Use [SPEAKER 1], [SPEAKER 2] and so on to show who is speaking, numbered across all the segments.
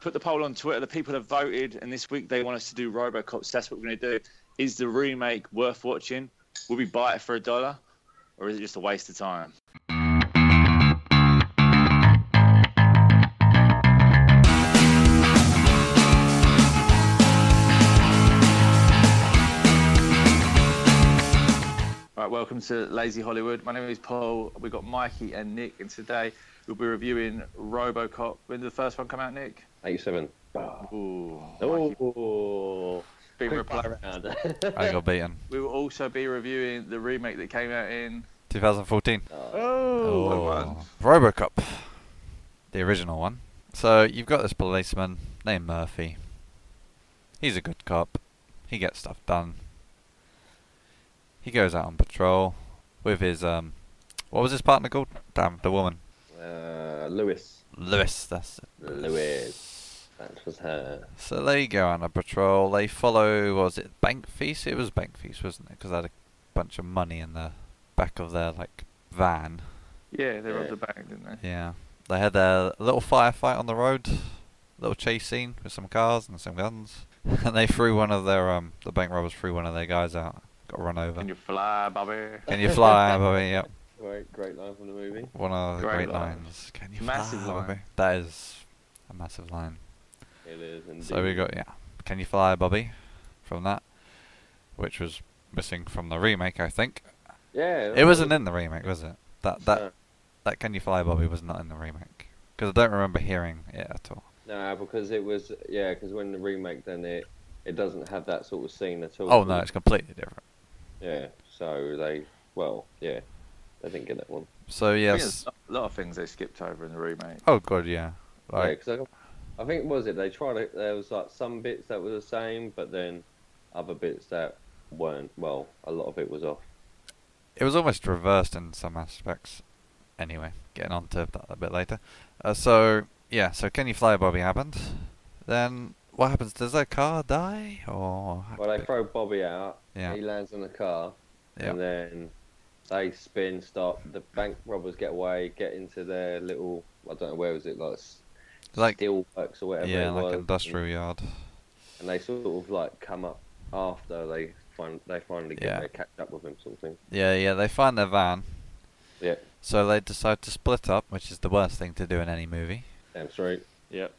[SPEAKER 1] put the poll on Twitter. The people have voted, and this week they want us to do RoboCop. So that's what we're going to do. Is the remake worth watching? Will we buy it for a dollar, or is it just a waste of time? Right, welcome to Lazy Hollywood. My name is Paul. We've got Mikey and Nick, and today we'll be reviewing RoboCop. When did the first one come out, Nick?
[SPEAKER 2] 87.
[SPEAKER 1] Ooh, Mikey,
[SPEAKER 2] Oh,
[SPEAKER 1] been
[SPEAKER 2] quick
[SPEAKER 1] reply-
[SPEAKER 2] fire round.
[SPEAKER 3] I got beaten.
[SPEAKER 1] We will also be reviewing the remake that came out in.
[SPEAKER 3] 2014.
[SPEAKER 1] Oh,
[SPEAKER 3] Oh, RoboCop, the original one. So you've got this policeman named Murphy. He's a good cop. He gets stuff done. He goes out on patrol with his um, what was his partner called? Damn, the woman.
[SPEAKER 2] uh, Lewis.
[SPEAKER 3] Lewis. That's it.
[SPEAKER 2] Lewis. That was her.
[SPEAKER 3] So they go on a patrol. They follow. Was it bank feast? It was bank feast, wasn't it? Because they had a bunch of money in the back of their like van.
[SPEAKER 1] yeah, they robbed
[SPEAKER 2] Yeah.
[SPEAKER 1] the bank, didn't they?
[SPEAKER 3] Yeah. They had their little firefight on the road, little chase scene with some cars and some guns. And they threw one of their um the bank robbers threw one of their guys out, got run over.
[SPEAKER 1] Can you fly, Bobby?
[SPEAKER 3] Can you fly, Bobby? Yep.
[SPEAKER 2] Great, great line from the movie.
[SPEAKER 3] One of the
[SPEAKER 1] Great
[SPEAKER 3] great,
[SPEAKER 1] line.
[SPEAKER 3] lines. Can you
[SPEAKER 1] Massive
[SPEAKER 3] fly,
[SPEAKER 1] line.
[SPEAKER 3] Bobby? That is a massive line.
[SPEAKER 2] It is. Indeed.
[SPEAKER 3] So we got yeah. Can you fly, Bobby? From that, which was missing from the remake, I think.
[SPEAKER 2] Yeah.
[SPEAKER 3] It wasn't in the remake, was it? That that
[SPEAKER 2] No.
[SPEAKER 3] that Can You Fly, Bobby was not in the remake because I don't remember hearing it at all.
[SPEAKER 2] No, because it was. Yeah, because when the remake, then it it doesn't have that sort of scene at all.
[SPEAKER 3] Oh no, it's completely different.
[SPEAKER 2] Yeah. So they. Well, yeah. They didn't get that one.
[SPEAKER 3] So
[SPEAKER 1] I think there's
[SPEAKER 3] yes.
[SPEAKER 1] a lot of things they skipped over in the remake.
[SPEAKER 3] Oh god, yeah.
[SPEAKER 2] Yeah,
[SPEAKER 3] Like
[SPEAKER 2] 'cause I, I think was it they tried it. There was like some bits that were the same, but then other bits that weren't. Well, a lot of it was off.
[SPEAKER 3] it was almost reversed in some aspects. Anyway, getting on to that a bit later. Uh, so yeah, so can you fly, Bobby? Happened. Then what happens? Does their car die or?
[SPEAKER 2] Well, they throw Bobby out.
[SPEAKER 3] Yeah.
[SPEAKER 2] He lands on the car,
[SPEAKER 3] Yeah.
[SPEAKER 2] and then they spin, start. The bank robbers get away, get into their little. I don't know where was it like s-
[SPEAKER 3] Like
[SPEAKER 2] steel works or whatever.
[SPEAKER 3] yeah,
[SPEAKER 2] it
[SPEAKER 3] like
[SPEAKER 2] was,
[SPEAKER 3] industrial yard.
[SPEAKER 2] And, and they sort of like come up after they find they finally get
[SPEAKER 3] Yeah.
[SPEAKER 2] they catch up with him sort of thing.
[SPEAKER 3] Yeah, yeah. They find their van,
[SPEAKER 2] Yeah,
[SPEAKER 3] so they decide to split up, which is the worst thing to do in any movie.
[SPEAKER 2] damn straight.
[SPEAKER 1] Yep.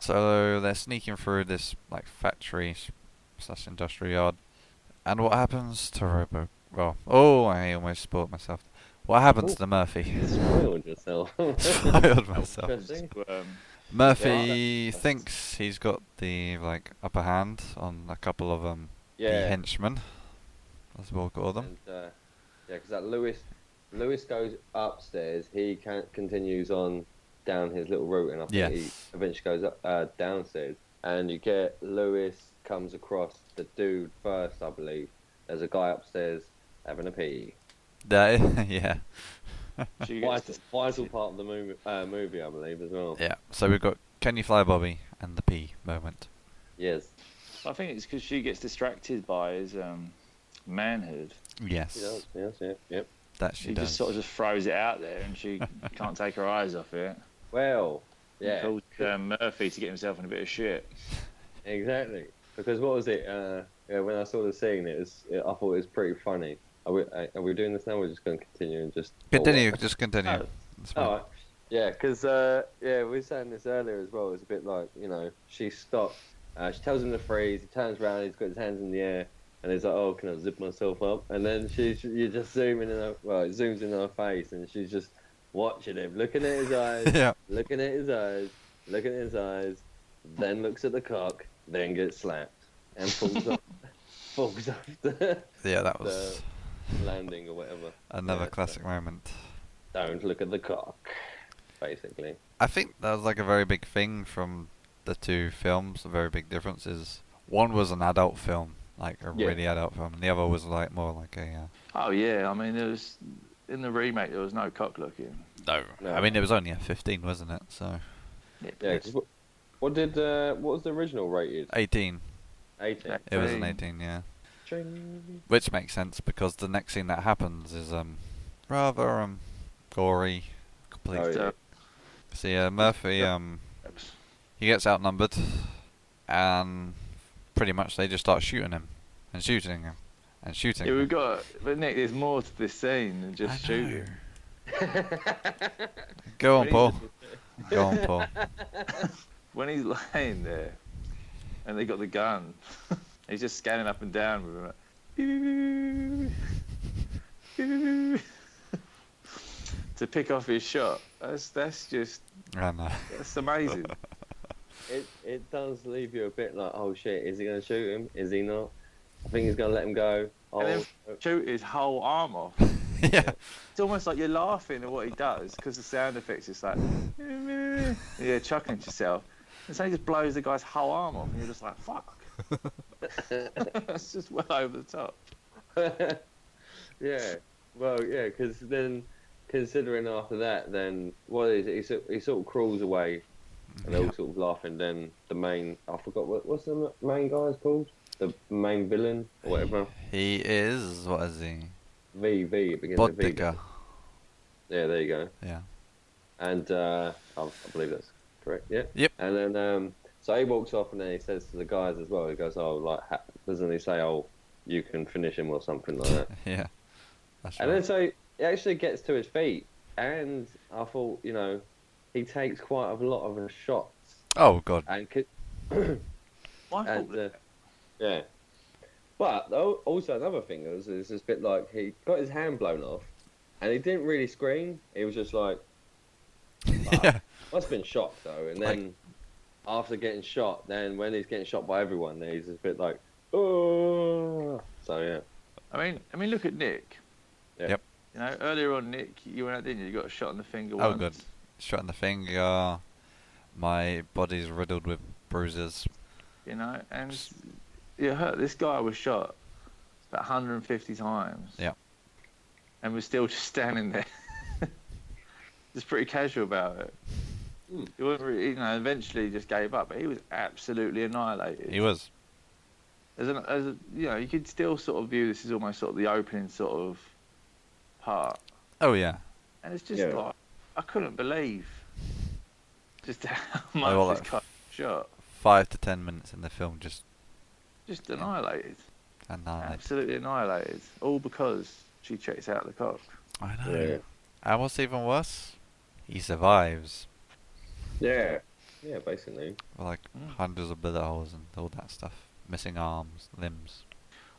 [SPEAKER 3] So they're sneaking through this like factory s- slash industrial yard, and what happens to Robo? Well, oh, I almost spoiled myself. What happens
[SPEAKER 2] Oh.
[SPEAKER 3] to Murphy?
[SPEAKER 2] Spoiled yourself.
[SPEAKER 3] Spoiled myself.
[SPEAKER 2] Interesting.
[SPEAKER 1] Um,
[SPEAKER 3] Murphy thinks he's got the like upper hand on a couple of um the
[SPEAKER 2] Yeah.
[SPEAKER 3] henchmen, as we'll call them.
[SPEAKER 2] And, uh, yeah, because that Lewis, Lewis goes upstairs. He can, continues on down his little route, and I think
[SPEAKER 3] Yeah.
[SPEAKER 2] he eventually goes up uh, downstairs. And you get Lewis comes across the dude first, I believe. There's a guy upstairs having a pee.
[SPEAKER 3] That i- yeah,
[SPEAKER 1] she gets
[SPEAKER 2] Vital, vital part of the movie, uh, movie, I believe, as well.
[SPEAKER 3] yeah. So we've got Can You Fly Bobby and the P moment.
[SPEAKER 2] Yes.
[SPEAKER 1] I think it's because she gets distracted by his um, manhood.
[SPEAKER 2] He does,
[SPEAKER 3] Yes,
[SPEAKER 2] Yes. Yes. Yep.
[SPEAKER 3] that
[SPEAKER 1] She,
[SPEAKER 3] she
[SPEAKER 1] just
[SPEAKER 3] does.
[SPEAKER 1] sort of just throws it out there, and she can't take her eyes off it.
[SPEAKER 2] Well.
[SPEAKER 1] And
[SPEAKER 2] Yeah.
[SPEAKER 1] Calls um, Murphy to get himself in a bit of shit.
[SPEAKER 2] Exactly. Because what was it? Uh, yeah, when I saw the scene, it was. It, I thought it was pretty funny. Are we, uh, are we doing this now? We're just going to continue and just
[SPEAKER 3] Continue, just continue.
[SPEAKER 2] Oh.
[SPEAKER 3] That's fine.
[SPEAKER 2] All right. Yeah, because uh, yeah, we were saying this earlier as well. It's a bit like you know, she stops. Uh, she tells him to freeze. He turns around. He's got his hands in the air, and he's like, "Oh, can I zip myself up?" And then she, she you just zoom in. In her, well, it zooms in her face, and she's just watching him, looking at his eyes,
[SPEAKER 3] yeah,
[SPEAKER 2] looking at his eyes, looking at his eyes, then looks at the cock, then gets slapped and falls off, falls off the
[SPEAKER 3] yeah. That was
[SPEAKER 2] landing or whatever.
[SPEAKER 3] another
[SPEAKER 2] yeah,
[SPEAKER 3] classic moment.
[SPEAKER 2] Don't look at the cock, basically.
[SPEAKER 3] I think that was like a very big thing from the two films. A very big difference is one was an adult film, like a
[SPEAKER 2] Yeah.
[SPEAKER 3] really adult film, and the other was like more like a uh,
[SPEAKER 1] Oh yeah, I mean there was in the remake there was no cock looking.
[SPEAKER 3] uh,
[SPEAKER 2] No.
[SPEAKER 3] I mean, it was only a fifteen, wasn't it? So
[SPEAKER 2] Yeah. 'cause what, what did uh, what was the original rated?
[SPEAKER 3] eighteen.
[SPEAKER 2] Eighteen.
[SPEAKER 3] It was
[SPEAKER 1] 18.
[SPEAKER 3] an eighteen, yeah.
[SPEAKER 2] Ching.
[SPEAKER 3] Which makes sense because the next thing that happens is um rather um gory, complete.
[SPEAKER 2] Oh, yeah.
[SPEAKER 1] So,
[SPEAKER 3] See, uh, Murphy um He gets outnumbered, and pretty much they just start shooting him, and shooting him, and shooting
[SPEAKER 1] Yeah,
[SPEAKER 3] him.
[SPEAKER 1] we've got. But Nick, there's more to this scene than just
[SPEAKER 3] I
[SPEAKER 1] shooting.
[SPEAKER 3] know. Go on,
[SPEAKER 1] Crazy.
[SPEAKER 3] Paul. Go on, Paul.
[SPEAKER 1] When he's lying there, and they got the gun, he's just scanning up and down with it. like, "Beep, beep, beep, beep, beep, beep, beep," to pick off his shot. That's that's just
[SPEAKER 3] I know.
[SPEAKER 1] that's amazing.
[SPEAKER 2] It it does leave you a bit like, oh shit, is he gonna shoot him? Is he not? I think he's gonna let him go. Oh,
[SPEAKER 1] And Shoot his whole arm off.
[SPEAKER 3] yeah.
[SPEAKER 1] It's almost like you're laughing at what he does because the sound effects is like, yeah, chuckling to yourself. And so he just blows the guy's whole arm off, and you're just like, fuck.
[SPEAKER 2] Oh.
[SPEAKER 1] That's just well over the top.
[SPEAKER 2] yeah. Well, yeah, because then considering after that, then what is it? He, sort- he sort of crawls away, and they're all sort of laughing. Then the main, I forgot what what's the main guy's called? The main villain or whatever.
[SPEAKER 3] He is. What is he?
[SPEAKER 2] V V. It begins with V.
[SPEAKER 3] Boddicker.
[SPEAKER 2] Yeah, there you go.
[SPEAKER 3] Yeah.
[SPEAKER 2] And uh, I, I believe that's correct. Yeah.
[SPEAKER 3] Yep.
[SPEAKER 2] And then um, so he walks off, and then he says to the guys as well. He goes, "Oh, like ha- doesn't he say, oh, you can finish him or something like that."
[SPEAKER 3] Yeah. That's
[SPEAKER 2] And then
[SPEAKER 3] right.
[SPEAKER 2] so he actually gets to his feet, and I thought, you know, he takes quite a lot of the shots,
[SPEAKER 3] Oh god.
[SPEAKER 2] and could,
[SPEAKER 1] My fault.
[SPEAKER 2] and uh, yeah. But al- also another thing was is this bit like he got his hand blown off, and he didn't really scream. He was just like,
[SPEAKER 3] yeah.
[SPEAKER 2] must have been shocked though. And then after getting shot, then when he's getting shot by everyone, then he's just a bit like, oh. So yeah,
[SPEAKER 1] I mean, I mean, look at Nick.
[SPEAKER 2] Yeah.
[SPEAKER 3] Yep.
[SPEAKER 1] You know, earlier on, Nick, you went out, didn't you? You got a shot in the finger.
[SPEAKER 3] Oh,
[SPEAKER 1] once.
[SPEAKER 3] good. Shot in the finger. My body's riddled with bruises.
[SPEAKER 1] You know, and you hurt. This guy was shot about 150 times.
[SPEAKER 3] Yeah.
[SPEAKER 1] And we're still just standing there. just pretty casual about it.
[SPEAKER 2] Hmm.
[SPEAKER 1] He wasn't really, you know, eventually he just gave up, but he was absolutely annihilated.
[SPEAKER 3] He was.
[SPEAKER 1] as, an, as a, you know, you could still sort of view this as almost sort of the opening sort of part,
[SPEAKER 3] Oh yeah.
[SPEAKER 1] and it's just
[SPEAKER 2] Yeah.
[SPEAKER 1] like I couldn't believe just how much
[SPEAKER 3] Oh, well,
[SPEAKER 1] this
[SPEAKER 3] that-
[SPEAKER 1] guy shot,
[SPEAKER 3] Five to ten minutes in the film, just
[SPEAKER 1] just annihilated,
[SPEAKER 3] annihilate.
[SPEAKER 1] absolutely annihilated, all because she checks out the cock.
[SPEAKER 3] I know.
[SPEAKER 2] yeah,
[SPEAKER 3] And what's even worse, he survives.
[SPEAKER 2] yeah, yeah. Basically,
[SPEAKER 3] with, Like
[SPEAKER 1] Mm.
[SPEAKER 3] hundreds of bullet holes and all that stuff. Missing arms, limbs.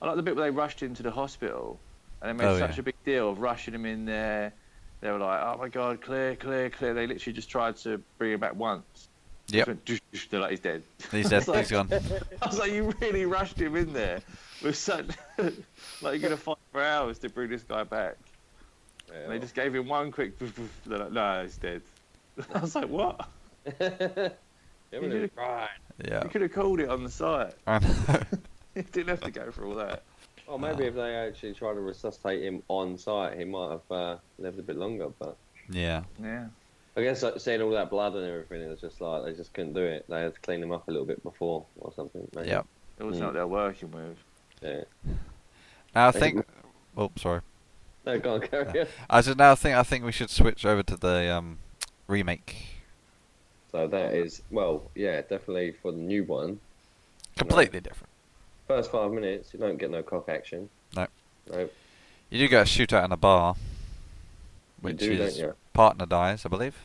[SPEAKER 1] I like the bit where they rushed him to the hospital, and they made
[SPEAKER 3] Oh,
[SPEAKER 1] such
[SPEAKER 3] yeah.
[SPEAKER 1] a big deal of rushing him in there. They were like, "Oh my god, clear, clear, clear!" They literally just tried to bring him back once. Just
[SPEAKER 3] Yep.
[SPEAKER 1] went, "Doosh, doosh," They're like, "He's dead."
[SPEAKER 3] He's dead.
[SPEAKER 1] It's like-
[SPEAKER 3] He's gone.
[SPEAKER 1] I was like, you really rushed him in there with such like you're gonna fight for hours to bring this guy back.
[SPEAKER 2] yeah.
[SPEAKER 1] And they just gave him one quick. They're like, no, he's dead. I was like, what?
[SPEAKER 2] Yeah,
[SPEAKER 1] You
[SPEAKER 2] really.
[SPEAKER 1] did
[SPEAKER 3] Yeah.
[SPEAKER 1] You could have called it on the site.
[SPEAKER 3] I know.
[SPEAKER 1] You didn't have to go for all that.
[SPEAKER 2] Well, Oh,
[SPEAKER 3] Uh,
[SPEAKER 2] maybe if they actually tried to resuscitate him on site, he might have uh, lived a bit longer. But
[SPEAKER 3] yeah.
[SPEAKER 1] Yeah.
[SPEAKER 2] I guess like, seeing all that blood and everything, it was just like they just couldn't do it. They had to clean him up a little bit before or something. maybe.
[SPEAKER 3] Yep.
[SPEAKER 1] It was
[SPEAKER 2] Hmm.
[SPEAKER 1] not they're working with.
[SPEAKER 2] Yeah.
[SPEAKER 3] Now I
[SPEAKER 2] They
[SPEAKER 3] think. Oh, sorry.
[SPEAKER 2] No, go on, carry on.
[SPEAKER 3] I said now I think I think we should switch over to the um, remake.
[SPEAKER 2] So that is well, yeah, definitely for the new one.
[SPEAKER 3] Completely different.
[SPEAKER 2] First five minutes, you don't get no cock action.
[SPEAKER 3] No.
[SPEAKER 2] Nope.
[SPEAKER 3] You do get a shootout in a bar, which
[SPEAKER 2] do, don't
[SPEAKER 3] is
[SPEAKER 2] you?
[SPEAKER 3] partner dies, I believe.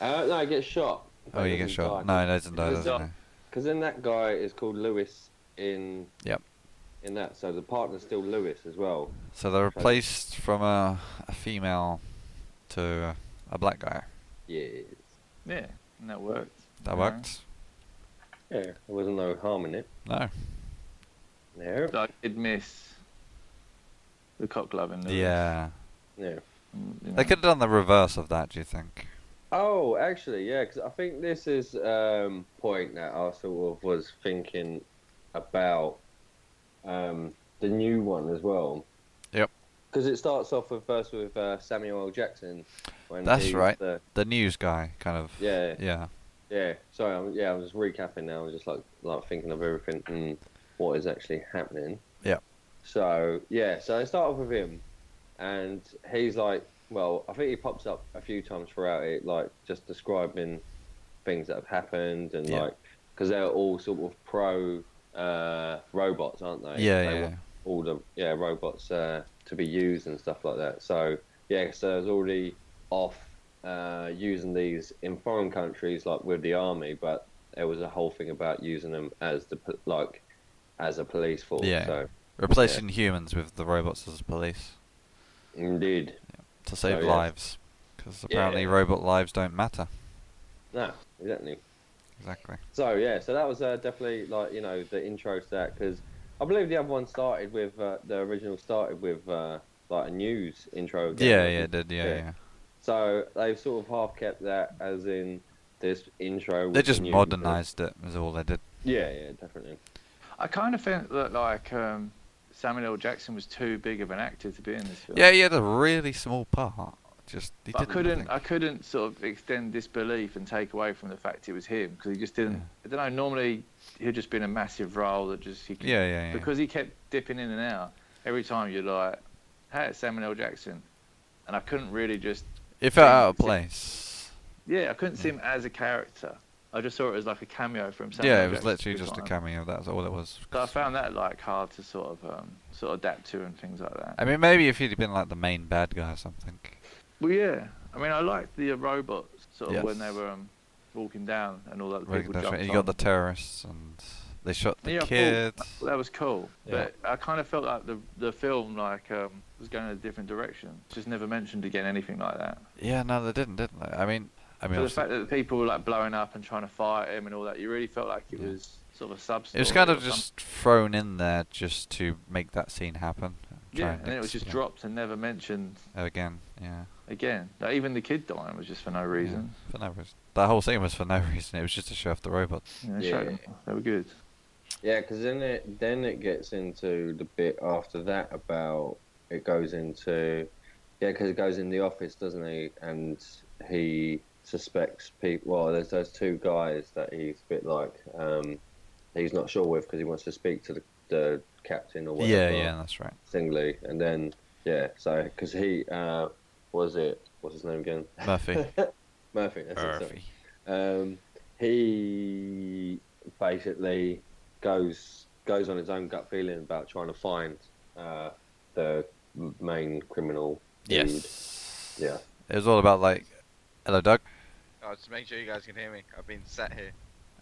[SPEAKER 2] Uh, no, I get shot.
[SPEAKER 3] Oh, you get shot. No, no, doesn't die,
[SPEAKER 2] Because
[SPEAKER 3] doesn't
[SPEAKER 2] Because then that guy is called Lewis in.
[SPEAKER 3] Yep.
[SPEAKER 2] In that, so the partner's still Lewis as well.
[SPEAKER 3] he? So they're replaced from a, a female to a black guy.
[SPEAKER 2] Yes.
[SPEAKER 1] Yeah. And that worked.
[SPEAKER 3] That
[SPEAKER 1] Mhm.
[SPEAKER 3] worked.
[SPEAKER 2] Yeah. There wasn't no harm in it.
[SPEAKER 3] No.
[SPEAKER 2] No.
[SPEAKER 1] But I did miss the cock loving. Lewis.
[SPEAKER 3] Yeah.
[SPEAKER 2] No.
[SPEAKER 1] Mm, you know.
[SPEAKER 3] They could have done the reverse of that. Do you think?
[SPEAKER 2] Oh, actually, yeah, because I think this is um, point that I sort of was thinking about um, the new one as well.
[SPEAKER 3] Yep.
[SPEAKER 2] Because it starts off with first with uh, Samuel L. Jackson. When
[SPEAKER 3] That's
[SPEAKER 2] he's
[SPEAKER 3] right.
[SPEAKER 2] the-
[SPEAKER 3] The news guy, kind of.
[SPEAKER 2] yeah,
[SPEAKER 3] Yeah.
[SPEAKER 2] yeah. Sorry, I'm, yeah, I was recapping now. I was just like like thinking of everything and what is actually happening.
[SPEAKER 3] Yeah.
[SPEAKER 2] So yeah, so I start off with him, and he's like, well, I think he pops up a few times throughout it, like just describing things that have happened and
[SPEAKER 3] Yeah.
[SPEAKER 2] like because they're all sort of pro uh, robots, aren't they?
[SPEAKER 3] Yeah,
[SPEAKER 2] They
[SPEAKER 3] yeah.
[SPEAKER 2] want all the yeah robots uh, to be used and stuff like that. So yeah, so I was already off uh, using these in foreign countries, like with the army, but there was a whole thing about using them as the po- like as a police force.
[SPEAKER 3] Yeah.
[SPEAKER 2] So
[SPEAKER 3] Replacing humans with the robots as police
[SPEAKER 2] indeed,
[SPEAKER 3] to save
[SPEAKER 2] Oh, yeah.
[SPEAKER 3] lives. Because
[SPEAKER 2] Yeah.
[SPEAKER 3] apparently robot lives don't matter.
[SPEAKER 2] no, exactly.
[SPEAKER 3] Exactly.
[SPEAKER 2] So yeah, so that was uh, definitely like you know the intro to that because I believe the other one started with uh, the original started with uh, like a news intro. Again,
[SPEAKER 3] Yeah,
[SPEAKER 2] wasn't
[SPEAKER 3] yeah,
[SPEAKER 2] it?
[SPEAKER 3] it did, yeah,
[SPEAKER 2] Yeah.
[SPEAKER 3] yeah.
[SPEAKER 2] So they've sort of half kept that as in this intro. with
[SPEAKER 3] They
[SPEAKER 2] the
[SPEAKER 3] just
[SPEAKER 2] news.
[SPEAKER 3] modernised it, is all they did.
[SPEAKER 2] Yeah, yeah, definitely.
[SPEAKER 1] I kind of think that like um, Samuel L. Jackson was too big of an actor to be in this film.
[SPEAKER 3] Yeah, he had a really small part. Just he
[SPEAKER 1] But I
[SPEAKER 3] didn't.
[SPEAKER 1] couldn't.
[SPEAKER 3] think.
[SPEAKER 1] I couldn't sort of extend disbelief and take away from the fact it was him because he just didn't. I don't know. Normally, he'd just been a massive role that just he.
[SPEAKER 3] Yeah, yeah, yeah.
[SPEAKER 1] Because he kept dipping in and out every time. You're like, hey, it's Samuel L. Jackson, and I couldn't really just.
[SPEAKER 3] It felt
[SPEAKER 1] Yeah,
[SPEAKER 3] out of
[SPEAKER 1] it's-
[SPEAKER 3] place.
[SPEAKER 1] Yeah, I couldn't see
[SPEAKER 3] Mm.
[SPEAKER 1] him as a character. I just saw it as like a cameo from Samuel.
[SPEAKER 3] Yeah,
[SPEAKER 1] L.
[SPEAKER 3] it was
[SPEAKER 1] Jackson
[SPEAKER 3] literally
[SPEAKER 1] every
[SPEAKER 3] just a
[SPEAKER 1] time.
[SPEAKER 3] cameo. That's all it was.
[SPEAKER 1] So I found that like hard to sort of um, sort of adapt to and things like that.
[SPEAKER 3] I mean, maybe if he'd been like the main bad guy or something.
[SPEAKER 1] Well, yeah. I mean, I liked the uh, robots sort of when they
[SPEAKER 3] Yes.
[SPEAKER 1] were um, walking down and all that.
[SPEAKER 3] Right,
[SPEAKER 1] people
[SPEAKER 3] that's
[SPEAKER 1] jumped
[SPEAKER 3] right. You
[SPEAKER 1] on
[SPEAKER 3] got the terrorists and they shot the
[SPEAKER 1] Yeah, cool.
[SPEAKER 3] kids.
[SPEAKER 1] Well, that was cool,
[SPEAKER 3] Yeah.
[SPEAKER 1] but I kind of felt like the the film like um, was going in a different direction. Just never mentioned again anything like that.
[SPEAKER 3] Yeah, no, they didn't, didn't they? I mean, I
[SPEAKER 1] But
[SPEAKER 3] mean,
[SPEAKER 1] the
[SPEAKER 3] obviously-
[SPEAKER 1] fact that the people were like blowing up and trying to fight him and all that, you really felt like it
[SPEAKER 3] Yeah.
[SPEAKER 1] was sort of a substance.
[SPEAKER 3] it was kind of just thrown in there just to make that scene happen. Try
[SPEAKER 1] yeah, and it was just
[SPEAKER 3] explain
[SPEAKER 1] dropped and never mentioned
[SPEAKER 3] it again. Yeah,
[SPEAKER 1] again. Like, even the kid dying was just for no reason.
[SPEAKER 3] for no reason. That whole scene was for no reason. It was just to show off the robots.
[SPEAKER 1] You know, showed
[SPEAKER 2] Yeah.
[SPEAKER 1] them. they were good.
[SPEAKER 2] Yeah, because then it then it gets into the bit after that about it goes into yeah, because it goes in the office, doesn't he? And he suspects people. Well, there's those two guys that he's a bit like um, he's not sure with because he wants to speak to the, the captain or
[SPEAKER 3] yeah,
[SPEAKER 2] whatever.
[SPEAKER 3] yeah, that's right.
[SPEAKER 2] Singly, and then yeah, so because he uh, was it what's his name again?
[SPEAKER 3] Murphy.
[SPEAKER 2] Murphy. That's it, sorry
[SPEAKER 3] Murphy.
[SPEAKER 2] um, he basically goes goes on his own gut feeling about trying to find uh, the m- main criminal. dude.
[SPEAKER 3] Yes.
[SPEAKER 2] Yeah.
[SPEAKER 3] It was all about like, hello, Doug.
[SPEAKER 4] Oh, just make sure you guys can hear me. I've been sat here.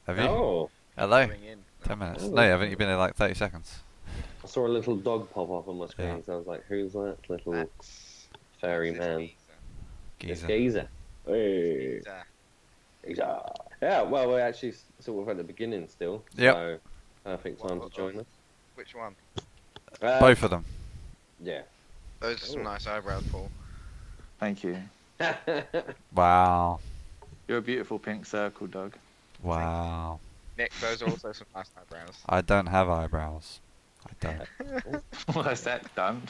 [SPEAKER 3] Have you?
[SPEAKER 2] Oh,
[SPEAKER 3] Hello.
[SPEAKER 4] coming in.
[SPEAKER 3] Ten minutes.
[SPEAKER 2] Oh.
[SPEAKER 3] No, you haven't. You've been there like thirty seconds.
[SPEAKER 2] I saw a little dog pop up on my screen,
[SPEAKER 3] Yeah.
[SPEAKER 2] so I was like, "Who's that little
[SPEAKER 4] That's-
[SPEAKER 2] fairy
[SPEAKER 4] this is
[SPEAKER 2] man?"
[SPEAKER 4] Giza.
[SPEAKER 2] It's
[SPEAKER 3] Geezer.
[SPEAKER 2] Geezer. Hey.
[SPEAKER 4] Giza.
[SPEAKER 2] Geezer. Yeah, well, we're actually s- sort of at the beginning still.
[SPEAKER 3] Yep.
[SPEAKER 2] So perfect time to join us.
[SPEAKER 4] Which one?
[SPEAKER 2] Uh,
[SPEAKER 3] Both of them.
[SPEAKER 2] Yeah.
[SPEAKER 4] Those are some
[SPEAKER 2] Ooh.
[SPEAKER 4] nice eyebrows, Paul.
[SPEAKER 1] Thank you.
[SPEAKER 3] Wow.
[SPEAKER 1] You're a beautiful pink circle, Doug.
[SPEAKER 3] Wow.
[SPEAKER 4] Nick, those are also some nice eyebrows.
[SPEAKER 3] I don't have eyebrows. I don't.
[SPEAKER 1] well, that's that done.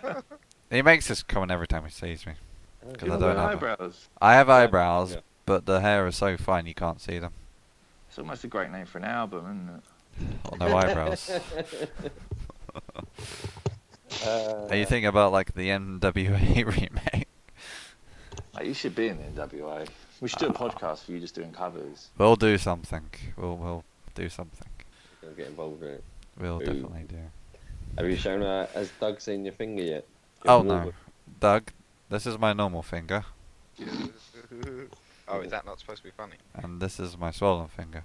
[SPEAKER 3] He makes this comment every time he sees me.
[SPEAKER 1] You
[SPEAKER 3] I
[SPEAKER 1] got
[SPEAKER 3] don't
[SPEAKER 1] no
[SPEAKER 3] have a-
[SPEAKER 1] eyebrows.
[SPEAKER 3] I have eyebrows,
[SPEAKER 2] Yeah.
[SPEAKER 3] but the hair is so fine you can't see them.
[SPEAKER 1] It's almost a great name for an album, isn't it?
[SPEAKER 3] Or no eyebrows.
[SPEAKER 2] Uh,
[SPEAKER 3] Are you thinking about like the NWA remake?
[SPEAKER 1] Like, you should be in the NWA. We
[SPEAKER 3] Ah.
[SPEAKER 1] should do a podcast for you just doing covers.
[SPEAKER 3] We'll do something. We'll we'll do something.
[SPEAKER 2] Don't get involved in it.
[SPEAKER 3] We'll
[SPEAKER 2] Ooh.
[SPEAKER 3] definitely do.
[SPEAKER 2] Have you shown her? Has Doug seen your finger yet?
[SPEAKER 3] Oh no, Doug, this is my normal finger,
[SPEAKER 4] oh, is that not supposed to be funny?
[SPEAKER 3] and this is my swollen finger.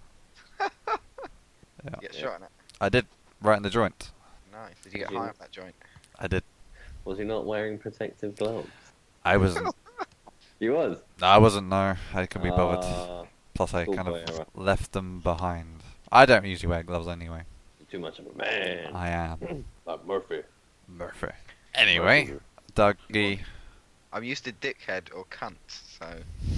[SPEAKER 4] Get shot in it.
[SPEAKER 3] I did right in the joint.
[SPEAKER 4] Nice. Did you get
[SPEAKER 2] Yeah.
[SPEAKER 4] high on that joint?
[SPEAKER 3] I did.
[SPEAKER 2] Was he not wearing protective gloves?
[SPEAKER 3] I wasn't.
[SPEAKER 2] He was.
[SPEAKER 3] no, I wasn't. No, I couldn't be bothered.
[SPEAKER 2] Ah,
[SPEAKER 3] Plus, I
[SPEAKER 2] cool
[SPEAKER 3] kind
[SPEAKER 2] boy,
[SPEAKER 3] of
[SPEAKER 2] alright.
[SPEAKER 3] left them behind. I don't usually wear gloves anyway.
[SPEAKER 2] too much of a man.
[SPEAKER 3] I am
[SPEAKER 2] Like Murphy.
[SPEAKER 3] Murphy. Anyway, Dougie.
[SPEAKER 4] I'm used to dickhead or cunt, so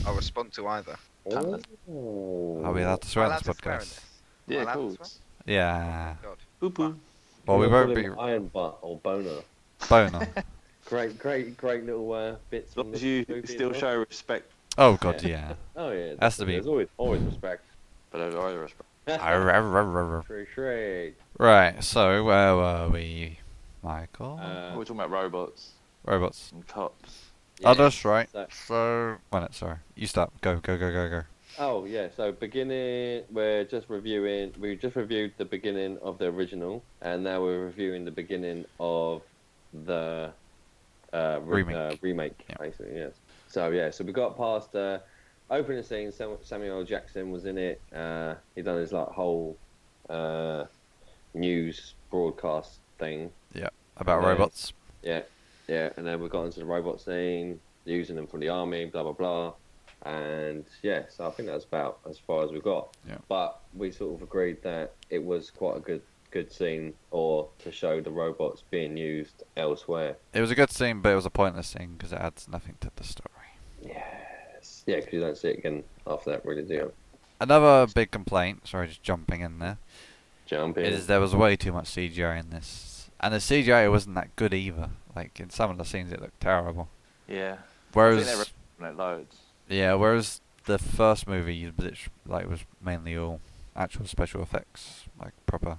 [SPEAKER 4] I'll respond to either.
[SPEAKER 2] Oh.
[SPEAKER 3] Are we allowed to swear
[SPEAKER 4] I'll
[SPEAKER 3] on this
[SPEAKER 4] have to swear in
[SPEAKER 3] podcast?
[SPEAKER 4] this.
[SPEAKER 1] Yeah,
[SPEAKER 4] Well,
[SPEAKER 1] cool.
[SPEAKER 4] that's
[SPEAKER 3] Yeah.
[SPEAKER 4] God.
[SPEAKER 1] Boop boop.
[SPEAKER 3] Ah. Well, we
[SPEAKER 2] We'll call
[SPEAKER 3] won't be
[SPEAKER 2] him Iron Butt or Boner.
[SPEAKER 3] boner.
[SPEAKER 2] Great, great, great little uh, bits.
[SPEAKER 1] As
[SPEAKER 2] from
[SPEAKER 1] long as
[SPEAKER 2] this
[SPEAKER 1] you
[SPEAKER 2] movie
[SPEAKER 1] still
[SPEAKER 2] as well.
[SPEAKER 1] show respect,
[SPEAKER 3] Oh god, yeah.
[SPEAKER 2] Oh yeah.
[SPEAKER 3] Has to be.
[SPEAKER 2] There's always, always respect.
[SPEAKER 1] but I I respect.
[SPEAKER 3] Arr, arr, arr, arr, arr.
[SPEAKER 2] True, true.
[SPEAKER 3] right. So where were we, Michael?
[SPEAKER 2] Uh,
[SPEAKER 1] We're talking about robots
[SPEAKER 3] Robots.
[SPEAKER 1] and cops.
[SPEAKER 3] Oh, that's right.
[SPEAKER 2] so-
[SPEAKER 3] So, one minute. Sorry, you stop. Go, go, go, go, go.
[SPEAKER 2] Oh yeah, so beginning we're just reviewing. We just reviewed the beginning of the original, and now we're reviewing the beginning of the uh, re-
[SPEAKER 3] Remake.
[SPEAKER 2] Uh, remake,
[SPEAKER 3] Yeah.
[SPEAKER 2] basically. Yes. So yeah, so we got past the opening scene. Sam- Samuel L. Jackson was in it. Uh, he done his like whole uh, news broadcast thing.
[SPEAKER 3] About
[SPEAKER 2] Yeah.
[SPEAKER 3] robots.
[SPEAKER 2] Yeah, yeah, and then we got into the robot scene, using them for the army, blah blah blah, and yeah, so I think that's about as far as we got.
[SPEAKER 3] Yeah.
[SPEAKER 2] But we sort of agreed that it was quite a good good scene, or to show the robots being used elsewhere.
[SPEAKER 3] It was a good scene, but it was a pointless scene because it adds nothing to the story.
[SPEAKER 2] Yes. Yeah, because you don't see it again after that, really, do you?
[SPEAKER 3] Another big complaint, sorry, just jumping in there,
[SPEAKER 2] Jumping.
[SPEAKER 3] is there was way too much CGI in this, and the CGI wasn't that good either. Like in some of the scenes, it looked terrible.
[SPEAKER 5] Yeah.
[SPEAKER 3] Whereas,
[SPEAKER 5] they Like loads.
[SPEAKER 3] yeah, whereas the first movie, you lit- like was mainly all actual special effects, like proper,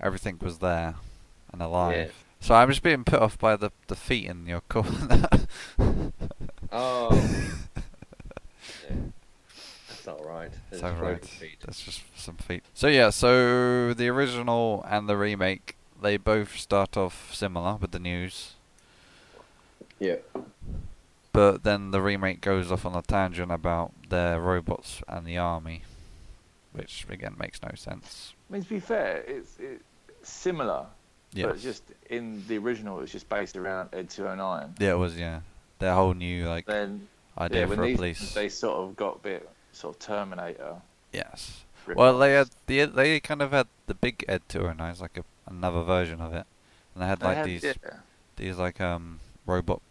[SPEAKER 3] everything was there and alive. So I'm just being put off by the the feet in your corner.
[SPEAKER 2] Oh. yeah. That's all right. It's
[SPEAKER 3] So
[SPEAKER 2] broken
[SPEAKER 3] right,
[SPEAKER 2] feet.
[SPEAKER 3] that's just some feet. So yeah, so the original and the remake, they both start off similar with the news,
[SPEAKER 2] Yeah.
[SPEAKER 3] but then the remake goes off on a tangent about their robots and the army, which again makes no sense.
[SPEAKER 5] I mean, to be fair, it's, it's similar,
[SPEAKER 3] Yeah,
[SPEAKER 5] but it's just in the original, it's just based around Ed 209.
[SPEAKER 3] yeah, it was yeah, their whole new like
[SPEAKER 5] Then
[SPEAKER 3] idea
[SPEAKER 5] when
[SPEAKER 3] for a
[SPEAKER 5] these,
[SPEAKER 3] police.
[SPEAKER 5] they sort of got a bit sort of Terminator.
[SPEAKER 3] yes.
[SPEAKER 5] rip
[SPEAKER 3] Well, they had
[SPEAKER 5] offs.
[SPEAKER 3] the they kind of had the big Ed 209 as like a, another version of it, and they had
[SPEAKER 5] They
[SPEAKER 3] like
[SPEAKER 5] had-
[SPEAKER 3] these
[SPEAKER 5] yeah,
[SPEAKER 3] these like um robot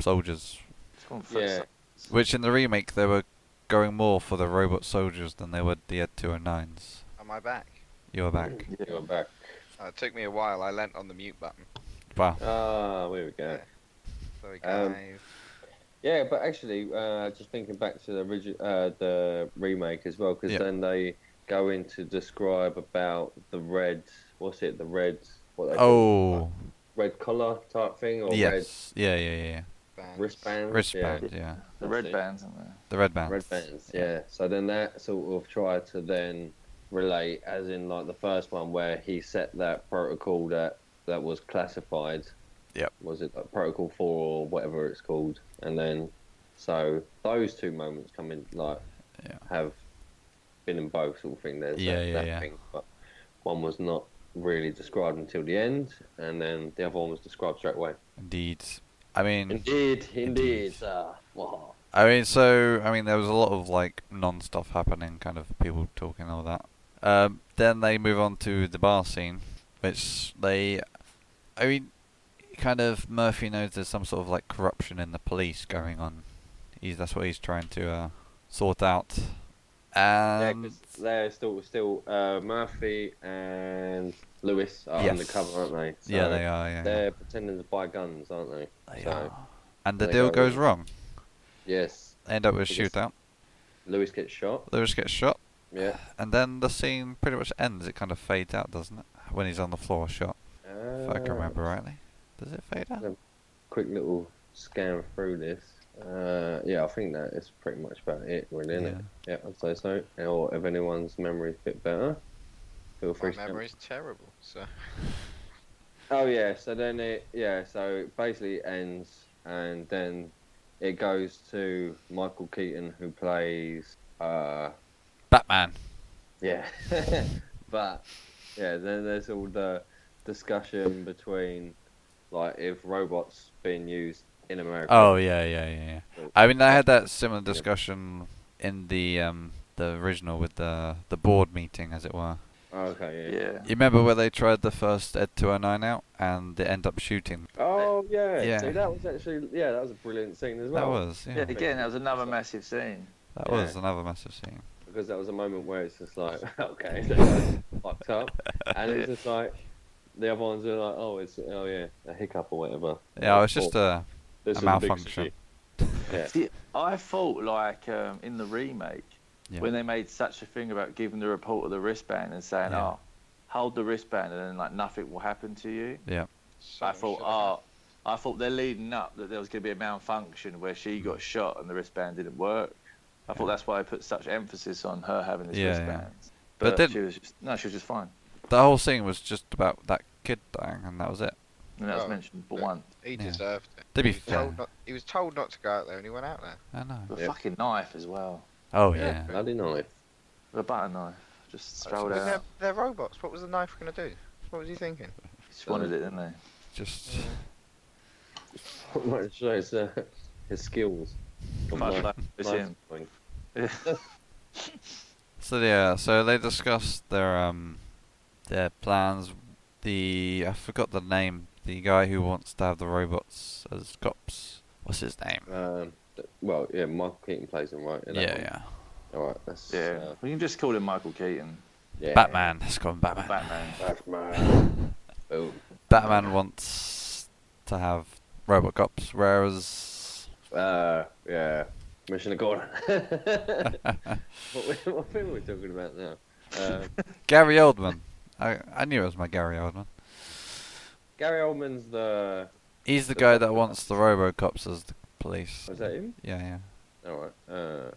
[SPEAKER 3] soldiers
[SPEAKER 5] it's gone for
[SPEAKER 2] Yeah.
[SPEAKER 3] Which in the remake they were going more for the robot soldiers than they were the Ed 209s.
[SPEAKER 4] Am I back?
[SPEAKER 3] You are back.
[SPEAKER 5] Yeah.
[SPEAKER 2] You're back.
[SPEAKER 4] Uh, it took me a while. I leant on the mute button.
[SPEAKER 3] Wow.
[SPEAKER 2] Ah, here we go.
[SPEAKER 4] Sorry,
[SPEAKER 2] Um,
[SPEAKER 4] guys.
[SPEAKER 2] Yeah, but actually, uh, just thinking back to the origi- uh, the remake as well, because
[SPEAKER 3] Yeah.
[SPEAKER 2] then they go in to describe about the red, what's it, the red, what they call
[SPEAKER 3] Oh.
[SPEAKER 2] it, red collar type thing or
[SPEAKER 3] Yes. Yeah, yeah, yeah,
[SPEAKER 4] Thanks.
[SPEAKER 2] red wristband.
[SPEAKER 3] yeah. Wristband, yeah.
[SPEAKER 5] The
[SPEAKER 2] That's
[SPEAKER 5] red
[SPEAKER 2] it.
[SPEAKER 5] bands in there.
[SPEAKER 3] The red band.
[SPEAKER 2] Red bands, yeah. So then that sort of tried to then relate, as in like the first one where he set that protocol that that was classified.
[SPEAKER 3] Yep.
[SPEAKER 2] Was it like Protocol Four or whatever it's called? And then, so those two moments come in like
[SPEAKER 3] Yeah.
[SPEAKER 2] have been in both sort of thing. There's
[SPEAKER 3] Yeah,
[SPEAKER 2] that,
[SPEAKER 3] yeah,
[SPEAKER 2] that
[SPEAKER 3] yeah.
[SPEAKER 2] thing, but one was not really described until the end, and then the other one was described straight away.
[SPEAKER 3] Indeed. I mean,
[SPEAKER 2] Indeed,
[SPEAKER 3] Mm. Indeed.
[SPEAKER 2] indeed, sir. Wow.
[SPEAKER 3] I mean, so I mean, there was a lot of like non-stuff happening, kind of people talking all that. Um, then they move on to the bar scene, which they, I mean, kind of Murphy knows there's some sort of like corruption in the police going on. He's that's what he's trying to uh, sort out.
[SPEAKER 2] Yeah,
[SPEAKER 3] And
[SPEAKER 2] 'cause they're still still uh, Murphy and Lewis are
[SPEAKER 3] Yes.
[SPEAKER 2] undercover, aren't they?
[SPEAKER 3] yeah,
[SPEAKER 2] So
[SPEAKER 3] they are. Yeah,
[SPEAKER 2] They're pretending to buy guns, aren't they?
[SPEAKER 3] they
[SPEAKER 2] so-
[SPEAKER 3] are. And the
[SPEAKER 2] they
[SPEAKER 3] deal
[SPEAKER 2] go
[SPEAKER 3] goes
[SPEAKER 2] in.
[SPEAKER 3] wrong.
[SPEAKER 2] Yes.
[SPEAKER 3] They end up with a
[SPEAKER 2] Because-
[SPEAKER 3] shootout.
[SPEAKER 2] Lewis gets shot.
[SPEAKER 3] Lewis gets shot,
[SPEAKER 2] Yeah.
[SPEAKER 3] and then the scene pretty much ends. It kind of fades out, doesn't it? When he's on the floor, shot. If I can
[SPEAKER 2] Uh,
[SPEAKER 3] remember rightly. Does it fade out?
[SPEAKER 2] No. Quick little scan through this. Uh, yeah, I think that is pretty much about it, really, isn't it? Yeah, I'd say so. Or if anyone's memory's a bit better, feel
[SPEAKER 4] My
[SPEAKER 2] free. to jump
[SPEAKER 4] memory's terrible. So
[SPEAKER 2] Oh yeah, so then it yeah, so it basically ends and then it goes to Michael Keaton who plays uh
[SPEAKER 3] Batman.
[SPEAKER 2] yeah. but yeah, then there's all the discussion between like if robots being used in America.
[SPEAKER 3] Oh yeah, yeah, yeah. yeah. I mean, I had that similar
[SPEAKER 2] Yeah.
[SPEAKER 3] discussion in the um the original with the the board meeting, as it were.
[SPEAKER 2] Oh, okay, yeah.
[SPEAKER 5] Yeah.
[SPEAKER 3] You remember where they tried the first Ed 209 out and they end up shooting?
[SPEAKER 2] Oh yeah.
[SPEAKER 3] Yeah.
[SPEAKER 2] See, that was actually yeah, that was a brilliant scene as well.
[SPEAKER 3] That was yeah.
[SPEAKER 5] Yeah, again, that was another massive scene.
[SPEAKER 3] That
[SPEAKER 2] yeah.
[SPEAKER 3] was another massive scene.
[SPEAKER 2] because that was a moment where it's just like, okay, so you guys fucked up, and it's just like the other ones are like, oh, it's oh yeah, a hiccup or whatever.
[SPEAKER 3] Yeah, it was just uh, a,
[SPEAKER 2] This is
[SPEAKER 3] a
[SPEAKER 2] big
[SPEAKER 3] malfunction.
[SPEAKER 2] shit. Yeah.
[SPEAKER 5] See, I thought like um, in the remake
[SPEAKER 3] Yeah.
[SPEAKER 5] when they made such a thing about giving the reporter the wristband and saying,
[SPEAKER 3] Yeah.
[SPEAKER 5] "Oh, hold the wristband," and then like nothing will happen to you. I
[SPEAKER 3] Yeah.
[SPEAKER 4] someone
[SPEAKER 5] thought,
[SPEAKER 4] should have-
[SPEAKER 5] oh, I
[SPEAKER 3] Mm.
[SPEAKER 5] thought they're leading up that there was going to be a malfunction where she got shot and the wristband didn't work.
[SPEAKER 1] I thought that's why I put such emphasis on her having this
[SPEAKER 3] Yeah, yeah.
[SPEAKER 1] wristband.
[SPEAKER 3] But
[SPEAKER 1] But,
[SPEAKER 3] then-
[SPEAKER 1] she was just, no, she was just fine.
[SPEAKER 3] The whole scene was just about that kid dying, and that was it.
[SPEAKER 1] And that was
[SPEAKER 4] Oh,
[SPEAKER 1] mentioned but
[SPEAKER 4] yeah.
[SPEAKER 1] once.
[SPEAKER 4] He
[SPEAKER 3] Yeah.
[SPEAKER 4] deserved it.
[SPEAKER 3] To be
[SPEAKER 4] He was,
[SPEAKER 3] fair,
[SPEAKER 4] told not, he was told not to go out there, and he went out there.
[SPEAKER 3] I know.
[SPEAKER 1] The
[SPEAKER 2] Yeah.
[SPEAKER 1] fucking knife as well.
[SPEAKER 3] Oh
[SPEAKER 2] Yeah,
[SPEAKER 3] yeah.
[SPEAKER 2] bloody knife.
[SPEAKER 1] The butter knife. Just strolled
[SPEAKER 4] But
[SPEAKER 3] uh,
[SPEAKER 4] They're,
[SPEAKER 1] out.
[SPEAKER 4] they're robots. What was the knife going to do? What was he thinking?
[SPEAKER 1] Just wanted it, didn't they?
[SPEAKER 3] Just
[SPEAKER 2] Much shows uh, his skills.
[SPEAKER 1] Come on, like, it's him.
[SPEAKER 3] so yeah. So they discussed their um their plans. The I forgot the name. The guy who wants to have the robots as cops. What's his name?
[SPEAKER 2] Um, th- well, yeah, Michael Keaton plays him, right? in that
[SPEAKER 3] Yeah,
[SPEAKER 2] one.
[SPEAKER 3] yeah.
[SPEAKER 2] All right, that's
[SPEAKER 1] Yeah.
[SPEAKER 2] uh,
[SPEAKER 1] we can just call him Michael Keaton.
[SPEAKER 2] yeah.
[SPEAKER 3] Batman. Let's call him Batman.
[SPEAKER 1] Batman.
[SPEAKER 2] Batman. Boom.
[SPEAKER 3] Batman wants to have robot cops, whereas
[SPEAKER 2] Uh, yeah. Mission Gordon. what, we- what film are we talking about now? Uh,
[SPEAKER 3] Gary Oldman. I I knew it was my Gary Oldman.
[SPEAKER 2] Gary Oldman's the.
[SPEAKER 3] He's the
[SPEAKER 2] The
[SPEAKER 3] guy that
[SPEAKER 2] Robocop.
[SPEAKER 3] wants the RoboCops as the police.
[SPEAKER 2] Was that him?
[SPEAKER 3] Yeah, yeah.
[SPEAKER 2] All right. Uh,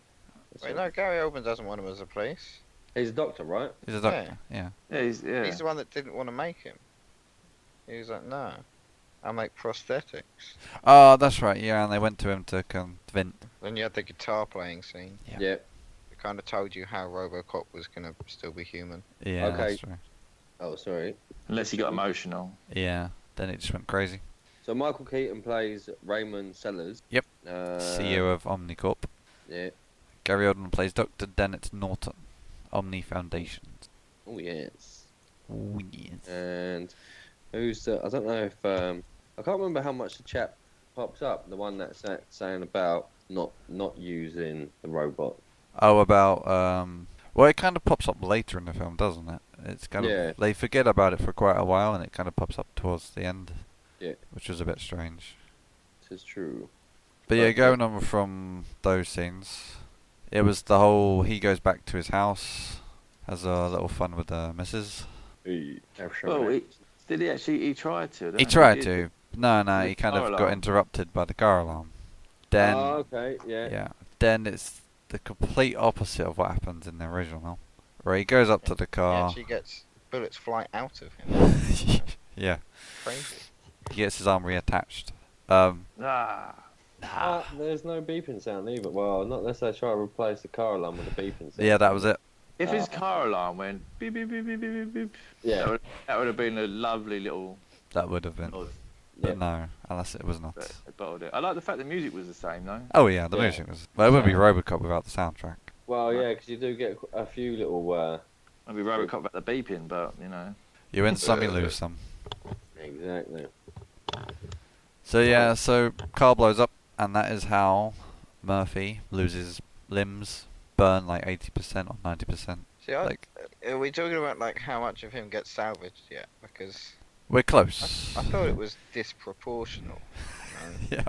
[SPEAKER 2] that's
[SPEAKER 4] Wait,
[SPEAKER 2] it.
[SPEAKER 4] no, Gary Oldman doesn't want him as a police.
[SPEAKER 2] He's a doctor, right?
[SPEAKER 3] He's a doctor. Yeah.
[SPEAKER 1] Yeah, he's, yeah.
[SPEAKER 4] He's the one that didn't want to make him. He was like, no, I make prosthetics.
[SPEAKER 3] Oh, that's right. Yeah, and they went to him to convince.
[SPEAKER 4] Then you had the guitar playing scene.
[SPEAKER 3] Yeah.
[SPEAKER 2] Yeah.
[SPEAKER 4] It kind of told you how RoboCop was going to still be human.
[SPEAKER 3] Yeah,
[SPEAKER 2] Okay.
[SPEAKER 3] that's right.
[SPEAKER 2] Oh, sorry.
[SPEAKER 1] Unless he got emotional.
[SPEAKER 3] Yeah. Then it just went crazy.
[SPEAKER 2] So Michael Keaton plays Raymond Sellers.
[SPEAKER 3] Yep.
[SPEAKER 2] Uh,
[SPEAKER 3] CEO E of OmniCorp.
[SPEAKER 2] Yeah.
[SPEAKER 3] Gary Oldman plays Doctor Dennett Norton, Omni Foundations.
[SPEAKER 2] Oh yes.
[SPEAKER 3] Ooh, yes.
[SPEAKER 2] And who's the? I don't know if um, I can't remember how much the chap pops up. The one that's sa- saying about not not using the robot.
[SPEAKER 3] Oh, about um. Well, it kind of pops up later in the film, doesn't it? It's kind of
[SPEAKER 2] Yeah.
[SPEAKER 3] they forget about it for quite a while, and it kind of pops up towards the end.
[SPEAKER 2] Yeah.
[SPEAKER 3] Which was a bit strange.
[SPEAKER 2] This is true.
[SPEAKER 3] But yeah,
[SPEAKER 2] Okay.
[SPEAKER 3] going on from those scenes, it was the whole he goes back to his house, has a little fun with the missus.
[SPEAKER 4] E.
[SPEAKER 2] Hey, have some
[SPEAKER 1] Well, he,
[SPEAKER 2] rest.
[SPEAKER 1] did he actually? He tried to. didn't
[SPEAKER 3] He tried
[SPEAKER 1] did.
[SPEAKER 3] to. No, no,
[SPEAKER 1] the
[SPEAKER 3] he kind of
[SPEAKER 1] car
[SPEAKER 3] got
[SPEAKER 1] alarm.
[SPEAKER 3] interrupted by the car alarm. Then,
[SPEAKER 2] Oh, okay. Yeah.
[SPEAKER 3] yeah, then it's the complete opposite of what happens in the original, where he goes up to the
[SPEAKER 4] He
[SPEAKER 3] car.
[SPEAKER 4] actually gets bullets fly out of him.
[SPEAKER 3] yeah,
[SPEAKER 4] Crazy.
[SPEAKER 3] he gets his arm reattached. Um,
[SPEAKER 1] Ah,
[SPEAKER 2] Ah, there's no beeping sound either. Well, not unless they try to replace the car alarm with a beeping sound.
[SPEAKER 3] yeah, that was it.
[SPEAKER 1] if his car alarm went beep beep beep beep beep beep, beep that,
[SPEAKER 2] Ah. Yeah.
[SPEAKER 1] would, that would have been a lovely little.
[SPEAKER 3] That would have been,
[SPEAKER 1] nod,
[SPEAKER 3] but
[SPEAKER 2] Oh, yeah.
[SPEAKER 3] no, unless it was not.
[SPEAKER 1] But they bottled it. I like the fact the music was the same though.
[SPEAKER 3] Oh yeah, the
[SPEAKER 2] Yeah.
[SPEAKER 3] music was. Well, it wouldn't be RoboCop without the soundtrack.
[SPEAKER 2] Well, yeah, because you do get qu- a few little. Uh,
[SPEAKER 1] Maybe Robocop about the beeping, but you know.
[SPEAKER 3] You win some, you lose some.
[SPEAKER 2] exactly.
[SPEAKER 3] So yeah, so car blows up, and that is how Murphy loses limbs, burn like eighty percent or ninety percent.
[SPEAKER 4] See, I,
[SPEAKER 3] Like
[SPEAKER 4] are we talking about like how much of him gets salvaged yet? Because
[SPEAKER 3] we're
[SPEAKER 4] I,
[SPEAKER 3] close.
[SPEAKER 4] I thought it was disproportional. you know?
[SPEAKER 3] Yeah.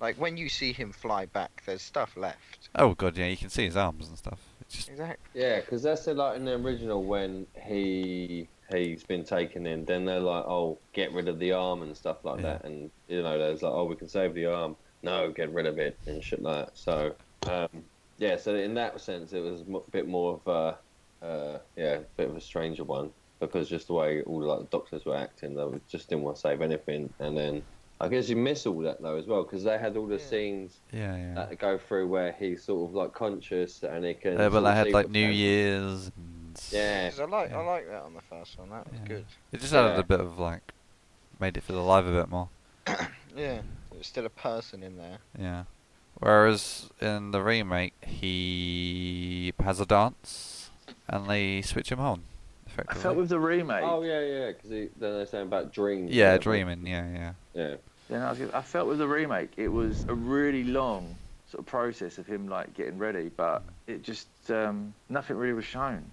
[SPEAKER 4] Like when you see him fly back, there's stuff left.
[SPEAKER 3] Oh god, yeah, you can see his arms and stuff. It's just
[SPEAKER 4] Exactly.
[SPEAKER 2] Yeah, because that's the, like in the original when he he's been taken in. Then they're like, "Oh, get rid of the arm and stuff like
[SPEAKER 3] Yeah.
[SPEAKER 2] that." And you know, there's like, "Oh, we can save the arm. No, get rid of it and shit like that." So, um, yeah. So in that sense, it was a mo- bit more of a uh, yeah, a bit of a stranger one because just the way all like the doctors were acting, they were- just didn't want to save anything. And then I guess you miss all that though as well because they had all the
[SPEAKER 4] Yeah.
[SPEAKER 2] scenes
[SPEAKER 3] yeah, yeah.
[SPEAKER 2] that go through where he's sort of like conscious and he can.
[SPEAKER 3] Uh,
[SPEAKER 2] sort
[SPEAKER 3] but I
[SPEAKER 2] of
[SPEAKER 3] had
[SPEAKER 2] see
[SPEAKER 3] like
[SPEAKER 2] what's
[SPEAKER 3] New
[SPEAKER 2] going on.
[SPEAKER 3] Year's. And s-
[SPEAKER 2] Yeah.
[SPEAKER 4] 'Cause I like
[SPEAKER 3] Yeah.
[SPEAKER 4] I like that on the first one. That was
[SPEAKER 3] Yeah.
[SPEAKER 4] good.
[SPEAKER 3] It just added
[SPEAKER 2] Yeah.
[SPEAKER 3] a bit of like, made it feel alive a bit more.
[SPEAKER 4] Yeah. There's still a person in there.
[SPEAKER 3] Yeah. Whereas in the remake, he has a dance, and they switch him on.
[SPEAKER 1] I
[SPEAKER 3] Effectively.
[SPEAKER 1] felt with the remake.
[SPEAKER 2] Oh yeah, yeah. Because then they're saying about dreams.
[SPEAKER 3] Yeah,
[SPEAKER 2] and
[SPEAKER 3] dreaming. Yeah, yeah.
[SPEAKER 2] everything.
[SPEAKER 1] Then I, was gonna- I felt with the remake, it was a really long sort of process of him like getting ready, but it just um, nothing really was shown.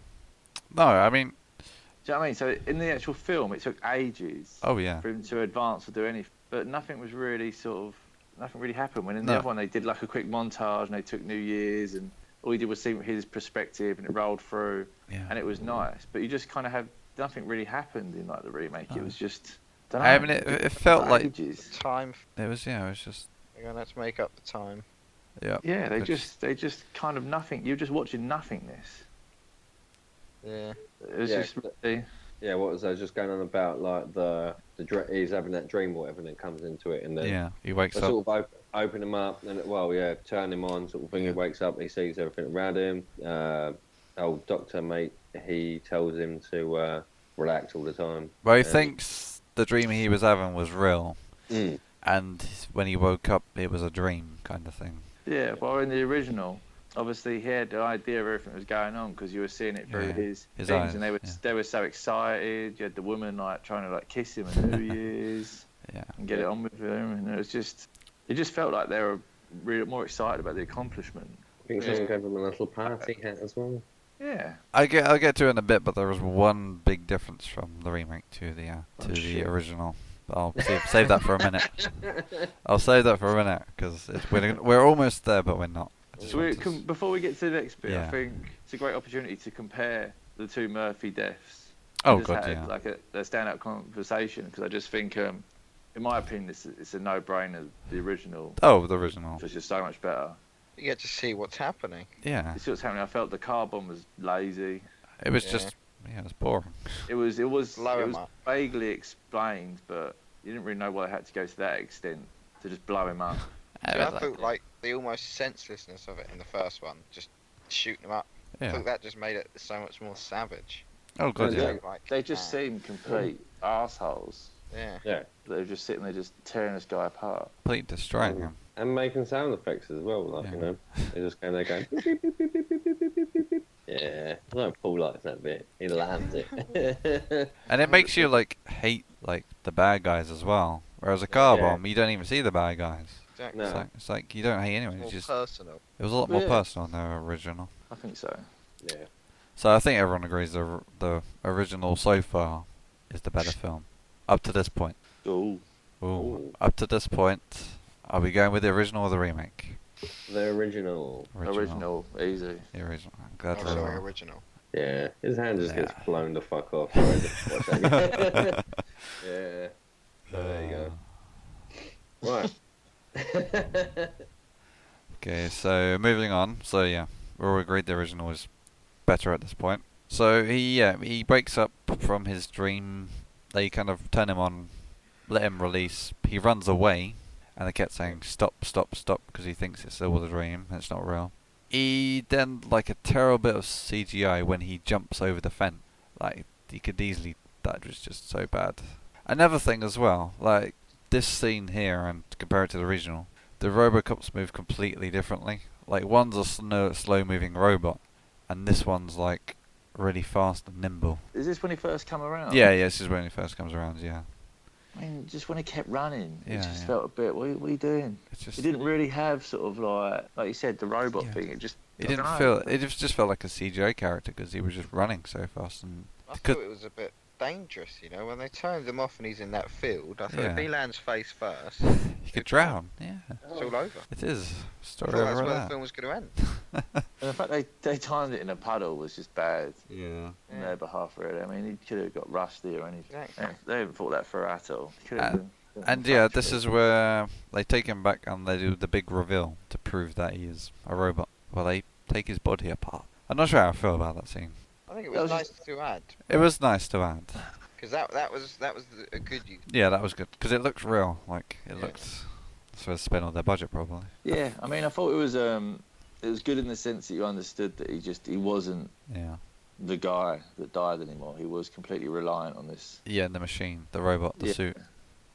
[SPEAKER 3] No, I mean,
[SPEAKER 1] Do you know what I mean? So in the actual film, it took ages
[SPEAKER 3] oh yeah,
[SPEAKER 1] for him to advance or do anything, but nothing was really sort of nothing really happened. When in the
[SPEAKER 3] No.
[SPEAKER 1] other one, they did like a quick montage and they took New Year's and all he did was see his perspective and it rolled through
[SPEAKER 3] yeah.
[SPEAKER 1] and it was nice, but you just kind of had nothing really happened in like the remake. It was just. Dunno,
[SPEAKER 3] I mean, it, it felt like
[SPEAKER 1] ages.
[SPEAKER 4] Time.
[SPEAKER 3] it was. Yeah, it was just.
[SPEAKER 4] They're gonna have to make up the time.
[SPEAKER 3] Yeah.
[SPEAKER 1] Yeah, they
[SPEAKER 3] Which-
[SPEAKER 1] just they just kind of nothing. You're just watching nothingness.
[SPEAKER 4] Yeah.
[SPEAKER 1] It's
[SPEAKER 2] Yeah,
[SPEAKER 1] just
[SPEAKER 2] but-
[SPEAKER 1] really-
[SPEAKER 2] Yeah, what was I just going on about? Like the the dre- he's having that dream or whatever, and it comes into it, and then
[SPEAKER 3] Yeah. He
[SPEAKER 2] I
[SPEAKER 3] wakes up.
[SPEAKER 2] sort of op- open him up, and well, yeah, turn him on, sort of thing. He wakes up, he sees everything around him. Uh, old doctor mate, he tells him to uh, relax all the time.
[SPEAKER 3] Well, he
[SPEAKER 2] Yeah.
[SPEAKER 3] thinks the dream he was having was real,
[SPEAKER 2] Mm.
[SPEAKER 3] and when he woke up, it was a dream kind of thing.
[SPEAKER 1] yeah. But in the original, obviously he had the idea of everything that was going on because you were seeing it through
[SPEAKER 3] Yeah,
[SPEAKER 1] his,
[SPEAKER 3] his
[SPEAKER 1] things,
[SPEAKER 3] eyes,
[SPEAKER 1] and they were
[SPEAKER 3] yeah.
[SPEAKER 1] they were so excited. You had the woman like trying to like kiss him and who he is
[SPEAKER 3] Yeah.
[SPEAKER 1] and get it on with him, and it was just it just felt like they were re- more excited about the accomplishment.
[SPEAKER 2] I think
[SPEAKER 1] Yeah.
[SPEAKER 2] someone gave him a little party hat as well.
[SPEAKER 1] Yeah.
[SPEAKER 3] I get I'll get to it in a bit, but there was one big difference from the remake to the uh,
[SPEAKER 1] Oh,
[SPEAKER 3] to the
[SPEAKER 1] shit.
[SPEAKER 3] original. But I'll save, save that for a minute. I'll save that for a minute because we're we're almost there, but we're not. I just
[SPEAKER 1] So we,
[SPEAKER 3] wanted to
[SPEAKER 1] com-
[SPEAKER 3] s-
[SPEAKER 1] before we get to the next bit,
[SPEAKER 3] Yeah.
[SPEAKER 1] I think it's a great opportunity to compare the two Murphy deaths. I
[SPEAKER 3] oh
[SPEAKER 1] just
[SPEAKER 3] god,
[SPEAKER 1] had,
[SPEAKER 3] yeah.
[SPEAKER 1] like a, a stand-up conversation because I just think, um, in my opinion, this is- it's a no-brainer. The original
[SPEAKER 3] Oh, the original.
[SPEAKER 1] was just so much better.
[SPEAKER 4] You get to see what's happening.
[SPEAKER 3] Yeah,
[SPEAKER 1] It's what's happening. I felt the car bomb was lazy.
[SPEAKER 3] it was
[SPEAKER 4] Yeah.
[SPEAKER 3] just yeah, it was boring.
[SPEAKER 1] It was it was, it
[SPEAKER 4] Blow 'em
[SPEAKER 1] was
[SPEAKER 4] up.
[SPEAKER 1] vaguely explained, but you didn't really know why they had to go to that extent to just blow him up.
[SPEAKER 3] It
[SPEAKER 4] I
[SPEAKER 3] was like-
[SPEAKER 4] thought like the almost senselessness of it in the first one, just shooting them up. I
[SPEAKER 3] yeah.
[SPEAKER 4] thought that just made it so much more savage.
[SPEAKER 3] Oh god,
[SPEAKER 2] Yeah.
[SPEAKER 3] yeah.
[SPEAKER 4] Like, like,
[SPEAKER 1] They just
[SPEAKER 4] ah,
[SPEAKER 1] seem complete assholes.
[SPEAKER 4] yeah.
[SPEAKER 1] They're just sitting there, just tearing this guy apart.
[SPEAKER 3] Complete destroying
[SPEAKER 2] Oh.
[SPEAKER 3] him.
[SPEAKER 2] And making sound effects as well, like,
[SPEAKER 3] Yeah.
[SPEAKER 2] you know. They just go there going, beep, beep, beep, beep, beep, beep, beep, beep, beep, beep. yeah. I don't Paul likes that bit. He lands it.
[SPEAKER 3] And it makes you like hate like the bad guys as well. Whereas a car
[SPEAKER 2] Yeah.
[SPEAKER 3] bomb, you don't even see the bad guys.
[SPEAKER 4] Exactly.
[SPEAKER 2] No.
[SPEAKER 3] It's like it's like you don't hate anyone.
[SPEAKER 4] More
[SPEAKER 3] It's just
[SPEAKER 4] personal.
[SPEAKER 3] it was a lot more
[SPEAKER 1] Yeah.
[SPEAKER 3] personal than the original.
[SPEAKER 1] I think so.
[SPEAKER 2] yeah.
[SPEAKER 3] So I think everyone agrees the or- the original so far is the better film. Up to this point.
[SPEAKER 1] Ooh.
[SPEAKER 3] Ooh.
[SPEAKER 2] Ooh.
[SPEAKER 3] Up to this point, are we going with the original or the remake?
[SPEAKER 2] The original.
[SPEAKER 1] Original, easy.
[SPEAKER 3] The original. I'm
[SPEAKER 4] Oh,
[SPEAKER 3] glad we're
[SPEAKER 4] sorry,
[SPEAKER 3] all-
[SPEAKER 4] original.
[SPEAKER 2] Yeah, his hand just gets
[SPEAKER 3] Yeah.
[SPEAKER 2] blown the fuck off. when I just watch that. yeah. So there you go.
[SPEAKER 3] Uh.
[SPEAKER 2] Right.
[SPEAKER 3] Okay, so moving on. So yeah, we all agreed the original was better at this point. So he yeah he wakes up from his dream. They kind of turn him on, let him release. He runs away, and they kept saying stop, stop, stop because he thinks it's all a dream. and It's not real. He then like a terrible bit of CGI when he jumps over the fence. Like he could easily. That was just so bad. Another thing as well, like this scene here, and compare it to the original the RoboCops move completely differently. Like one's a slow, slow-moving robot, and this one's like really fast and nimble.
[SPEAKER 1] Is this when he first come around?
[SPEAKER 3] Yeah, yeah. This is when it first comes around. Yeah,
[SPEAKER 1] I mean, just when he kept running,
[SPEAKER 3] Yeah,
[SPEAKER 1] it just
[SPEAKER 3] yeah.
[SPEAKER 1] felt a bit. What, are you- what are you doing?
[SPEAKER 3] it's just
[SPEAKER 1] It didn't really have sort of like, like you said, the robot
[SPEAKER 3] Yeah.
[SPEAKER 1] thing. It just
[SPEAKER 3] it
[SPEAKER 1] I
[SPEAKER 3] didn't
[SPEAKER 1] dunno.
[SPEAKER 3] feel. It just just felt like a CGI character because he was just running so fast and
[SPEAKER 4] I
[SPEAKER 3] Could-
[SPEAKER 4] thought it was a bit dangerous, you know, when they turned him off and he's in that field. I thought if
[SPEAKER 3] Yeah.
[SPEAKER 4] he lands face first,
[SPEAKER 3] he could drown. Yeah,
[SPEAKER 4] it's all over.
[SPEAKER 3] it is
[SPEAKER 4] I
[SPEAKER 3] story
[SPEAKER 4] thought that's
[SPEAKER 3] over
[SPEAKER 4] where the
[SPEAKER 3] that.
[SPEAKER 4] film was going to end.
[SPEAKER 1] And the fact they they timed it in a puddle was just bad
[SPEAKER 3] Yeah.
[SPEAKER 1] on
[SPEAKER 4] Yeah.
[SPEAKER 1] their behalf, really. I mean, he could have got rusty or anything.
[SPEAKER 4] Exactly.
[SPEAKER 1] Yeah, they haven't thought that through at all. He could have
[SPEAKER 3] And-
[SPEAKER 1] been-
[SPEAKER 3] And yeah, Uh, this is where they take him back and they do the big reveal to prove that he is a robot. Well, they take his body apart. I'm not sure how I feel about that scene.
[SPEAKER 4] I think it
[SPEAKER 1] That
[SPEAKER 4] was,
[SPEAKER 1] was
[SPEAKER 4] nice
[SPEAKER 1] just-
[SPEAKER 4] to add
[SPEAKER 3] It was nice to add.
[SPEAKER 4] because that that was that was the- a good use.
[SPEAKER 3] Yeah, that was good because it looked real. Like it
[SPEAKER 4] Yeah.
[SPEAKER 3] looked. That's where they spent all their budget, probably.
[SPEAKER 1] Yeah, I mean, I thought it was um, it was good in the sense that you understood that he just he wasn't
[SPEAKER 3] Yeah.
[SPEAKER 1] the guy that died anymore. He was completely reliant on this
[SPEAKER 3] Yeah, and the machine, the robot, the
[SPEAKER 1] Yeah.
[SPEAKER 3] suit.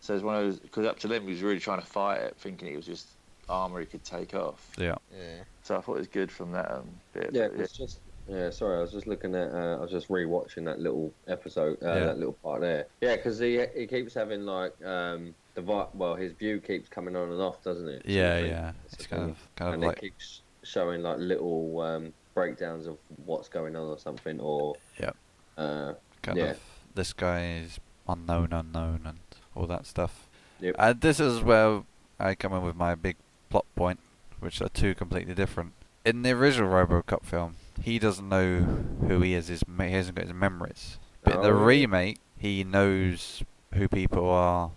[SPEAKER 1] So it's one of those because up to then he was really trying to fight it, thinking it was just armor he could take off.
[SPEAKER 3] Yeah.
[SPEAKER 4] Yeah.
[SPEAKER 1] So I thought it was good from that um, bit.
[SPEAKER 2] Yeah,
[SPEAKER 1] but
[SPEAKER 2] it's just. Yeah, sorry, I was just looking at. Uh, I was just rewatching that little episode, uh,
[SPEAKER 3] Yeah.
[SPEAKER 2] that little part there. Yeah, because he he keeps having like um the vi- well, his view keeps coming on and off, doesn't it?
[SPEAKER 3] Yeah,
[SPEAKER 2] Sort of thing.
[SPEAKER 3] yeah.
[SPEAKER 2] It's
[SPEAKER 3] It's
[SPEAKER 2] a
[SPEAKER 3] kind
[SPEAKER 2] thing.
[SPEAKER 3] of kind of
[SPEAKER 2] and
[SPEAKER 3] Uh, like
[SPEAKER 2] it keeps showing like little um, breakdowns of what's going on or something, or
[SPEAKER 3] Yep.
[SPEAKER 2] uh,
[SPEAKER 3] kind
[SPEAKER 2] yeah.
[SPEAKER 3] of this guy is unknown, unknown, and all that stuff.
[SPEAKER 2] Yep.
[SPEAKER 3] And Uh, this is where I come in with my big plot point, which are two completely different. In the original RoboCop film, he doesn't know who he is. His me- he hasn't got his memories. But in the
[SPEAKER 2] Oh, yeah.
[SPEAKER 3] remake, he knows who people are.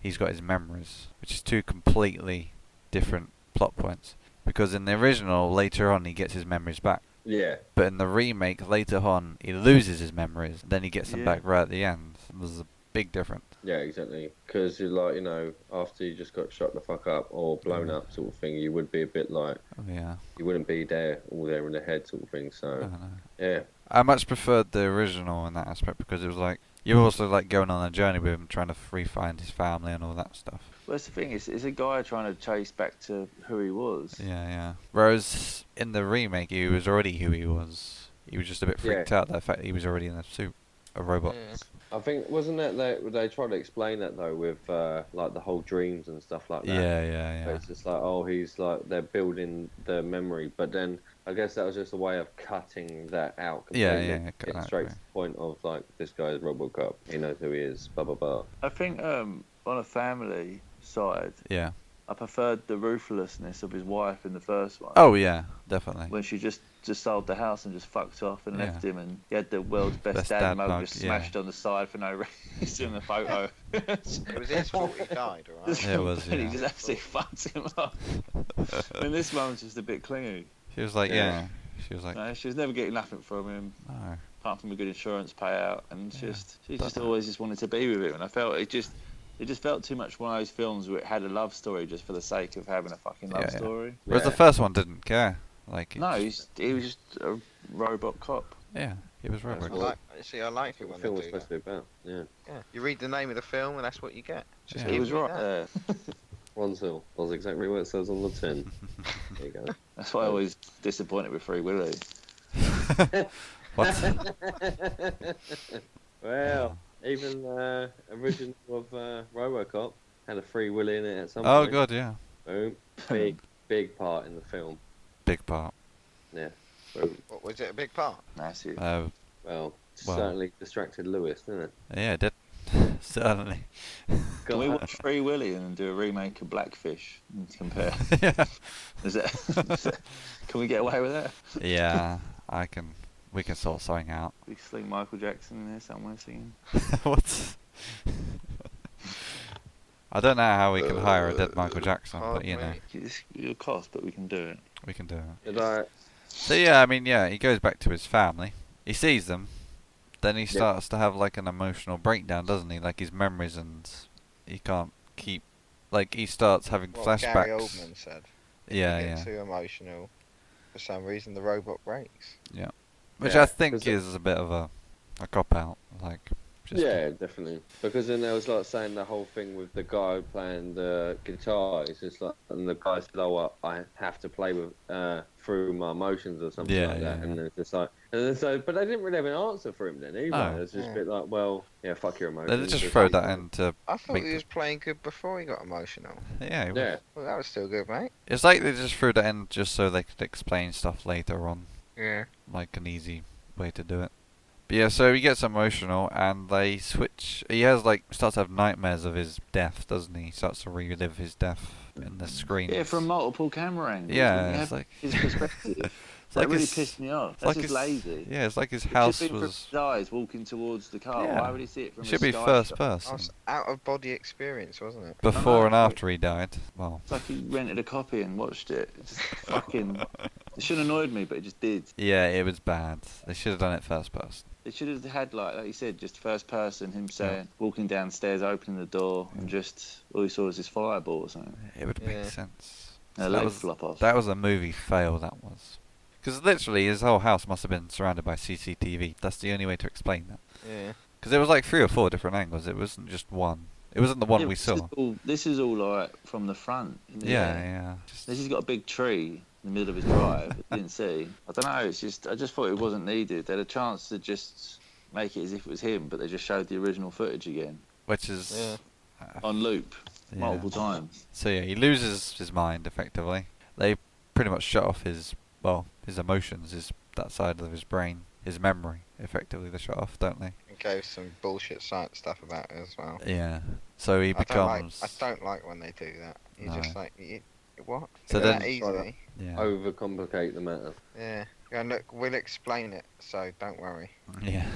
[SPEAKER 3] He's got his memories, which is two completely different plot points. Because in the original, later on, he gets his memories back.
[SPEAKER 2] Yeah.
[SPEAKER 3] But in the remake, later on, he loses his memories. Then he gets them
[SPEAKER 1] Yeah.
[SPEAKER 3] back right at the end. There's a big difference.
[SPEAKER 2] Yeah, exactly. Because you're like, you know, after you just got shot the fuck up or blown up, sort of thing, you would be a bit like,
[SPEAKER 3] Yeah.
[SPEAKER 2] you wouldn't be there, all there in the head, sort of thing.
[SPEAKER 3] I
[SPEAKER 2] So,
[SPEAKER 3] don't know.
[SPEAKER 2] yeah,
[SPEAKER 3] I much preferred the original in that aspect because it was like you were also like going on a journey with him, trying to free find his family and all that stuff.
[SPEAKER 1] Well, that's the thing. It's, it's a guy trying to chase back to who he was.
[SPEAKER 3] Yeah, yeah. Whereas in the remake, he was already who he was. He was just a bit
[SPEAKER 2] Yeah.
[SPEAKER 3] freaked out the fact that he was already in a suit, a robot.
[SPEAKER 4] Yeah.
[SPEAKER 2] I think, wasn't that like, they tried to explain that though with uh, like the whole dreams and stuff like that?
[SPEAKER 3] Yeah, yeah,
[SPEAKER 2] So
[SPEAKER 3] yeah.
[SPEAKER 2] It's just like, oh, he's like, they're building the memory. But then I guess that was just a way of cutting that out.
[SPEAKER 3] Yeah,
[SPEAKER 2] completely.
[SPEAKER 3] yeah, yeah, cut
[SPEAKER 2] Get
[SPEAKER 3] that
[SPEAKER 2] straight
[SPEAKER 3] out,
[SPEAKER 2] to the point of like, this guy's Robocop. He knows who he is, blah, blah, blah.
[SPEAKER 1] I think um, on a family side,
[SPEAKER 3] Yeah.
[SPEAKER 1] I preferred the ruthlessness of his wife in the first one.
[SPEAKER 3] Oh yeah, definitely.
[SPEAKER 1] When she just just sold the house and just fucked off and
[SPEAKER 3] Yeah.
[SPEAKER 1] left him, and he had the world's best,
[SPEAKER 3] Best
[SPEAKER 1] dad,
[SPEAKER 3] dad
[SPEAKER 1] mug
[SPEAKER 3] mug,
[SPEAKER 1] just
[SPEAKER 3] yeah.
[SPEAKER 1] smashed on the side for no reason in the photo.
[SPEAKER 4] It was his fault he died, alright?
[SPEAKER 3] It was,
[SPEAKER 1] He
[SPEAKER 3] yeah.
[SPEAKER 1] just absolutely fucked him up. and this one's just a bit clingy.
[SPEAKER 3] She was like, yeah.
[SPEAKER 2] Yeah.
[SPEAKER 3] She was like,
[SPEAKER 1] No, she was never getting nothing from him
[SPEAKER 3] no.
[SPEAKER 1] apart from a good insurance payout, and
[SPEAKER 3] Yeah.
[SPEAKER 1] just she
[SPEAKER 3] But-
[SPEAKER 1] just always just wanted to be with him. And I felt it just it just felt too much one of those films where it had a love story just for the sake of having a fucking love
[SPEAKER 3] Yeah, yeah.
[SPEAKER 1] story.
[SPEAKER 3] Whereas the
[SPEAKER 2] Yeah.
[SPEAKER 3] first one didn't care. Like, it
[SPEAKER 1] No,
[SPEAKER 3] just-
[SPEAKER 1] he's, he was just a robot cop.
[SPEAKER 3] yeah, it was
[SPEAKER 4] I
[SPEAKER 3] robot.
[SPEAKER 4] like, see, I like
[SPEAKER 2] That's
[SPEAKER 4] it
[SPEAKER 2] what
[SPEAKER 4] when
[SPEAKER 2] the
[SPEAKER 4] they
[SPEAKER 2] film was
[SPEAKER 4] do
[SPEAKER 2] supposed
[SPEAKER 4] that.
[SPEAKER 2] to be about. Yeah.
[SPEAKER 4] Yeah. You read the name of the film and that's what you get. It's Just
[SPEAKER 3] Yeah.
[SPEAKER 1] He
[SPEAKER 4] give
[SPEAKER 1] was
[SPEAKER 4] me
[SPEAKER 1] right
[SPEAKER 4] that.
[SPEAKER 1] there.
[SPEAKER 2] One seal. That's exactly what it says on the tin. there you go.
[SPEAKER 1] That's why I was disappointed with Free Willy.
[SPEAKER 3] what?
[SPEAKER 2] Well, even uh, original of uh, RoboCop had a free willy in it at some
[SPEAKER 3] oh
[SPEAKER 2] point.
[SPEAKER 3] god, yeah.
[SPEAKER 2] Boom. Big, big part in the film.
[SPEAKER 3] Big part.
[SPEAKER 2] Boom.
[SPEAKER 4] What, was it a big part?
[SPEAKER 1] That's it.
[SPEAKER 3] Uh,
[SPEAKER 2] Well,
[SPEAKER 3] Wow.
[SPEAKER 2] certainly distracted Lewis, didn't it?
[SPEAKER 3] yeah, it did. Certainly.
[SPEAKER 1] Can we
[SPEAKER 2] God.
[SPEAKER 1] watch Free Willy and do a remake of Blackfish and compare?
[SPEAKER 3] yeah.
[SPEAKER 1] Is it? can we get away with that?
[SPEAKER 3] yeah, I can. We can sort something out.
[SPEAKER 1] We sling Michael Jackson in there somewhere singing.
[SPEAKER 3] what? I don't know how we can hire a dead Michael Jackson,
[SPEAKER 4] Hard
[SPEAKER 3] but you know,
[SPEAKER 4] minute.
[SPEAKER 1] It's- It'll cost, but we can do it.
[SPEAKER 3] we can do it.
[SPEAKER 2] Did I-
[SPEAKER 3] So yeah, I mean, yeah, he goes back to his family. He sees them, then he
[SPEAKER 2] Yeah.
[SPEAKER 3] starts to have like an emotional breakdown, doesn't he? Like his memories and he can't keep. Like he starts having
[SPEAKER 4] What
[SPEAKER 3] flashbacks.
[SPEAKER 4] Gary Oldman said. If you
[SPEAKER 3] yeah,
[SPEAKER 4] get
[SPEAKER 3] yeah,
[SPEAKER 4] too emotional, for some reason the robot breaks.
[SPEAKER 3] which
[SPEAKER 2] Yeah,
[SPEAKER 3] I think
[SPEAKER 2] 'cause it-
[SPEAKER 3] is a bit of a a cop out. Like, just
[SPEAKER 2] yeah, definitely. Because then there was like saying the whole thing with the guy playing the guitar. It's just like, and the guy said, "Oh, well, I have to play with uh, through my emotions or something
[SPEAKER 3] Yeah,
[SPEAKER 2] like
[SPEAKER 3] yeah,
[SPEAKER 2] that."
[SPEAKER 3] yeah.
[SPEAKER 2] And then it's just like, and then so, but they didn't really have an answer for him then either.
[SPEAKER 3] No.
[SPEAKER 2] It's just
[SPEAKER 4] Yeah.
[SPEAKER 2] a bit like, well, yeah, fuck your
[SPEAKER 3] Oh. They
[SPEAKER 2] emotions.
[SPEAKER 3] just
[SPEAKER 2] It's
[SPEAKER 3] throw
[SPEAKER 2] like-
[SPEAKER 3] that into
[SPEAKER 4] I thought
[SPEAKER 3] Make
[SPEAKER 4] he
[SPEAKER 3] the-
[SPEAKER 4] was playing good before he got emotional.
[SPEAKER 3] yeah. it was-
[SPEAKER 2] Yeah,
[SPEAKER 4] Well, that was still good, mate.
[SPEAKER 3] It's like they just threw that in just so they could explain stuff later on,
[SPEAKER 4] Yeah.
[SPEAKER 3] like an easy way to do it. But yeah, so he gets emotional and they switch. He has like starts to have nightmares of his death, doesn't he? He starts to relive his death in the screen.
[SPEAKER 1] Yeah, from multiple camera angles.
[SPEAKER 3] yeah,
[SPEAKER 1] You have
[SPEAKER 3] it's like
[SPEAKER 1] his perspective. that
[SPEAKER 3] it's like
[SPEAKER 1] really
[SPEAKER 3] his,
[SPEAKER 1] pissed me off.
[SPEAKER 3] it's
[SPEAKER 1] That's
[SPEAKER 3] like
[SPEAKER 1] just
[SPEAKER 3] his
[SPEAKER 1] lazy.
[SPEAKER 3] Yeah, it's like his
[SPEAKER 1] It should've
[SPEAKER 3] house
[SPEAKER 1] been from
[SPEAKER 3] was
[SPEAKER 1] his eyes walking towards the car.
[SPEAKER 3] Yeah.
[SPEAKER 1] Why would he see it from?
[SPEAKER 3] it
[SPEAKER 1] a
[SPEAKER 3] should be
[SPEAKER 1] sky
[SPEAKER 3] first
[SPEAKER 1] shot?
[SPEAKER 4] That
[SPEAKER 3] person
[SPEAKER 4] was out of body experience, wasn't it?
[SPEAKER 3] before and
[SPEAKER 1] know.
[SPEAKER 3] after he died. Well,
[SPEAKER 1] It's like he rented a copy and watched it. It's just fucking. It should have annoyed me, but it just did.
[SPEAKER 3] yeah, it was bad. They should have done it first person.
[SPEAKER 1] It should have had like, like you said, just first person, him saying, walking downstairs, opening the door, and just all he saw was this fireball or something.
[SPEAKER 3] It would make
[SPEAKER 4] Yeah.
[SPEAKER 3] sense.
[SPEAKER 1] And a
[SPEAKER 3] So that
[SPEAKER 1] leg
[SPEAKER 3] was
[SPEAKER 1] flop off.
[SPEAKER 3] That was a movie fail, that was. Because literally his whole house must have been surrounded by CCTV. That's the only way to explain that.
[SPEAKER 4] Yeah.
[SPEAKER 3] Because there was like three or four different angles. It wasn't just one. It wasn't the one
[SPEAKER 1] Yeah,
[SPEAKER 3] we
[SPEAKER 1] this is
[SPEAKER 3] saw.
[SPEAKER 1] all- this is all like from the front. isn't it?
[SPEAKER 3] Yeah, yeah. Just-
[SPEAKER 1] This has got a big tree in the middle of his drive. that you didn't see. I don't know. It's just I just thought it wasn't needed. They had a chance to just make it as if it was him, but they just showed the original footage again
[SPEAKER 3] which is
[SPEAKER 4] Yeah.
[SPEAKER 1] on loop
[SPEAKER 3] yeah.
[SPEAKER 1] multiple times.
[SPEAKER 3] So yeah, he loses his mind effectively. They pretty much shut off his well, his emotions, his that side of his brain, his memory. Effectively, they shut off, don't they?
[SPEAKER 4] And gave some bullshit science stuff about it as well.
[SPEAKER 3] Yeah. So he
[SPEAKER 4] I don't, like,
[SPEAKER 3] becomes.
[SPEAKER 4] I don't like when they do that. You
[SPEAKER 3] No.
[SPEAKER 4] just like, you, what?
[SPEAKER 3] So
[SPEAKER 4] Is
[SPEAKER 3] then-
[SPEAKER 4] that easy?
[SPEAKER 3] Yeah.
[SPEAKER 2] overcomplicate the matter.
[SPEAKER 4] Yeah. Yeah, look, we'll explain it, so don't worry.
[SPEAKER 3] Yeah.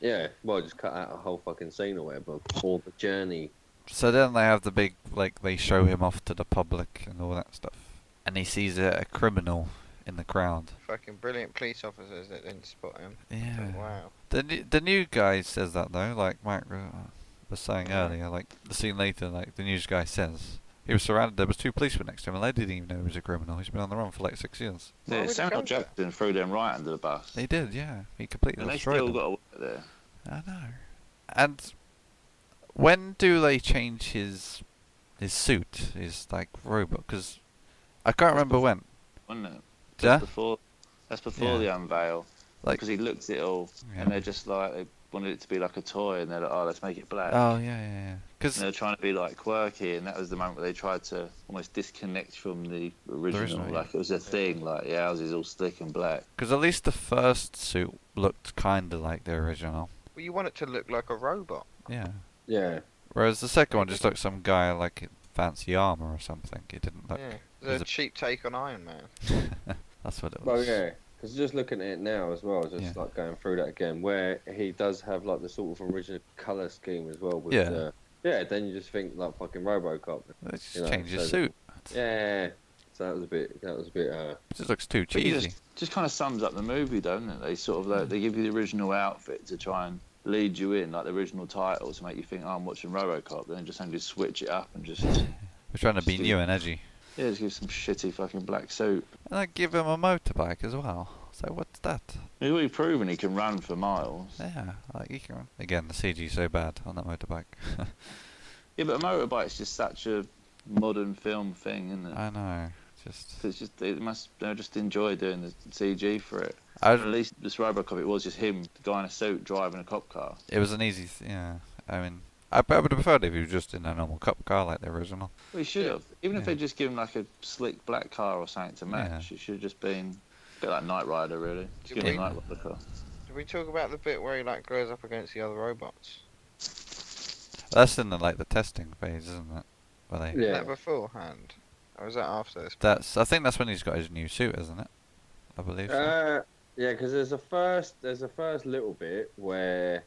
[SPEAKER 2] Yeah, well, just cut out a whole fucking scene or whatever, or the journey.
[SPEAKER 3] So then they have the big, like, they show him off to the public and all that stuff. and he sees a, a criminal in the crowd.
[SPEAKER 4] Fucking brilliant police officers that didn't spot him.
[SPEAKER 3] Yeah.
[SPEAKER 4] Wow.
[SPEAKER 3] The new, the new guy says that though, like Mike re- was saying earlier, like the scene later, like the news guy says. He was surrounded, there was two policemen next to him, and they didn't even know he was a criminal. He's been on the run for like six years.
[SPEAKER 4] Why
[SPEAKER 1] Yeah,
[SPEAKER 4] would
[SPEAKER 1] Samuel
[SPEAKER 4] Trump do that?
[SPEAKER 1] Jackson threw them right under the bus.
[SPEAKER 3] They did, yeah. He completely
[SPEAKER 1] and they
[SPEAKER 3] destroyed
[SPEAKER 1] still
[SPEAKER 3] them.
[SPEAKER 1] got away with it.
[SPEAKER 3] I know. And when do they change his his suit, his like robot? Because I can't remember when.
[SPEAKER 1] wasn't it?
[SPEAKER 3] Yeah.
[SPEAKER 1] That's before, that's before
[SPEAKER 3] Yeah.
[SPEAKER 1] the unveil.
[SPEAKER 3] Like-
[SPEAKER 1] because he looked at it all,
[SPEAKER 3] Yeah.
[SPEAKER 1] and they're just like they wanted it to be like a toy, and they're like, oh, let's make it black.
[SPEAKER 3] Oh yeah, yeah, yeah. Because
[SPEAKER 1] And they're trying to be like quirky, and that was the moment where they tried to almost disconnect from the original.
[SPEAKER 3] original, yeah.
[SPEAKER 1] like it was a thing, like yeah, ours is all slick and black.
[SPEAKER 3] at least the first suit looked kind of like the original.
[SPEAKER 4] Well, you want it to look like a robot.
[SPEAKER 3] Yeah.
[SPEAKER 2] Yeah.
[SPEAKER 3] Whereas the second one just looked some guy like in fancy armor or something. It didn't look.
[SPEAKER 4] yeah.
[SPEAKER 3] there's
[SPEAKER 4] It's a
[SPEAKER 3] a-
[SPEAKER 4] cheap take on Iron Man.
[SPEAKER 3] That's what it
[SPEAKER 2] Well,
[SPEAKER 3] was.
[SPEAKER 2] yeah, because just looking at it now as well, just
[SPEAKER 3] Yeah.
[SPEAKER 2] like going through that again, where he does have like the sort of original color scheme as well. With,
[SPEAKER 3] Yeah.
[SPEAKER 2] The, yeah. Then you just think like fucking RoboCop.
[SPEAKER 3] They just
[SPEAKER 2] You know,
[SPEAKER 3] changed his
[SPEAKER 2] so the-
[SPEAKER 3] suit.
[SPEAKER 2] Yeah. So that was a bit. That was a bit. Uh,
[SPEAKER 3] It just looks too
[SPEAKER 1] But you
[SPEAKER 3] cheesy.
[SPEAKER 1] Just, just kind of sums up the movie, doesn't it? They sort of like, they give you the original outfit to try and lead you in, like the original title, to make you think oh, I'm watching RoboCop. Then just only switch it up and just yeah,
[SPEAKER 3] We're trying to be
[SPEAKER 1] just
[SPEAKER 3] new and edgy.
[SPEAKER 1] just give some shitty fucking black suit.
[SPEAKER 3] And I give him a motorbike as well. So what's that?
[SPEAKER 1] He's already proven he can run for miles.
[SPEAKER 3] Yeah, like you can. Again, the CG's so bad on that motorbike.
[SPEAKER 1] Yeah, but a motorbike's just such a modern film thing, isn't it?
[SPEAKER 3] I know. Just
[SPEAKER 1] It's just they must they just enjoy doing the CG for it.
[SPEAKER 3] I,
[SPEAKER 1] At least this RoboCop, it was just him, the guy in a suit driving a cop car.
[SPEAKER 3] it was an easy. Th- yeah, I mean, I, I would have preferred if he was just in a normal cop car like the original.
[SPEAKER 1] Well, he should have. Even if
[SPEAKER 3] Yeah.
[SPEAKER 1] they just give him like a slick black car or something to match, it should have just been a bit like Knight Rider, really. Just give him
[SPEAKER 4] Yeah.
[SPEAKER 1] a Knight Rider car.
[SPEAKER 4] Did we talk about the bit where he like goes up against the other robots?
[SPEAKER 3] That's in the like the testing phase, isn't it? Where they.
[SPEAKER 4] Was
[SPEAKER 2] yeah.
[SPEAKER 4] that beforehand? Or was that after this?
[SPEAKER 3] That's. I think that's when he's got his new suit, isn't it? I believe. so.
[SPEAKER 2] Uh, yeah, because there's a first. There's a first little bit where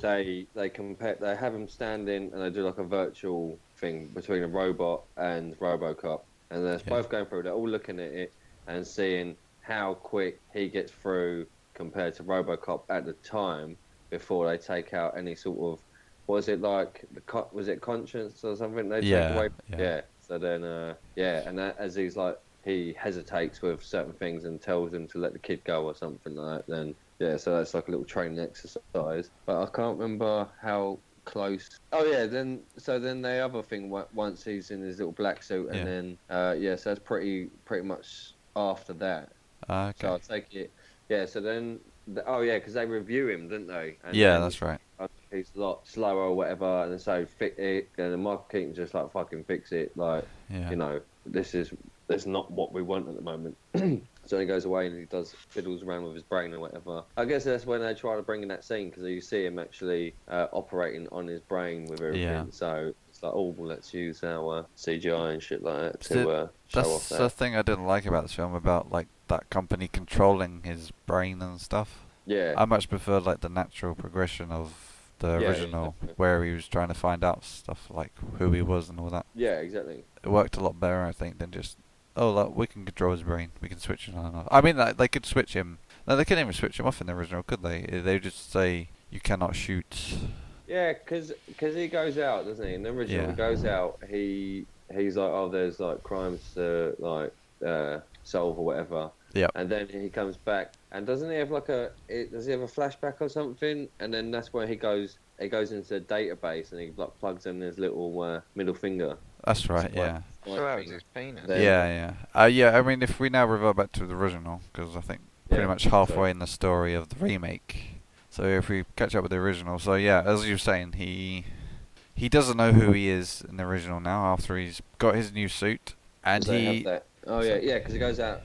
[SPEAKER 2] they they compare. They have him standing and they do like a virtual thing between a robot and RoboCop, and they're
[SPEAKER 3] Yeah.
[SPEAKER 2] both going through. They're all looking at it and seeing how quick he gets through compared to RoboCop at the time before they take out any sort of. Was it like the co- was it conscience or something they
[SPEAKER 3] Yeah,
[SPEAKER 2] take away?
[SPEAKER 3] yeah.
[SPEAKER 2] yeah. So then, uh, yeah, and that, as he's like he hesitates with certain things and tells him to let the kid go or something like that, then yeah, so that's like a little training exercise. But I can't remember how close. Oh yeah, then so then the other thing wa- once he's in his little black suit and
[SPEAKER 3] Yeah.
[SPEAKER 2] then uh, yeah, so that's pretty pretty much after that.
[SPEAKER 3] Ah, okay.
[SPEAKER 2] So I take it. Yeah, so then the, oh yeah, because they review him, didn't they? And
[SPEAKER 3] yeah,
[SPEAKER 2] then-
[SPEAKER 3] that's right.
[SPEAKER 2] uh, he's a lot slower or whatever, and so fix it. And then Michael Keaton just like fucking fix it, like
[SPEAKER 3] Yeah.
[SPEAKER 2] you know, this is that's not what we want at the moment. so he goes away and he does fiddles around with his brain or whatever. I guess that's when they try to bring in that scene because you see him actually uh, operating on his brain with everything.
[SPEAKER 3] Yeah.
[SPEAKER 2] So it's like, oh, well, let's use our CGI and shit like that to
[SPEAKER 3] So
[SPEAKER 2] uh, show
[SPEAKER 3] That's
[SPEAKER 2] off
[SPEAKER 3] the
[SPEAKER 2] that.
[SPEAKER 3] thing I didn't like about this film about like that company controlling his brain and stuff.
[SPEAKER 2] Yeah.
[SPEAKER 3] I much preferred like the natural progression of the
[SPEAKER 2] Yeah, yeah,
[SPEAKER 3] original,
[SPEAKER 2] definitely.
[SPEAKER 3] where he was trying to find out stuff like who he was and all that.
[SPEAKER 2] yeah, exactly.
[SPEAKER 3] It worked a lot better, I think, than just oh, look, we can control his brain, we can switch it on and off. I mean, like, they could switch him. No, they couldn't even switch him off in the original, could they? Uh, They would just say you cannot shoot.
[SPEAKER 2] Yeah, because he goes out, doesn't he? In the original,
[SPEAKER 3] Yeah.
[SPEAKER 2] he goes out. He he's like, oh, there's like crimes to like uh, solve or whatever.
[SPEAKER 3] Yep.
[SPEAKER 2] And then he comes back, and doesn't he have like a? It, does he have a flashback or something? And then that's where he goes. He goes into a database and he like plugs in his little uh, middle finger.
[SPEAKER 3] That's right.
[SPEAKER 2] Right.
[SPEAKER 3] Yeah.
[SPEAKER 4] So
[SPEAKER 2] Like,
[SPEAKER 4] that was his penis.
[SPEAKER 2] There.
[SPEAKER 3] Yeah, yeah. Uh, yeah, I mean, if we now revert back to the original, because I think pretty
[SPEAKER 2] Yeah,
[SPEAKER 3] much
[SPEAKER 2] so-
[SPEAKER 3] halfway in the story of the remake. So if we catch up with the original, so yeah, as you were saying, he he doesn't know who he is in the original now after he's got his new suit, and
[SPEAKER 2] Does he have
[SPEAKER 3] he
[SPEAKER 2] that? Oh yeah, yeah, because he goes out,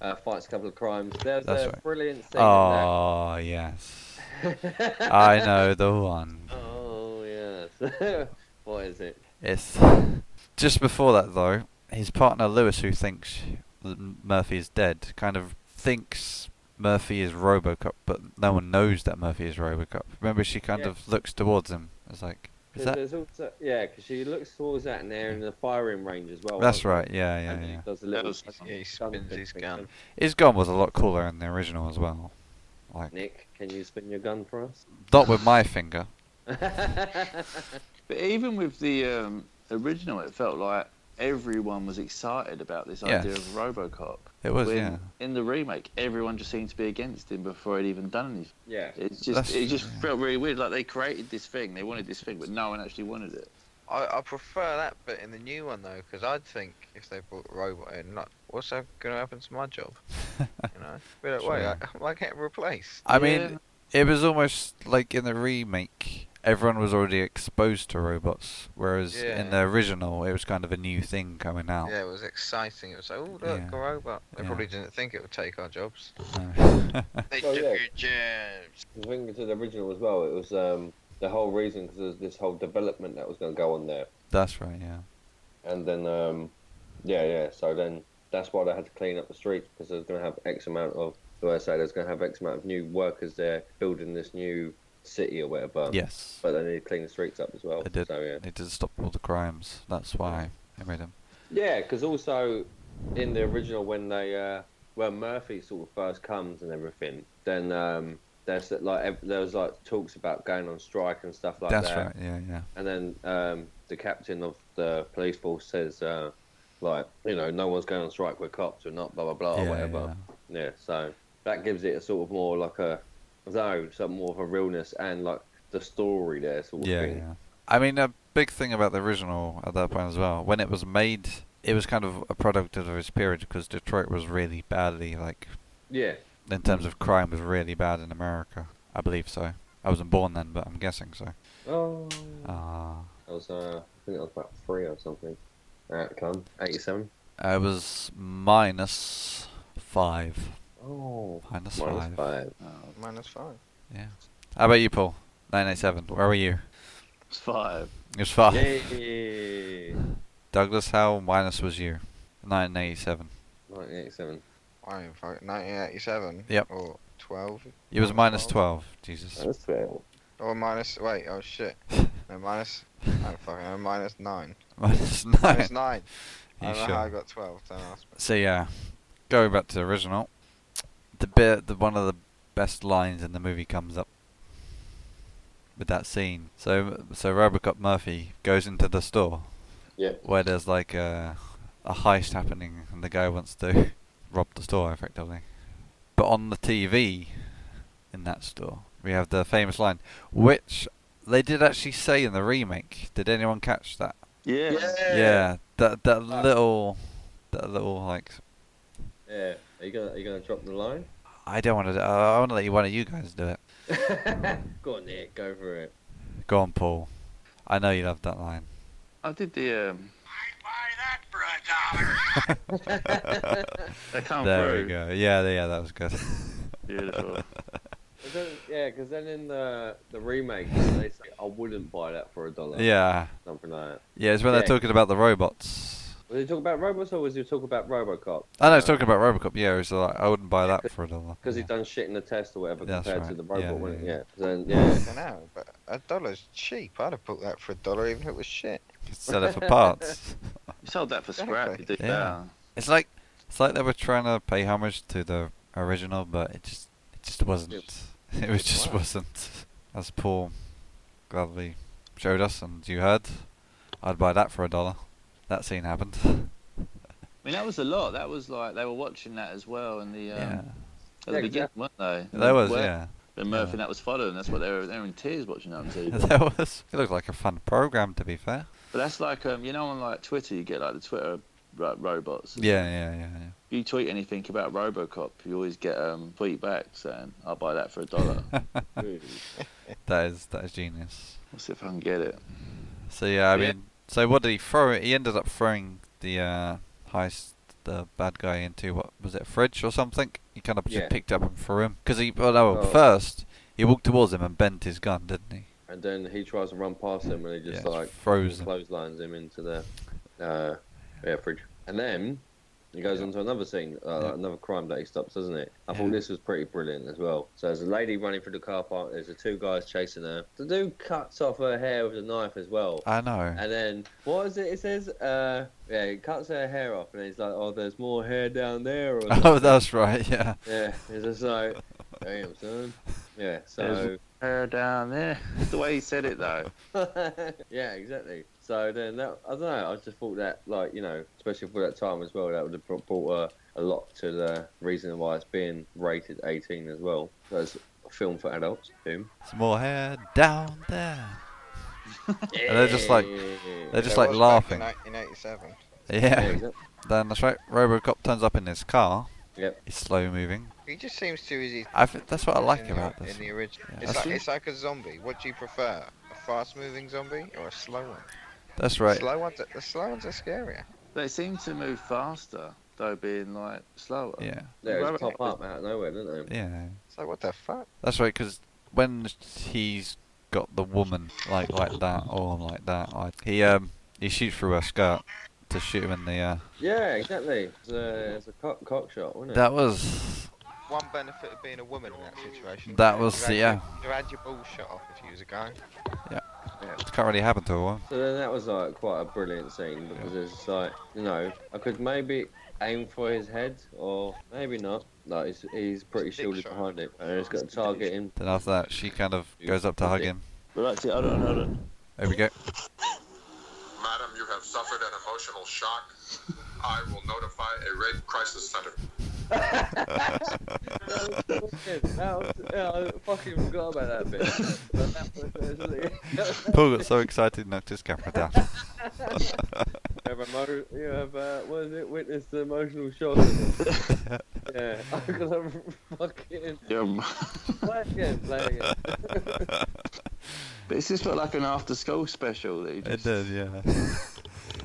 [SPEAKER 2] uh, fights a couple of crimes. There's
[SPEAKER 3] That's
[SPEAKER 2] a
[SPEAKER 3] right.
[SPEAKER 2] brilliant scene.
[SPEAKER 3] oh yes,
[SPEAKER 2] in that.
[SPEAKER 3] I know the one.
[SPEAKER 2] Oh yes. what is it?
[SPEAKER 3] It's just before that though. His partner Lewis, who thinks that M- Murphy is dead, kind of thinks Murphy is RoboCop, but no one knows that Murphy is RoboCop. Remember, she kind
[SPEAKER 2] Yeah.
[SPEAKER 3] of looks towards him. It's like,
[SPEAKER 2] Because
[SPEAKER 3] Is that-
[SPEAKER 2] there's also yeah, because she looks towards that and they're in the firing range as well.
[SPEAKER 3] That's
[SPEAKER 2] aren't
[SPEAKER 3] right. Yeah,
[SPEAKER 2] they? And
[SPEAKER 3] yeah,
[SPEAKER 2] he
[SPEAKER 3] yeah.
[SPEAKER 2] Does a little
[SPEAKER 1] That
[SPEAKER 4] was-
[SPEAKER 2] gun-
[SPEAKER 4] yeah, he
[SPEAKER 2] gun
[SPEAKER 4] spins
[SPEAKER 2] thing
[SPEAKER 4] his
[SPEAKER 2] thing.
[SPEAKER 4] gun.
[SPEAKER 3] His gun was a lot cooler in the original as well. Like
[SPEAKER 2] Nick, can you spin your gun for us?
[SPEAKER 3] not with my finger.
[SPEAKER 5] But even with the um, original, it felt like everyone was excited about this
[SPEAKER 3] Yes.
[SPEAKER 5] idea of RoboCop.
[SPEAKER 3] It was
[SPEAKER 5] when
[SPEAKER 3] yeah.
[SPEAKER 5] In the remake, everyone just seemed to be against him before he'd even done anything.
[SPEAKER 2] yeah.
[SPEAKER 5] It just
[SPEAKER 3] That's-
[SPEAKER 5] it just felt really weird. Like they created this thing, they wanted this thing, but no one actually wanted it.
[SPEAKER 4] I, I prefer that bit in the new one though, because I'd think if they brought a robot in, like, what's that going to happen to my job? You know, be like, wait, I, am I getting replaced?
[SPEAKER 3] I
[SPEAKER 5] Yeah.
[SPEAKER 3] mean, it was almost like in the remake, everyone was already exposed to robots, whereas in
[SPEAKER 4] Yeah.
[SPEAKER 3] the original, it was kind of a new thing coming out.
[SPEAKER 4] Yeah, it was exciting. It was like, oh look,
[SPEAKER 3] Yeah.
[SPEAKER 4] a robot. They
[SPEAKER 3] Yeah.
[SPEAKER 4] probably didn't think it would take our jobs.
[SPEAKER 3] No.
[SPEAKER 4] They
[SPEAKER 2] Well,
[SPEAKER 4] took
[SPEAKER 2] yeah.
[SPEAKER 4] your jobs.
[SPEAKER 2] The thing to the original as well, it was um, the whole reason because there's this whole development that was going to go on there,
[SPEAKER 3] That's right. Yeah.
[SPEAKER 2] and then um, yeah, yeah. So then that's why they had to clean up the streets because there's going to have X amount of, the way I say, there's going to have X amount of new workers there building this new city or whatever.
[SPEAKER 3] Yes.
[SPEAKER 2] But they need to clean the streets up as well.
[SPEAKER 3] They did.
[SPEAKER 2] So yeah.
[SPEAKER 3] They did stop all the crimes. That's why I made them.
[SPEAKER 2] Yeah, because also in the original when they uh, when Murphy sort of first comes and everything, then um, there's that, like ev- there was like talks about going on strike and stuff like
[SPEAKER 3] That's
[SPEAKER 2] that.
[SPEAKER 3] right. Yeah, yeah.
[SPEAKER 2] And then um, the captain of the police force says, uh, like you know, no one's going on strike. We're cops. We're not blah blah blah
[SPEAKER 3] yeah,
[SPEAKER 2] or whatever. Yeah. So that gives it a sort of more like a I don't know something more of a realness and like the story there sort of
[SPEAKER 3] Yeah, yeah.
[SPEAKER 2] thing.
[SPEAKER 3] yeah. I mean, a big thing about the original at that point as well, when it was made, it was kind of a product of its period because Detroit was really badly like
[SPEAKER 2] Yeah.
[SPEAKER 3] in terms of crime was really bad in America. I believe so. I wasn't born then, but I'm guessing so.
[SPEAKER 2] Oh.
[SPEAKER 3] Uh,
[SPEAKER 2] I was, uh, I think I was about three or something. Alright, come. 87.
[SPEAKER 3] I was minus five.
[SPEAKER 2] Oh.
[SPEAKER 3] Minus
[SPEAKER 2] Minus
[SPEAKER 3] five.
[SPEAKER 2] five.
[SPEAKER 5] Oh,
[SPEAKER 4] Minus five.
[SPEAKER 3] How about you, Paul? 987. Where were you?
[SPEAKER 5] It's five.
[SPEAKER 3] It was five.
[SPEAKER 2] Yay!
[SPEAKER 3] Douglas, how minus was you? 987.
[SPEAKER 2] 1987.
[SPEAKER 4] I didn't vote. 1987.
[SPEAKER 3] Yep.
[SPEAKER 4] Or 12.
[SPEAKER 3] You was minus
[SPEAKER 4] Minus
[SPEAKER 3] 12. Jesus.
[SPEAKER 2] That's fair.
[SPEAKER 4] Or minus. Wait. Oh shit. No minus. I don't fucking know. Minus nine.
[SPEAKER 3] Minus 9.
[SPEAKER 4] Minus nine. I
[SPEAKER 3] You
[SPEAKER 4] don't know how I
[SPEAKER 3] sure?
[SPEAKER 4] got 12. Don't ask me.
[SPEAKER 3] So yeah, going back to the original, the bit, the one of the best lines in the movie comes up with that scene. So so Robocop Murphy goes into the store
[SPEAKER 2] Yeah.
[SPEAKER 3] where there's like a a heist happening, and the guy wants to rob the store effectively. But on the TV in that store, we have the famous line, which they did actually say in the remake. Did anyone catch that?
[SPEAKER 5] Yeah.
[SPEAKER 3] Yeah, that that
[SPEAKER 2] Ah.
[SPEAKER 3] little, that little like
[SPEAKER 2] Yeah. Are you gonna Are you gonna drop the line?
[SPEAKER 3] I don't want to. Uh, I want to let you one of you guys do it.
[SPEAKER 2] go on, Nick. Go for it.
[SPEAKER 3] Go on, Paul. I know you love that line.
[SPEAKER 5] I did the. Um, I'd buy that for a dollar. they come
[SPEAKER 3] there
[SPEAKER 5] through.
[SPEAKER 3] we go. Yeah, th- yeah, that was good.
[SPEAKER 5] Beautiful.
[SPEAKER 2] But then, yeah, because then in the the remake they say I wouldn't buy that for a dollar.
[SPEAKER 3] yeah,
[SPEAKER 2] Something like that.
[SPEAKER 3] yeah. It's when they're
[SPEAKER 2] Yeah.
[SPEAKER 3] talking about the robots.
[SPEAKER 2] Was he talking about robots or was he talking about RoboCop?
[SPEAKER 3] I know it's talking about Robocop. Yeah, it's like I wouldn't buy that for a dollar.
[SPEAKER 2] Because
[SPEAKER 3] yeah.
[SPEAKER 2] he'd done shit in the test or whatever
[SPEAKER 3] That's
[SPEAKER 2] compared to
[SPEAKER 3] right.
[SPEAKER 2] the robot.
[SPEAKER 3] Yeah,
[SPEAKER 2] Yeah, wasn't
[SPEAKER 3] yeah,
[SPEAKER 2] yeah. It? yeah. Then yeah.
[SPEAKER 4] I don't know, but a dollar's cheap. I'd have bought that for a dollar even if it was shit.
[SPEAKER 3] sell it for parts.
[SPEAKER 5] You sold that for scrap. You did
[SPEAKER 3] Yeah.
[SPEAKER 5] that.
[SPEAKER 3] it's like it's like they were trying to pay homage to the original, but it just it just wasn't. It was just
[SPEAKER 4] Wow.
[SPEAKER 3] wasn't. As Paul gladly showed us, and you heard, I'd buy that for a dollar. That scene happened.
[SPEAKER 5] I mean, that was a lot. That was like they were watching that as well in the um,
[SPEAKER 3] yeah.
[SPEAKER 5] at the
[SPEAKER 2] Yeah,
[SPEAKER 5] beginning, weren't they?
[SPEAKER 3] There was,
[SPEAKER 5] Where-
[SPEAKER 3] yeah.
[SPEAKER 5] And Murphy
[SPEAKER 3] Yeah.
[SPEAKER 5] and that was following. That's what they were. They were in tears watching that on TV.
[SPEAKER 3] There was. It looked like a fun program, to be fair.
[SPEAKER 5] but that's like um, you know, on like Twitter, you get like the Twitter like, robots.
[SPEAKER 3] Yeah, yeah, yeah, yeah.
[SPEAKER 5] If you tweet anything about RoboCop, you always get um tweet back saying, "I'll buy that for a dollar."
[SPEAKER 3] That is that is genius.
[SPEAKER 5] We'll see if I can get it.
[SPEAKER 3] So yeah, I
[SPEAKER 5] Yeah.
[SPEAKER 3] mean, so what did he throw? He ended up throwing the uh, heist, the bad guy into what was it, a fridge or something? He kind of
[SPEAKER 2] Yeah.
[SPEAKER 3] just picked up and threw him because he. Well, no,
[SPEAKER 2] Oh.
[SPEAKER 3] first he walked towards him and bent his gun, didn't he?
[SPEAKER 2] And then he tries to run past him, and he just
[SPEAKER 3] Yeah,
[SPEAKER 2] like
[SPEAKER 3] frozen.
[SPEAKER 2] clotheslines him into the uh, yeah, fridge. And then It goes on to another scene, uh,
[SPEAKER 3] Yeah.
[SPEAKER 2] another crime that he stops, doesn't it? I
[SPEAKER 3] Yeah.
[SPEAKER 2] thought this was pretty brilliant as well. So there's a lady running through the car park. There's the two guys chasing her. The dude cuts off her hair with a knife as well.
[SPEAKER 3] I know.
[SPEAKER 2] And then what is it? It says, uh, yeah, he cuts her hair off, and he's like, "Oh, there's more hair down there." Or
[SPEAKER 3] Oh, that's right. Yeah.
[SPEAKER 2] yeah, it's just like, damn son. Yeah, so
[SPEAKER 1] There's- Her down there. The way he said it though.
[SPEAKER 2] yeah, exactly. So then that I don't know. I just thought that like you know, especially for that time as well, that would have br- brought uh, a, a lot to the reason why it's being rated 18 as well. That's a film for adults. Boom.
[SPEAKER 3] Some more hair down there. And they're just like-
[SPEAKER 2] Yeah.
[SPEAKER 3] They're just
[SPEAKER 4] There
[SPEAKER 3] like
[SPEAKER 4] was back
[SPEAKER 3] laughing.
[SPEAKER 4] In 1987.
[SPEAKER 2] Yeah,
[SPEAKER 3] Yeah.
[SPEAKER 2] exactly.
[SPEAKER 3] Then that's right. RoboCop turns up in his car.
[SPEAKER 2] Yep.
[SPEAKER 3] He's slow moving.
[SPEAKER 4] He just seems too easy.
[SPEAKER 3] I thi- that's what I like
[SPEAKER 4] in the-
[SPEAKER 3] about this.
[SPEAKER 4] In the original,
[SPEAKER 3] Yeah,
[SPEAKER 4] it's
[SPEAKER 3] that's
[SPEAKER 4] like
[SPEAKER 3] it.
[SPEAKER 4] it's like a zombie. What do you prefer, a fast-moving zombie or a slow one?
[SPEAKER 3] That's right.
[SPEAKER 4] Slow ones. Are, the slow ones are scarier.
[SPEAKER 1] They seem to move faster though, being like slower.
[SPEAKER 3] Yeah.
[SPEAKER 2] They just pop up out of nowhere, didn't they?
[SPEAKER 3] Yeah.
[SPEAKER 4] It's like what the fuck?
[SPEAKER 3] That's right. Because when he's got the woman like like that or like that, like, he um he shoots through her skirt to shoot him in the. Uh,
[SPEAKER 2] Yeah, exactly. It's a, it's a cock, cock shot, wasn't it?
[SPEAKER 3] that was
[SPEAKER 4] One benefit of being a woman in that situation.
[SPEAKER 3] That
[SPEAKER 4] you
[SPEAKER 3] was
[SPEAKER 4] had
[SPEAKER 3] the-
[SPEAKER 4] your-
[SPEAKER 3] yeah.
[SPEAKER 4] You had your balls shot off if you was a guy.
[SPEAKER 3] it can't really happen to a woman.
[SPEAKER 2] So then that was like quite a brilliant scene because it's just like you know I could maybe aim for his head or maybe not. Like he's, he's pretty
[SPEAKER 4] It's a dick
[SPEAKER 2] shielded
[SPEAKER 4] shot.
[SPEAKER 2] behind it and it's got a target in.
[SPEAKER 3] Then after that, she kind of goes up to hug him.
[SPEAKER 6] But actually, I don't know.
[SPEAKER 3] There we go.
[SPEAKER 7] Madam, you have suffered an emotional shock. I will notify a rape crisis center.
[SPEAKER 2] that was, yeah, I fucking forgot about that bit. That was- that was-
[SPEAKER 3] Paul got so excited, he knocked his camera down.
[SPEAKER 2] Have a mo- you have uh, what is it? Witness the emotional shock. of it. yeah, I'm gonna fucking
[SPEAKER 1] Um,
[SPEAKER 6] Yeah.
[SPEAKER 2] play again, play again.
[SPEAKER 1] But it's just got like an after school special that you
[SPEAKER 3] it
[SPEAKER 1] just
[SPEAKER 3] did, yeah.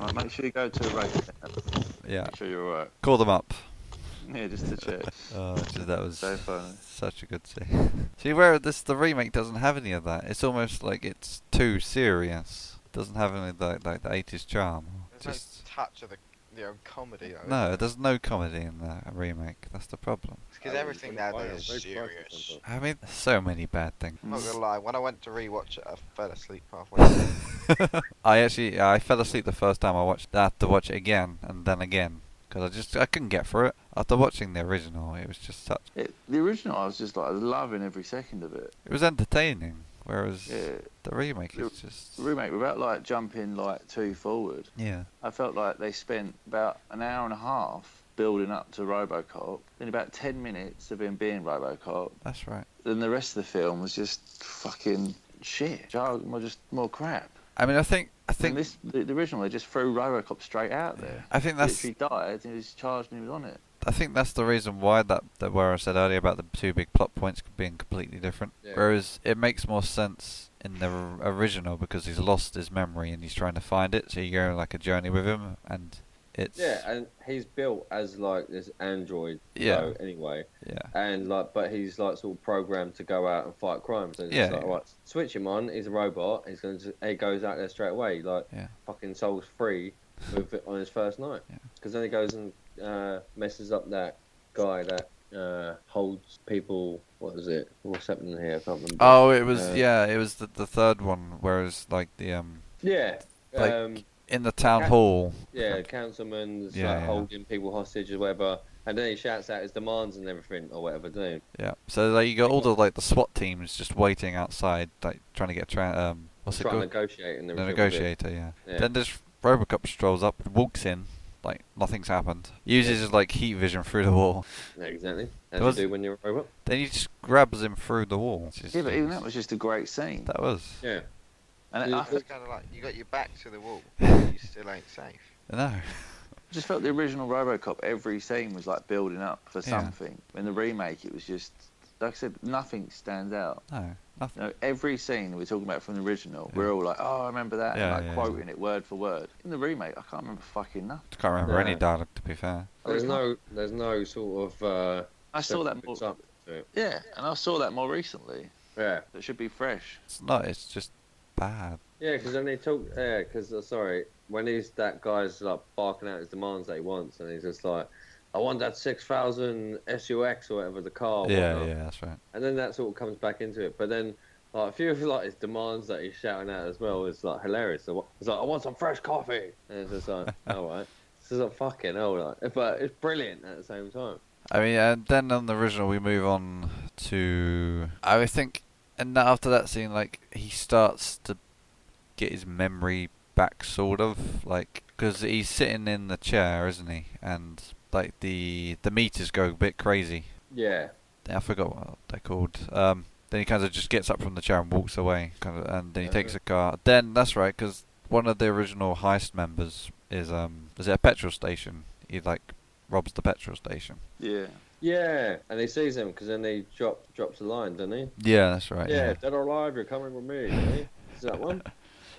[SPEAKER 1] like, make sure you go to a race
[SPEAKER 3] Yeah.
[SPEAKER 1] make sure you're alright.
[SPEAKER 3] Call them up.
[SPEAKER 1] Yeah, just to check.
[SPEAKER 3] Oh, gee, that was
[SPEAKER 1] So funny.
[SPEAKER 3] such a good scene. See, where this the remake doesn't have any of that. It's almost like it's too serious. Doesn't have any of that like the eighties charm.
[SPEAKER 4] There's
[SPEAKER 3] Just
[SPEAKER 4] no touch of the the old comedy though.
[SPEAKER 3] no, there's no comedy in the remake. That's the problem.
[SPEAKER 4] because everything nowadays is
[SPEAKER 2] Very pricey
[SPEAKER 4] serious.
[SPEAKER 2] sometimes.
[SPEAKER 3] I mean, there's so many bad things.
[SPEAKER 4] I'm not gonna lie. When I went to rewatch it, I fell asleep halfway. through.
[SPEAKER 3] I actually I fell asleep the first time I watched. I had to watch it again and then again because I just I couldn't get through it. After watching the original, it was just such.
[SPEAKER 1] It, the original, I was just like loving every second of it.
[SPEAKER 3] It was entertaining, whereas
[SPEAKER 1] Yeah,
[SPEAKER 3] the remake
[SPEAKER 1] the
[SPEAKER 3] is just
[SPEAKER 1] the remake without like jumping like too forward.
[SPEAKER 3] yeah.
[SPEAKER 1] I felt like they spent about an hour and a half building up to RoboCop, then about ten minutes of him being RoboCop,
[SPEAKER 3] That's right.
[SPEAKER 1] then the rest of the film was just fucking shit. Just- More just more crap.
[SPEAKER 3] I mean, I think I think
[SPEAKER 1] and this the, the original, they just threw RoboCop straight out there.
[SPEAKER 3] I think that's
[SPEAKER 1] Literally died and he was charged and he was on it.
[SPEAKER 3] I think that's the reason why that, that where I said earlier about the two big plot points being completely different.
[SPEAKER 2] Yeah.
[SPEAKER 3] Whereas it makes more sense in the r- original because he's lost his memory and he's trying to find it, so you go on like a journey with him, and it's
[SPEAKER 2] Yeah, and he's built as like this android.
[SPEAKER 3] Yeah.
[SPEAKER 2] though, anyway,
[SPEAKER 3] yeah,
[SPEAKER 2] and like, but he's like sort of programmed to go out and fight crimes. And
[SPEAKER 3] Yeah,
[SPEAKER 2] it's like,
[SPEAKER 3] yeah.
[SPEAKER 2] right, switch him on. He's a robot. He's gonna. Just, he goes out there straight away. Like
[SPEAKER 3] Yeah.
[SPEAKER 2] fucking soul's free with it on his first night.
[SPEAKER 3] Yeah.
[SPEAKER 2] Because then he goes and uh, messes up that guy that uh, holds people. What is it? What's happening here? I can't remember.
[SPEAKER 3] Oh, it was
[SPEAKER 2] Uh,
[SPEAKER 3] yeah, it was the, the third one. Whereas like the um
[SPEAKER 2] yeah.
[SPEAKER 3] like-
[SPEAKER 2] um,
[SPEAKER 3] in the town
[SPEAKER 2] Ca-
[SPEAKER 3] hall,
[SPEAKER 2] Yeah, councilman's
[SPEAKER 3] Yeah,
[SPEAKER 2] like,
[SPEAKER 3] yeah.
[SPEAKER 2] holding people hostage or whatever, and then he shouts out his demands and everything or whatever, doesn't
[SPEAKER 3] yeah. So like you got all the like the SWAT teams just waiting outside, like trying to get tra- um
[SPEAKER 2] he?
[SPEAKER 3] what's it
[SPEAKER 2] Trying to
[SPEAKER 3] called?
[SPEAKER 2] negotiate and
[SPEAKER 3] The
[SPEAKER 2] everything. with it.
[SPEAKER 3] negotiator, yeah.
[SPEAKER 2] Yeah.
[SPEAKER 3] Then this Robocop strolls up, walks in, like nothing's happened. Uses his like heat vision through the wall.
[SPEAKER 2] Yeah, exactly.
[SPEAKER 3] There
[SPEAKER 2] As
[SPEAKER 3] was-
[SPEAKER 2] you do when you're a robot.
[SPEAKER 3] Then he just grabs him through the wall. It's just-
[SPEAKER 1] Yeah, but even that was just a great scene.
[SPEAKER 3] That was.
[SPEAKER 2] Yeah.
[SPEAKER 1] And I,
[SPEAKER 4] It's kind of like you got your back to the wall, but you still ain't safe.
[SPEAKER 3] No.
[SPEAKER 1] I just felt the original RoboCop, every scene was like building up for
[SPEAKER 3] Yeah.
[SPEAKER 1] something. In the remake, it was just, like I said, nothing stands out.
[SPEAKER 3] No. Nothing.
[SPEAKER 1] You know, every scene we're talking about from the original,
[SPEAKER 3] Yeah.
[SPEAKER 1] we're all like, "Oh, I remember that,"
[SPEAKER 3] Yeah,
[SPEAKER 1] and
[SPEAKER 3] yeah,
[SPEAKER 1] like quoting it word for word. In the remake, I can't remember fucking nothing.
[SPEAKER 3] Can't remember any
[SPEAKER 2] No.
[SPEAKER 3] dialogue to be fair.
[SPEAKER 2] There's no, there's no sort of. Uh,
[SPEAKER 1] I saw that more,
[SPEAKER 2] different example to it.
[SPEAKER 1] yeah, and I saw that more recently.
[SPEAKER 2] Yeah.
[SPEAKER 1] That should be fresh.
[SPEAKER 3] It's not. It's just bad.
[SPEAKER 2] Yeah, because when they talk, yeah, because uh, sorry, when he's that guy's like barking out his demands that he wants, and he's just like, "I want that six thousand SUX or whatever the car." or
[SPEAKER 3] yeah,
[SPEAKER 2] whatnot."
[SPEAKER 3] yeah, that's right.
[SPEAKER 2] And then that sort of comes back into it, but then like a few of like his demands that he's shouting out as well is like hilarious. So it's like, "I want some fresh coffee," and it's just like, "All right." This is a fucking hell, like, but it's brilliant at the same time.
[SPEAKER 3] I mean, and then on the original, we move on to. I would think, and now after that scene, like he starts to get his memory back, sort of, like because he's sitting in the chair, isn't he? And like the the meters go a bit crazy.
[SPEAKER 2] Yeah,
[SPEAKER 3] I forgot what they're called. Um, then he kind of just gets up from the chair and walks away, kind of, and then he
[SPEAKER 2] Yeah.
[SPEAKER 3] takes a car. Then that's right, because one of the original heist members is um, is at a petrol station. He like robs the petrol station.
[SPEAKER 5] Yeah.
[SPEAKER 2] yeah, and he sees him because then they drop drops a line, doesn't he?
[SPEAKER 3] Yeah, that's right.
[SPEAKER 2] yeah, dead or alive, you're coming with me. doesn't he? Is that one?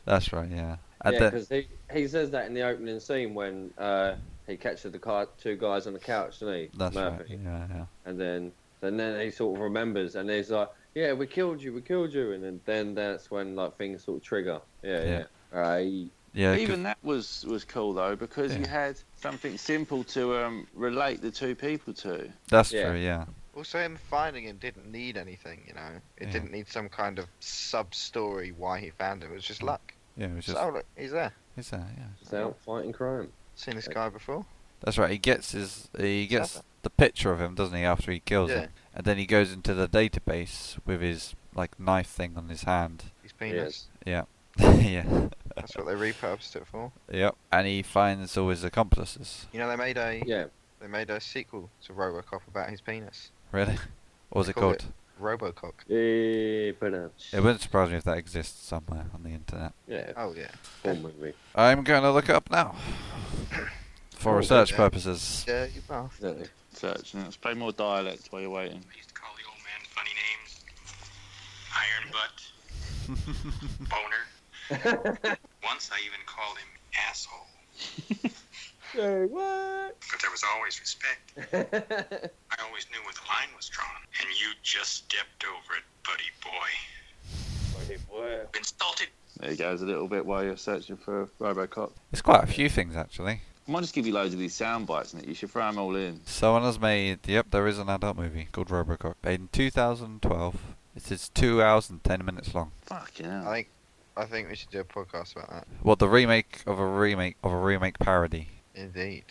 [SPEAKER 3] That's right, yeah. And
[SPEAKER 2] yeah,
[SPEAKER 3] then-
[SPEAKER 2] because he, he says that in the opening scene when uh, he catches the car, two guys on the couch, doesn't he?
[SPEAKER 3] that's right.
[SPEAKER 2] Murphy.
[SPEAKER 3] Yeah, yeah.
[SPEAKER 2] And then and then he sort of remembers and he's like, yeah, we killed you, we killed you. And then, then that's when like things sort of trigger. Yeah,
[SPEAKER 3] Yeah.
[SPEAKER 2] yeah. Uh, Right.
[SPEAKER 3] Yeah, 'cause-
[SPEAKER 1] Even that was was cool though because you
[SPEAKER 3] Yeah.
[SPEAKER 1] had something simple to um, relate the two people to.
[SPEAKER 3] that's
[SPEAKER 2] yeah.
[SPEAKER 3] true, yeah.
[SPEAKER 4] Also, him finding him didn't need anything, you know. It
[SPEAKER 3] Yeah.
[SPEAKER 4] didn't need some kind of sub story why he found him. It was just
[SPEAKER 3] Mm.
[SPEAKER 4] luck.
[SPEAKER 3] Yeah, it was
[SPEAKER 4] So
[SPEAKER 3] just,
[SPEAKER 4] oh, look, he's there.
[SPEAKER 3] it's that, yeah.
[SPEAKER 2] It's out fighting crime.
[SPEAKER 4] Seen this guy before?
[SPEAKER 3] That's right. He gets his he gets
[SPEAKER 4] Clever.
[SPEAKER 3] the picture of him, doesn't he, after he kills
[SPEAKER 4] Yeah.
[SPEAKER 3] him. And then he goes into the database with his like knife thing on his hand.
[SPEAKER 4] He's penis.
[SPEAKER 3] Yeah. yeah.
[SPEAKER 4] That's what they repurposed it for.
[SPEAKER 3] Yep. And he finds all his accomplices.
[SPEAKER 4] You know, they made a
[SPEAKER 2] Yeah.
[SPEAKER 4] they made a sequel to RoboCop about his penis.
[SPEAKER 3] Really? What was it
[SPEAKER 4] Call
[SPEAKER 3] called?
[SPEAKER 4] it- RoboCop.
[SPEAKER 2] Eh, but, uh,
[SPEAKER 3] It wouldn't surprise me if that exists somewhere on the internet.
[SPEAKER 2] yeah,
[SPEAKER 4] Oh yeah.
[SPEAKER 2] cool movie.
[SPEAKER 3] I'm going to look it up now. For
[SPEAKER 4] Cool.
[SPEAKER 3] research
[SPEAKER 4] Yeah.
[SPEAKER 3] purposes.
[SPEAKER 4] Yeah, you bastard.
[SPEAKER 2] Exactly.
[SPEAKER 1] Search. and Let's play more dialect while you're waiting.
[SPEAKER 7] I used to call the old man funny names Iron Butt, Boner. Once I even called him Asshole.
[SPEAKER 2] Say what?
[SPEAKER 7] But there was always respect. I always knew where the line was drawn. And you just stepped over it, buddy boy. Insulted
[SPEAKER 1] There you goes a little bit while you're searching for RoboCop.
[SPEAKER 3] It's quite a few things actually.
[SPEAKER 1] I might just give you loads of these sound bites, Nick. You should throw them all in.
[SPEAKER 3] Someone has made, yep, there is an adult movie called Robocop. In 2012, it is 2 hours and 10 minutes long.
[SPEAKER 1] Fucking
[SPEAKER 4] I
[SPEAKER 3] Oh.
[SPEAKER 1] hell.
[SPEAKER 4] think I think we should do a podcast about that.
[SPEAKER 3] Well, the remake of a remake of a remake parody.
[SPEAKER 4] Indeed.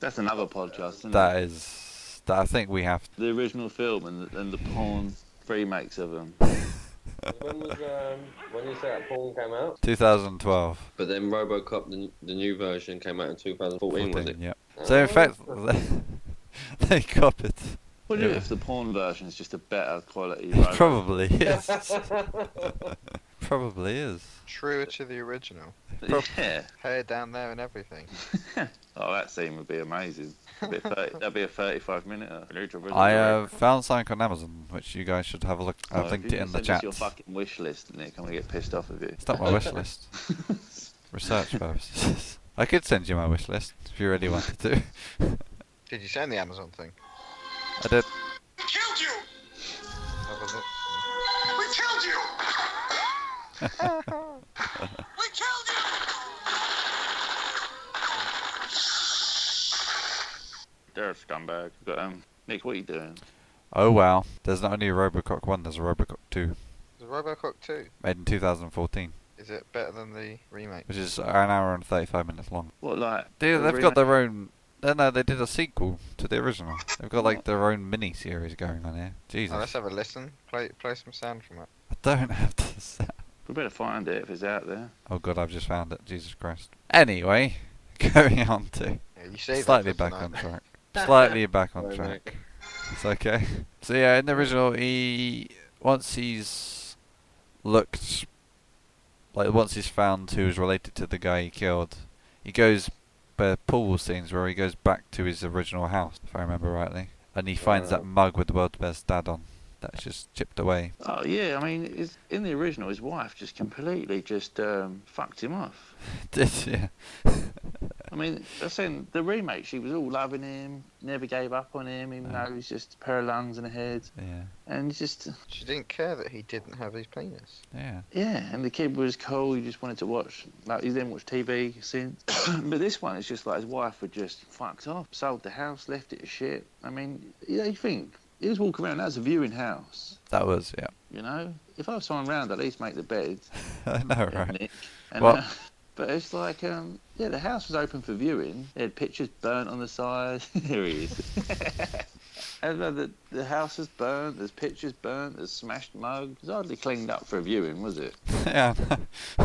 [SPEAKER 1] That's another podcast, isn't it?
[SPEAKER 3] That is, that I think we have.
[SPEAKER 1] The original film and the, and the porn remakes of them.
[SPEAKER 2] when was um, when you say that porn came out?
[SPEAKER 3] 2012.
[SPEAKER 2] But then RoboCop, the, the new version, came out in 2014, was it?
[SPEAKER 3] 14, yep. So in fact, they copied.
[SPEAKER 1] What do you
[SPEAKER 3] Yeah.
[SPEAKER 1] if the porn version is just a better quality?
[SPEAKER 3] It
[SPEAKER 1] robot?
[SPEAKER 3] probably is. probably is.
[SPEAKER 4] Truer to the original.
[SPEAKER 1] Yeah.
[SPEAKER 4] Hair down there and everything.
[SPEAKER 1] Oh, that scene would be amazing. That'd be a, 30, that'd be a 35 minute. uh,
[SPEAKER 3] I uh, found something on Amazon, which you guys should have a look.
[SPEAKER 1] Oh,
[SPEAKER 3] I've
[SPEAKER 1] if
[SPEAKER 3] linked
[SPEAKER 1] you
[SPEAKER 3] it in the
[SPEAKER 1] send us
[SPEAKER 3] chat.
[SPEAKER 1] your fucking wish list, Nick. I'm gonna get pissed off of you.
[SPEAKER 3] It's not my wish list. Research purposes. I could send you my wish list if you really wanted to.
[SPEAKER 4] Did you send the Amazon thing?
[SPEAKER 3] I did.
[SPEAKER 7] We killed you!
[SPEAKER 4] Have a look.
[SPEAKER 7] We killed you! we killed you!
[SPEAKER 1] They're a scumbag. But um, Nick, what are you doing?
[SPEAKER 3] Oh wow. There's not only a Robocop 1, there's a Robocop 2,
[SPEAKER 4] Is RoboCop 2?
[SPEAKER 3] made in 2014,
[SPEAKER 4] Is it better than the remake?
[SPEAKER 3] which is an hour and 35 minutes long.
[SPEAKER 1] What like?
[SPEAKER 3] They,
[SPEAKER 1] a
[SPEAKER 3] they've
[SPEAKER 1] remake?
[SPEAKER 3] got their own. No, no, they did a sequel to the original. They've got like their own mini series going on here.
[SPEAKER 4] Oh, let's
[SPEAKER 3] Jesus.
[SPEAKER 4] have a listen. Play play some sound from it.
[SPEAKER 3] I don't have to say.
[SPEAKER 1] We better find it if it's out there.
[SPEAKER 3] Oh god, I've just found it. Jesus Christ. Anyway, going on to.
[SPEAKER 4] Yeah, you say
[SPEAKER 3] Slightly
[SPEAKER 4] that,
[SPEAKER 3] back on
[SPEAKER 4] doesn't it?
[SPEAKER 3] track. Slightly back on
[SPEAKER 2] Sorry, mate.
[SPEAKER 3] track. It's okay. So yeah, in the original, he once he's looked like once he's found who's related to the guy he killed, he goes uh, pool scenes where he goes back to his original house, if I remember rightly, and he finds that
[SPEAKER 2] Wow.
[SPEAKER 3] mug with the world's best dad on. That's just chipped away.
[SPEAKER 1] Oh yeah, I mean, it's, in the original, his wife just completely just um, fucked him off.
[SPEAKER 3] Did yeah.
[SPEAKER 1] I mean, I saying the remake, she was all loving him, never gave up on him, even
[SPEAKER 3] Yeah.
[SPEAKER 1] though he's just a pair of lungs and a head,
[SPEAKER 3] Yeah.
[SPEAKER 1] and just
[SPEAKER 4] She didn't care that he didn't have his penis.
[SPEAKER 3] Yeah.
[SPEAKER 1] Yeah, and the kid was cool. He just wanted to watch, like, he didn't watch TV since. but this one, it's just like his wife had just fucked off, sold the house, left it to shit. I mean, you, know, you think he was walking around. That's a viewing house,
[SPEAKER 3] That was yeah.
[SPEAKER 1] you know. If I was someone around, I'd at least make the bed.
[SPEAKER 3] I know,
[SPEAKER 1] and
[SPEAKER 3] right?
[SPEAKER 1] nick, And,
[SPEAKER 3] Well-
[SPEAKER 1] uh, but it's like, um, yeah, the house was open for viewing. They had pictures burnt on the side. Here he is. and uh, the, the house is burnt. There's pictures burnt. There's smashed mug. It was hardly cleaned up for a viewing, was it?
[SPEAKER 3] yeah.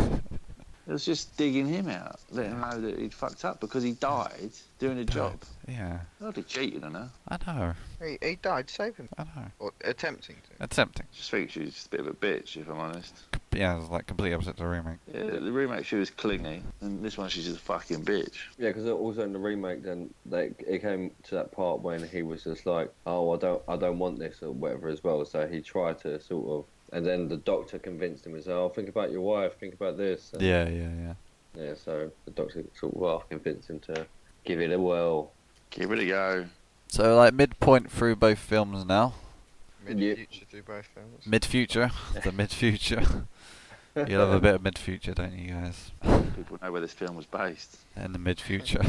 [SPEAKER 1] It was just digging him out, letting him know that he'd fucked up because he died doing a job.
[SPEAKER 3] Yeah.
[SPEAKER 1] Hardly cheated on her.
[SPEAKER 3] I know.
[SPEAKER 4] He, he died saving,
[SPEAKER 3] I know.
[SPEAKER 4] or attempting to.
[SPEAKER 3] It's tempting.
[SPEAKER 1] Just think she was just a bit of a bitch, if I'm honest.
[SPEAKER 3] Yeah, it's like completely opposite to remake.
[SPEAKER 1] Yeah, the remake she was clingy, and this one she's just a fucking bitch.
[SPEAKER 2] Yeah, because also in the remake, then they, it came to that part when he was just like, "Oh, I don't, I don't want this" or whatever as well. So he tried to sort of, and then the doctor convinced him and said, "Oh, think about your wife, think about this." And,
[SPEAKER 3] Yeah, yeah, yeah.
[SPEAKER 2] yeah, So the doctor sort of half convinced him to give it a whirl.
[SPEAKER 1] Give it a go.
[SPEAKER 3] So like midpoint through both films now.
[SPEAKER 4] Mid
[SPEAKER 2] Yeah.
[SPEAKER 4] future do both films.
[SPEAKER 3] Mid future. the mid future. You love a bit of mid future, don't you guys?
[SPEAKER 1] People know where this film was based.
[SPEAKER 3] In the mid future.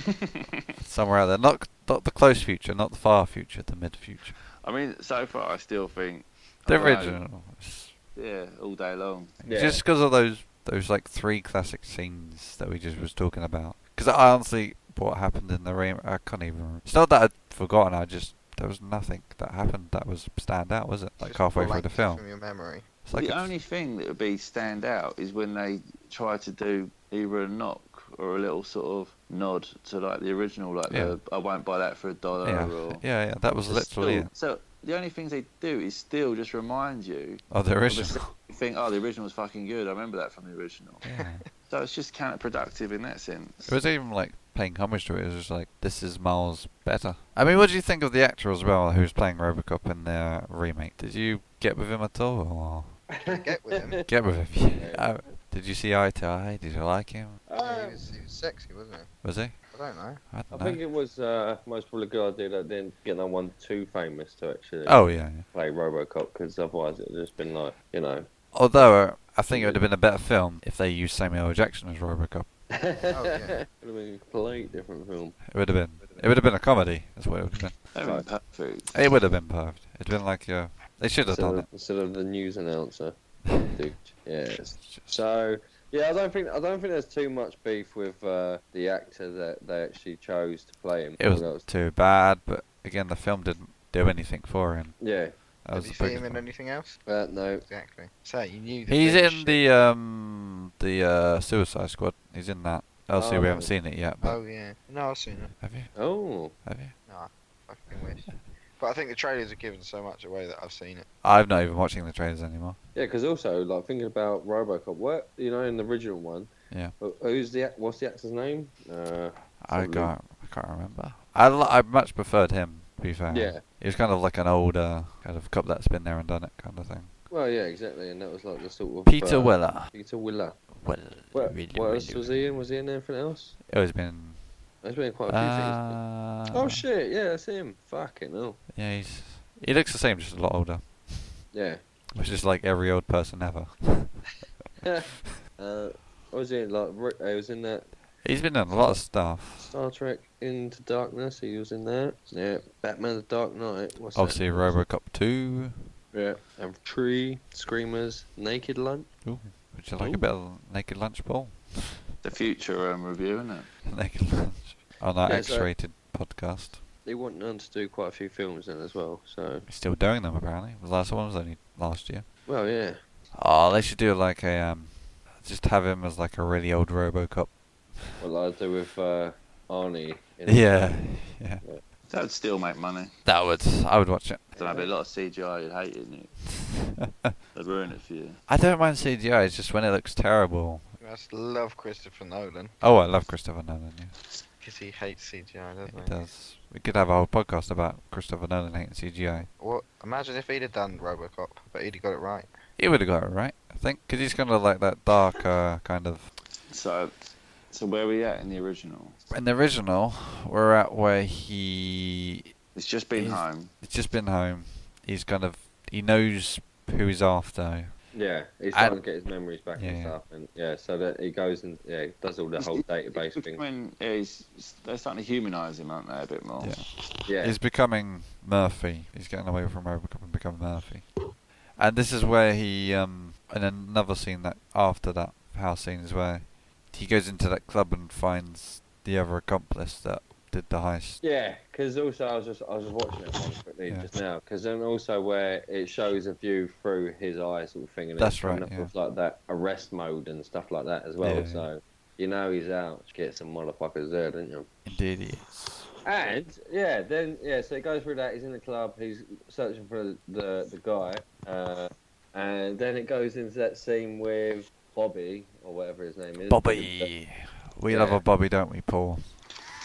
[SPEAKER 3] Somewhere out there. Not not the close future, not the far future, the mid future.
[SPEAKER 1] I mean, so far I still think I
[SPEAKER 3] The
[SPEAKER 1] don't know.
[SPEAKER 3] original. It's-
[SPEAKER 1] Yeah, all day long.
[SPEAKER 2] Yeah.
[SPEAKER 3] Just because of those those like three classic scenes that we just was talking about. Because I honestly, what happened in the rain, I can't even. Remember. It's not that I'd forgotten. I just there was nothing that happened that was stand out, was it? Like
[SPEAKER 4] Just
[SPEAKER 3] halfway through the
[SPEAKER 4] blanked it
[SPEAKER 3] film.
[SPEAKER 4] From your memory.
[SPEAKER 3] It's like
[SPEAKER 1] the
[SPEAKER 3] it's-
[SPEAKER 1] only thing that would be stand out is when they try to do either a knock or a little sort of nod to like the original, like
[SPEAKER 3] Yeah.
[SPEAKER 1] the, I won't buy that for a dollar
[SPEAKER 3] yeah,
[SPEAKER 1] or
[SPEAKER 3] yeah, yeah. That was
[SPEAKER 1] It's
[SPEAKER 3] literally
[SPEAKER 1] still- So
[SPEAKER 3] it.
[SPEAKER 1] the only things they do is still just remind you.
[SPEAKER 3] Oh, the
[SPEAKER 1] of the
[SPEAKER 3] original.
[SPEAKER 1] se- You think, oh, the original was fucking good. I remember that from the original.
[SPEAKER 3] yeah.
[SPEAKER 1] So it's just counterproductive in that sense.
[SPEAKER 3] It was even like paying homage to it. It was just like this is Miles better. I mean, what do you think of the actor as well, who's playing RoboCop in the remake? Did you get with him at all,
[SPEAKER 4] Get with him.
[SPEAKER 3] or get with him? Uh, did you see eye to eye? Did you like him?
[SPEAKER 4] Yeah,
[SPEAKER 2] Uh,
[SPEAKER 4] he, was, he was sexy, wasn't he?
[SPEAKER 3] Was he?
[SPEAKER 4] I don't know.
[SPEAKER 3] I
[SPEAKER 2] I
[SPEAKER 3] don't
[SPEAKER 2] think
[SPEAKER 3] know.
[SPEAKER 2] it was uh, most probably a good idea that they didn't get that one too famous to actually
[SPEAKER 3] Oh yeah. yeah.
[SPEAKER 2] play RoboCop, because otherwise it'd just been like, you know.
[SPEAKER 3] Although uh, I think it would have been a better film if they used Samuel L. Jackson as RoboCop.
[SPEAKER 4] Oh, yeah.
[SPEAKER 2] It'd have been a complete different film.
[SPEAKER 3] It would have been. It would have been a comedy. That's what it would have been.
[SPEAKER 1] They were perfect.
[SPEAKER 3] It would have been perfect. It'd been like yeah. They should have
[SPEAKER 2] instead
[SPEAKER 3] done
[SPEAKER 2] of,
[SPEAKER 3] it.
[SPEAKER 2] instead of the news announcer. Dude, yes. So yeah, I don't think I don't think there's too much beef with uh, the actor that they actually chose to play him.
[SPEAKER 3] It
[SPEAKER 2] That
[SPEAKER 3] was too bad, but again, the film didn't do anything for him.
[SPEAKER 2] yeah.
[SPEAKER 3] That
[SPEAKER 4] Did
[SPEAKER 3] was
[SPEAKER 4] you
[SPEAKER 3] the
[SPEAKER 4] see him
[SPEAKER 3] biggest
[SPEAKER 4] in
[SPEAKER 3] one.
[SPEAKER 4] anything else?
[SPEAKER 2] Uh, no.
[SPEAKER 4] Exactly. So you knew. that
[SPEAKER 3] He's
[SPEAKER 4] he was
[SPEAKER 3] in
[SPEAKER 4] shit.
[SPEAKER 3] the um the uh, Suicide Squad. He's in that. Obviously, we haven't
[SPEAKER 2] Oh.
[SPEAKER 3] seen it yet. But
[SPEAKER 4] Oh yeah. No, I've seen it.
[SPEAKER 3] have you?
[SPEAKER 2] Oh,
[SPEAKER 3] Have you?
[SPEAKER 4] Fucking wish. But I think the trailers have given so much away that I've seen it.
[SPEAKER 3] I'm not even watching the trailers anymore.
[SPEAKER 2] yeah. Because also, like thinking about RoboCop, what you know in the original one.
[SPEAKER 3] Yeah.
[SPEAKER 2] wh- Who's the ac- what's the actor's name? Uh,
[SPEAKER 3] I
[SPEAKER 2] Probably.
[SPEAKER 3] can't. I can't remember. I li- I much preferred him. To be fair.
[SPEAKER 2] yeah.
[SPEAKER 3] He was kind of like an older kind of cop that's been there and done it kind of thing.
[SPEAKER 2] Well, yeah, exactly. And that was like the sort of
[SPEAKER 3] Peter
[SPEAKER 2] uh,
[SPEAKER 3] Weller.
[SPEAKER 2] Peter Willer.
[SPEAKER 3] Well,
[SPEAKER 2] What, what else was he in? Was he in anything else?
[SPEAKER 3] It was been.
[SPEAKER 2] There's been quite a few things.
[SPEAKER 3] Uh,
[SPEAKER 2] Oh shit! Yeah, that's him. Fucking hell.
[SPEAKER 3] Yeah, he's. He looks the same, just a lot older.
[SPEAKER 2] Yeah.
[SPEAKER 3] Which is like every old person ever.
[SPEAKER 2] Uh, what was it like? Rick- He was in that
[SPEAKER 3] He's been in a lot of stuff.
[SPEAKER 2] Star Trek Into Darkness. He was in that. Yeah, Batman: The Dark Knight. What's that?
[SPEAKER 3] Obviously, RoboCop 2.
[SPEAKER 2] Yeah, and Tree, Screamers, Naked Lunch.
[SPEAKER 3] Would you like a bit of naked lunch ball?
[SPEAKER 1] The future um, review, isn't it?
[SPEAKER 3] naked lunch on our
[SPEAKER 2] Yeah, so-
[SPEAKER 3] X-rated podcast.
[SPEAKER 2] They want them to do quite a few films then as well. So,
[SPEAKER 3] He's still doing them apparently. The last one was only last year.
[SPEAKER 2] well, yeah,
[SPEAKER 3] Oh, they should do like a um, just have him as like a really old RoboCop.
[SPEAKER 2] what I do with uh, Arnie. in-
[SPEAKER 3] Yeah, yeah.
[SPEAKER 1] That would still make money.
[SPEAKER 3] That would I would watch it.
[SPEAKER 1] There'd be a lot of CGI you'd hate, isn't it? They'd ruin it for you.
[SPEAKER 3] I don't mind CGI. It's just when it looks terrible.
[SPEAKER 4] I just love Christopher Nolan
[SPEAKER 3] Oh, I love Christopher Nolan. Yeah,
[SPEAKER 4] because he hates CGI, doesn't
[SPEAKER 3] he
[SPEAKER 4] he?
[SPEAKER 3] does. We could have a whole podcast about Christopher Nolan hating CGI.
[SPEAKER 4] What? Imagine if he'd have done RoboCop, but he'd have got it right.
[SPEAKER 3] He would have got it right, I think, because he's kind of like that dark uh, kind of.
[SPEAKER 1] So, So where are we at in the original?
[SPEAKER 3] In the original, we're at where he
[SPEAKER 1] It's just been
[SPEAKER 3] Is-
[SPEAKER 1] home.
[SPEAKER 3] He's just been home. He's kind of he knows who he's after.
[SPEAKER 2] Yeah, he's
[SPEAKER 3] I-
[SPEAKER 2] trying to get his memories back and
[SPEAKER 3] Yeah.
[SPEAKER 2] stuff, and yeah, so that he goes and yeah, does all the whole database thing.
[SPEAKER 1] When he's, they're starting to humanise him, aren't they, a bit more?
[SPEAKER 3] Yeah.
[SPEAKER 2] Yeah,
[SPEAKER 3] He's becoming Murphy. He's getting away from Robocop and becoming Murphy. And this is where he um in another scene that after that house scene is where he goes into that club and finds the other accomplice that did the heist.
[SPEAKER 2] yeah, because also I was just I was just watching it one quickly
[SPEAKER 3] Yeah.
[SPEAKER 2] just now, because then also where it shows a view through his eyes sort of thing, and
[SPEAKER 3] That's
[SPEAKER 2] it's coming
[SPEAKER 3] right,
[SPEAKER 2] up
[SPEAKER 3] yeah.
[SPEAKER 2] with like that arrest mode and stuff like that as well.
[SPEAKER 3] Yeah, yeah.
[SPEAKER 2] so you know he's out. Get some motherfuckers there, didn't you?
[SPEAKER 3] Indeed, he is.
[SPEAKER 2] And yeah, then yeah, so he goes through that. He's in the club. He's searching for the the guy, uh, and then it goes into that scene with Bobby or whatever his name is.
[SPEAKER 3] Bobby. We love
[SPEAKER 2] Yeah.
[SPEAKER 3] a Bobby, don't we, Paul?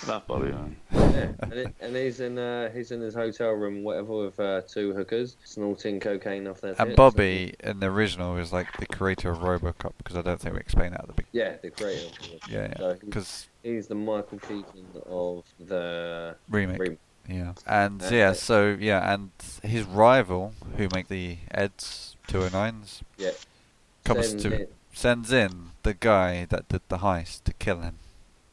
[SPEAKER 1] That Bobby. man.
[SPEAKER 2] Yeah, and, it, and he's in uh, he's in his hotel room, whatever, with uh, two hookers snorting cocaine off their.
[SPEAKER 3] And
[SPEAKER 2] tits.
[SPEAKER 3] Bobby in the original is like the creator of Robocop because I don't think we explained that at the beginning.
[SPEAKER 2] Yeah, the creator. of it.
[SPEAKER 3] Yeah, yeah.
[SPEAKER 2] So he's,
[SPEAKER 3] Because
[SPEAKER 2] he's the Michael Keaton of the
[SPEAKER 3] remake.
[SPEAKER 2] remake.
[SPEAKER 3] Yeah. And
[SPEAKER 2] That's
[SPEAKER 3] yeah,
[SPEAKER 2] it.
[SPEAKER 3] so yeah, and his rival, who make the Eds 209s,
[SPEAKER 2] Yeah.
[SPEAKER 3] comes
[SPEAKER 2] Sends
[SPEAKER 3] to
[SPEAKER 2] it-
[SPEAKER 3] sends in the guy that did the heist to kill him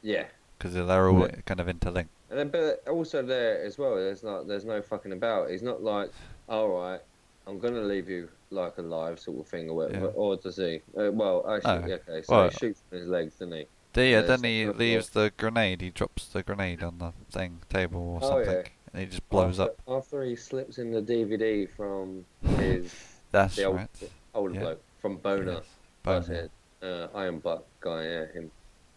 [SPEAKER 2] Yeah.
[SPEAKER 3] because they're all
[SPEAKER 2] Yeah.
[SPEAKER 3] kind of interlinked.
[SPEAKER 2] And then, but also there as well. There's not. There's no fucking about. He's not like, all right, I'm gonna leave you like alive, sort of thing, or whatever.
[SPEAKER 3] Yeah.
[SPEAKER 2] Or does he? Uh, well, actually,
[SPEAKER 3] No.
[SPEAKER 2] okay. So
[SPEAKER 3] Well-
[SPEAKER 2] he shoots from his legs, doesn't he?
[SPEAKER 3] Then, yeah,
[SPEAKER 2] Yeah,
[SPEAKER 3] then
[SPEAKER 2] so-
[SPEAKER 3] he leaves the grenade. He drops the grenade on the thing table or
[SPEAKER 2] Oh, yeah.
[SPEAKER 3] something, and he just blows
[SPEAKER 2] after,
[SPEAKER 3] up.
[SPEAKER 2] After he slips in the DVD from his
[SPEAKER 3] That's
[SPEAKER 2] the old
[SPEAKER 3] right.
[SPEAKER 2] older
[SPEAKER 3] Yeah.
[SPEAKER 2] bloke from Boner.
[SPEAKER 3] Yes,
[SPEAKER 2] That's
[SPEAKER 3] boom.
[SPEAKER 2] it. Uh, Iron Butt guy. Yeah, him.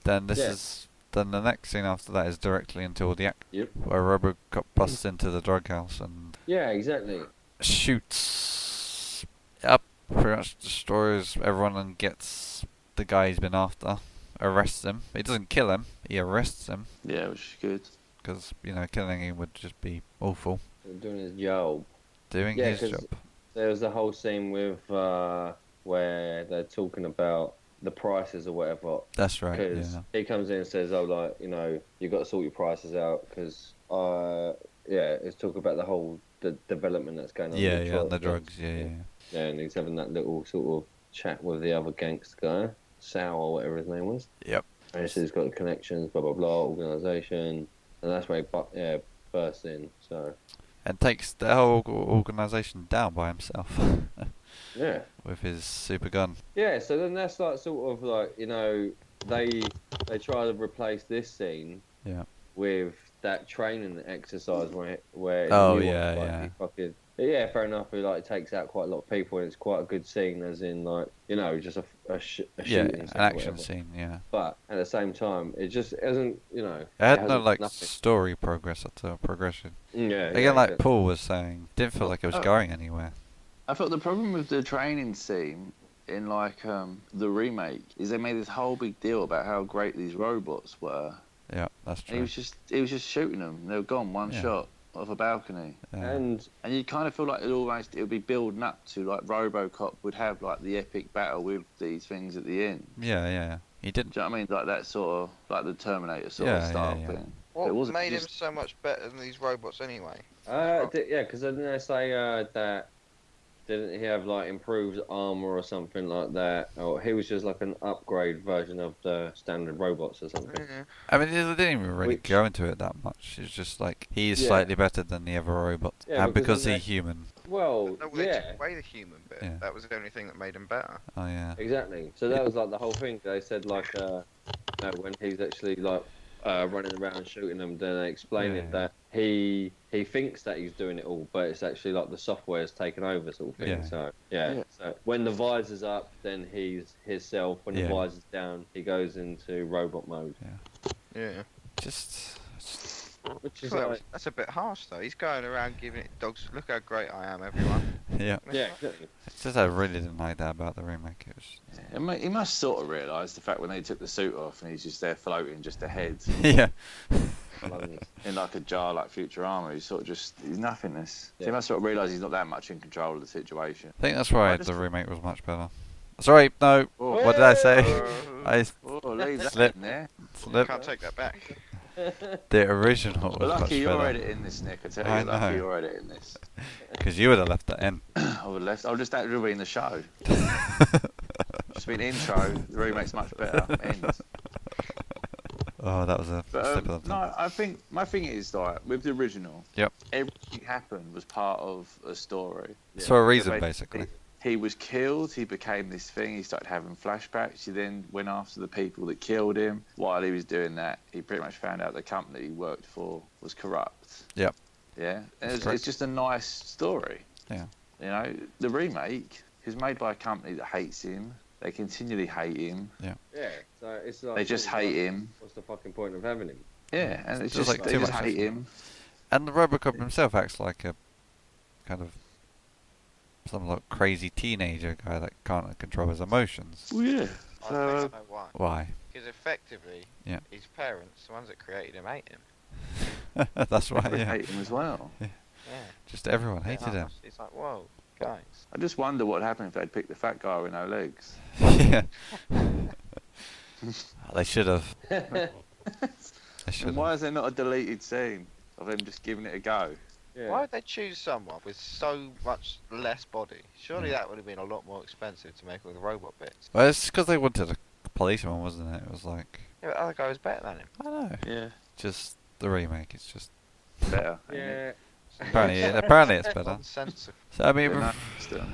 [SPEAKER 3] Then this
[SPEAKER 2] Yeah.
[SPEAKER 3] is then the next scene after that is directly into all the act
[SPEAKER 2] Yep.
[SPEAKER 3] where Robocop busts into the drug house and
[SPEAKER 2] Yeah, exactly.
[SPEAKER 3] shoots up, pretty much destroys everyone and gets the guy he's been after, arrests him. He doesn't kill him, he arrests him
[SPEAKER 1] Yeah, which is good.
[SPEAKER 3] because, you know, killing him would just be awful.
[SPEAKER 2] Doing his job.
[SPEAKER 3] Doing
[SPEAKER 2] Yeah,
[SPEAKER 3] his
[SPEAKER 2] 'cause-
[SPEAKER 3] job.
[SPEAKER 2] There was the whole scene with uh, where they're talking about the prices or whatever
[SPEAKER 3] That's right,
[SPEAKER 2] because
[SPEAKER 3] yeah.
[SPEAKER 2] he comes in and says, "Oh, like you know, you got to sort your prices out." Because uh, yeah, it's talk about the whole the development that's going on.
[SPEAKER 3] Yeah,
[SPEAKER 2] with
[SPEAKER 3] yeah, on the
[SPEAKER 2] drugs.
[SPEAKER 3] drugs, yeah, yeah.
[SPEAKER 2] Yeah, and he's having that little sort of chat with the other gangster guy, Sal or whatever his name was.
[SPEAKER 3] Yep.
[SPEAKER 2] And he says he's got the connections, blah blah blah, organisation, and that's where he bu- yeah bursts in. So
[SPEAKER 3] And takes the whole organisation down by himself
[SPEAKER 2] yeah.
[SPEAKER 3] with his super gun.
[SPEAKER 2] Yeah, so then that's like sort of like you know they they try to replace this scene
[SPEAKER 3] Yeah.
[SPEAKER 2] with that training exercise where where it's
[SPEAKER 3] Oh,
[SPEAKER 2] nuanced,
[SPEAKER 3] yeah,
[SPEAKER 2] like,
[SPEAKER 3] yeah.
[SPEAKER 2] he fucking, yeah fair enough it like takes out quite a lot of people and it's quite a good scene as in like you know just a, a, sh- a
[SPEAKER 3] Yeah,
[SPEAKER 2] shooting
[SPEAKER 3] an
[SPEAKER 2] scene or
[SPEAKER 3] action
[SPEAKER 2] whatever.
[SPEAKER 3] scene, yeah.
[SPEAKER 2] but at the same time it just isn't you know
[SPEAKER 3] It had no
[SPEAKER 2] hasn't-
[SPEAKER 3] like
[SPEAKER 2] nothing.
[SPEAKER 3] story progress at all progression.
[SPEAKER 2] yeah
[SPEAKER 3] Again,
[SPEAKER 2] yeah,
[SPEAKER 3] like
[SPEAKER 2] exactly.
[SPEAKER 3] Paul was saying, didn't feel like it was
[SPEAKER 1] Oh.
[SPEAKER 3] going anywhere.
[SPEAKER 1] I thought the problem with the training scene in like um, the remake is they made this whole big deal about how great these robots were,
[SPEAKER 3] Yeah, that's
[SPEAKER 1] and he
[SPEAKER 3] true.
[SPEAKER 1] was just he was just shooting them. They were gone one
[SPEAKER 3] Yeah.
[SPEAKER 1] shot off a balcony,
[SPEAKER 3] Yeah.
[SPEAKER 2] and
[SPEAKER 1] and you kind of feel like it almost it would be building up to like RoboCop would have like the epic battle with these things at the end.
[SPEAKER 3] Yeah, yeah. He didn't.
[SPEAKER 1] Do you know what I mean? Like that sort of like the Terminator sort
[SPEAKER 3] Yeah,
[SPEAKER 1] of style
[SPEAKER 3] yeah, yeah.
[SPEAKER 1] thing. It
[SPEAKER 4] What
[SPEAKER 1] wasn't
[SPEAKER 4] made him
[SPEAKER 1] just-
[SPEAKER 4] so much better than these robots anyway?
[SPEAKER 2] uh d- yeah because didn't they say uh, that didn't he have like improved armor or something like that or he was just like an upgrade version of the standard robots or something
[SPEAKER 4] Yeah.
[SPEAKER 3] I mean, they didn't even really
[SPEAKER 2] Which-
[SPEAKER 3] go into it that much. It's just like he is
[SPEAKER 2] Yeah.
[SPEAKER 3] slightly better than the other robot,
[SPEAKER 2] Yeah,
[SPEAKER 3] and
[SPEAKER 2] because
[SPEAKER 3] because
[SPEAKER 2] in
[SPEAKER 3] he's human.
[SPEAKER 2] well
[SPEAKER 4] No, they
[SPEAKER 2] yeah
[SPEAKER 4] took away the human bit.
[SPEAKER 3] Yeah.
[SPEAKER 4] That was the only thing that made him better.
[SPEAKER 3] Oh yeah.
[SPEAKER 2] Exactly. So that was like the whole thing. They said like, uh, you know, when he's actually like uh, running around shooting them, then they explain
[SPEAKER 3] Yeah.
[SPEAKER 2] it that he he thinks that he's doing it all, but it's actually like the software's taken over sort of thing.
[SPEAKER 3] Yeah.
[SPEAKER 2] So yeah.
[SPEAKER 1] Yeah.
[SPEAKER 2] So when the visor's up, then he's himself. When
[SPEAKER 3] Yeah.
[SPEAKER 2] the visor's down, he goes into robot mode,
[SPEAKER 4] Yeah.
[SPEAKER 3] Just, just
[SPEAKER 2] which is
[SPEAKER 4] Well,
[SPEAKER 2] like,
[SPEAKER 4] that's a bit harsh though. He's going around giving it dogs. Look how great I am, everyone.
[SPEAKER 3] yeah.
[SPEAKER 2] yeah, exactly.
[SPEAKER 3] It's just I really didn't like that about the remake. It was,
[SPEAKER 1] It mu- He must sort of realise the fact when they took the suit off and he's just there floating, just a head
[SPEAKER 3] yeah.
[SPEAKER 2] London.
[SPEAKER 1] in like a jar like Futurama. He's sort of just he's nothingness. So
[SPEAKER 2] Yeah.
[SPEAKER 1] he must sort of realise he's not that much in control of the situation.
[SPEAKER 3] I think that's
[SPEAKER 1] I
[SPEAKER 3] why
[SPEAKER 1] just-
[SPEAKER 3] the remake was much better. Sorry, no.
[SPEAKER 1] Oh,
[SPEAKER 3] What did I say?
[SPEAKER 4] Uh,
[SPEAKER 3] I
[SPEAKER 1] oh leave that
[SPEAKER 3] Slip.
[SPEAKER 1] in there.
[SPEAKER 4] I
[SPEAKER 3] flip.
[SPEAKER 4] can't take that back.
[SPEAKER 3] The original
[SPEAKER 1] Well,
[SPEAKER 3] was much
[SPEAKER 1] lucky you're
[SPEAKER 3] better
[SPEAKER 1] editing this, Nick. I tell you,
[SPEAKER 3] I
[SPEAKER 1] lucky
[SPEAKER 3] know.
[SPEAKER 1] you're editing this.
[SPEAKER 3] because you would have left that in.
[SPEAKER 1] I would less. I'll just actually reading the show. Just been intro. The remake's much better. End.
[SPEAKER 3] oh, that was a
[SPEAKER 1] But
[SPEAKER 3] slip
[SPEAKER 1] um,
[SPEAKER 3] of the tongue.
[SPEAKER 1] no, I think my thing is like with the original.
[SPEAKER 3] Yep.
[SPEAKER 1] Everything happened was part of a story.
[SPEAKER 3] It's for a reason,
[SPEAKER 1] So
[SPEAKER 3] basically.
[SPEAKER 1] He was killed. He became this thing. He started having flashbacks. He then went after the people that killed him. While he was doing that, he pretty much found out the company he worked for was corrupt.
[SPEAKER 3] Yep.
[SPEAKER 1] Yeah. And it's,
[SPEAKER 3] correct.
[SPEAKER 1] it's just a nice story.
[SPEAKER 3] Yeah.
[SPEAKER 1] You know, the remake is made by a company that hates him. They continually hate him.
[SPEAKER 2] Yeah, so it's like
[SPEAKER 1] They just hate him.
[SPEAKER 2] What's the fucking point of having him?
[SPEAKER 1] Yeah, and it's
[SPEAKER 3] Feels
[SPEAKER 1] just
[SPEAKER 3] like
[SPEAKER 1] they
[SPEAKER 3] too
[SPEAKER 1] just
[SPEAKER 3] much
[SPEAKER 1] hate
[SPEAKER 3] effort.
[SPEAKER 1] him.
[SPEAKER 3] And the Robocop himself acts like a kind of some like crazy teenager guy that can't control his emotions.
[SPEAKER 1] Well, yeah.
[SPEAKER 4] I
[SPEAKER 1] So, uh,
[SPEAKER 4] think I know why.
[SPEAKER 3] Why?
[SPEAKER 4] Because effectively,
[SPEAKER 3] Yeah.
[SPEAKER 4] his parents, the ones that created him, hate him.
[SPEAKER 3] That's why.
[SPEAKER 1] They
[SPEAKER 3] Yeah.
[SPEAKER 1] hate him as well.
[SPEAKER 4] Yeah.
[SPEAKER 3] Just everyone hated him.
[SPEAKER 4] It's like, whoa, guys.
[SPEAKER 1] I just wonder what happened if they'd picked the fat guy with no legs.
[SPEAKER 3] yeah. they should have. They should
[SPEAKER 1] And why
[SPEAKER 3] have.
[SPEAKER 1] is there not a deleted scene of them just giving it a go?
[SPEAKER 2] Yeah.
[SPEAKER 4] Why would they choose someone with so much less body? Surely
[SPEAKER 3] Mm.
[SPEAKER 4] that would have been a lot more expensive to make all the robot bits.
[SPEAKER 3] Well, it's because they wanted a policeman, wasn't it? It was like
[SPEAKER 4] Yeah, but the other guy was better than him.
[SPEAKER 3] I don't know.
[SPEAKER 1] Yeah.
[SPEAKER 3] Just the remake. It's just
[SPEAKER 1] Better.
[SPEAKER 2] Yeah.
[SPEAKER 3] apparently apparently it's better.
[SPEAKER 4] Nonsensical.
[SPEAKER 3] So I mean,
[SPEAKER 1] But no,
[SPEAKER 3] ref-
[SPEAKER 1] still.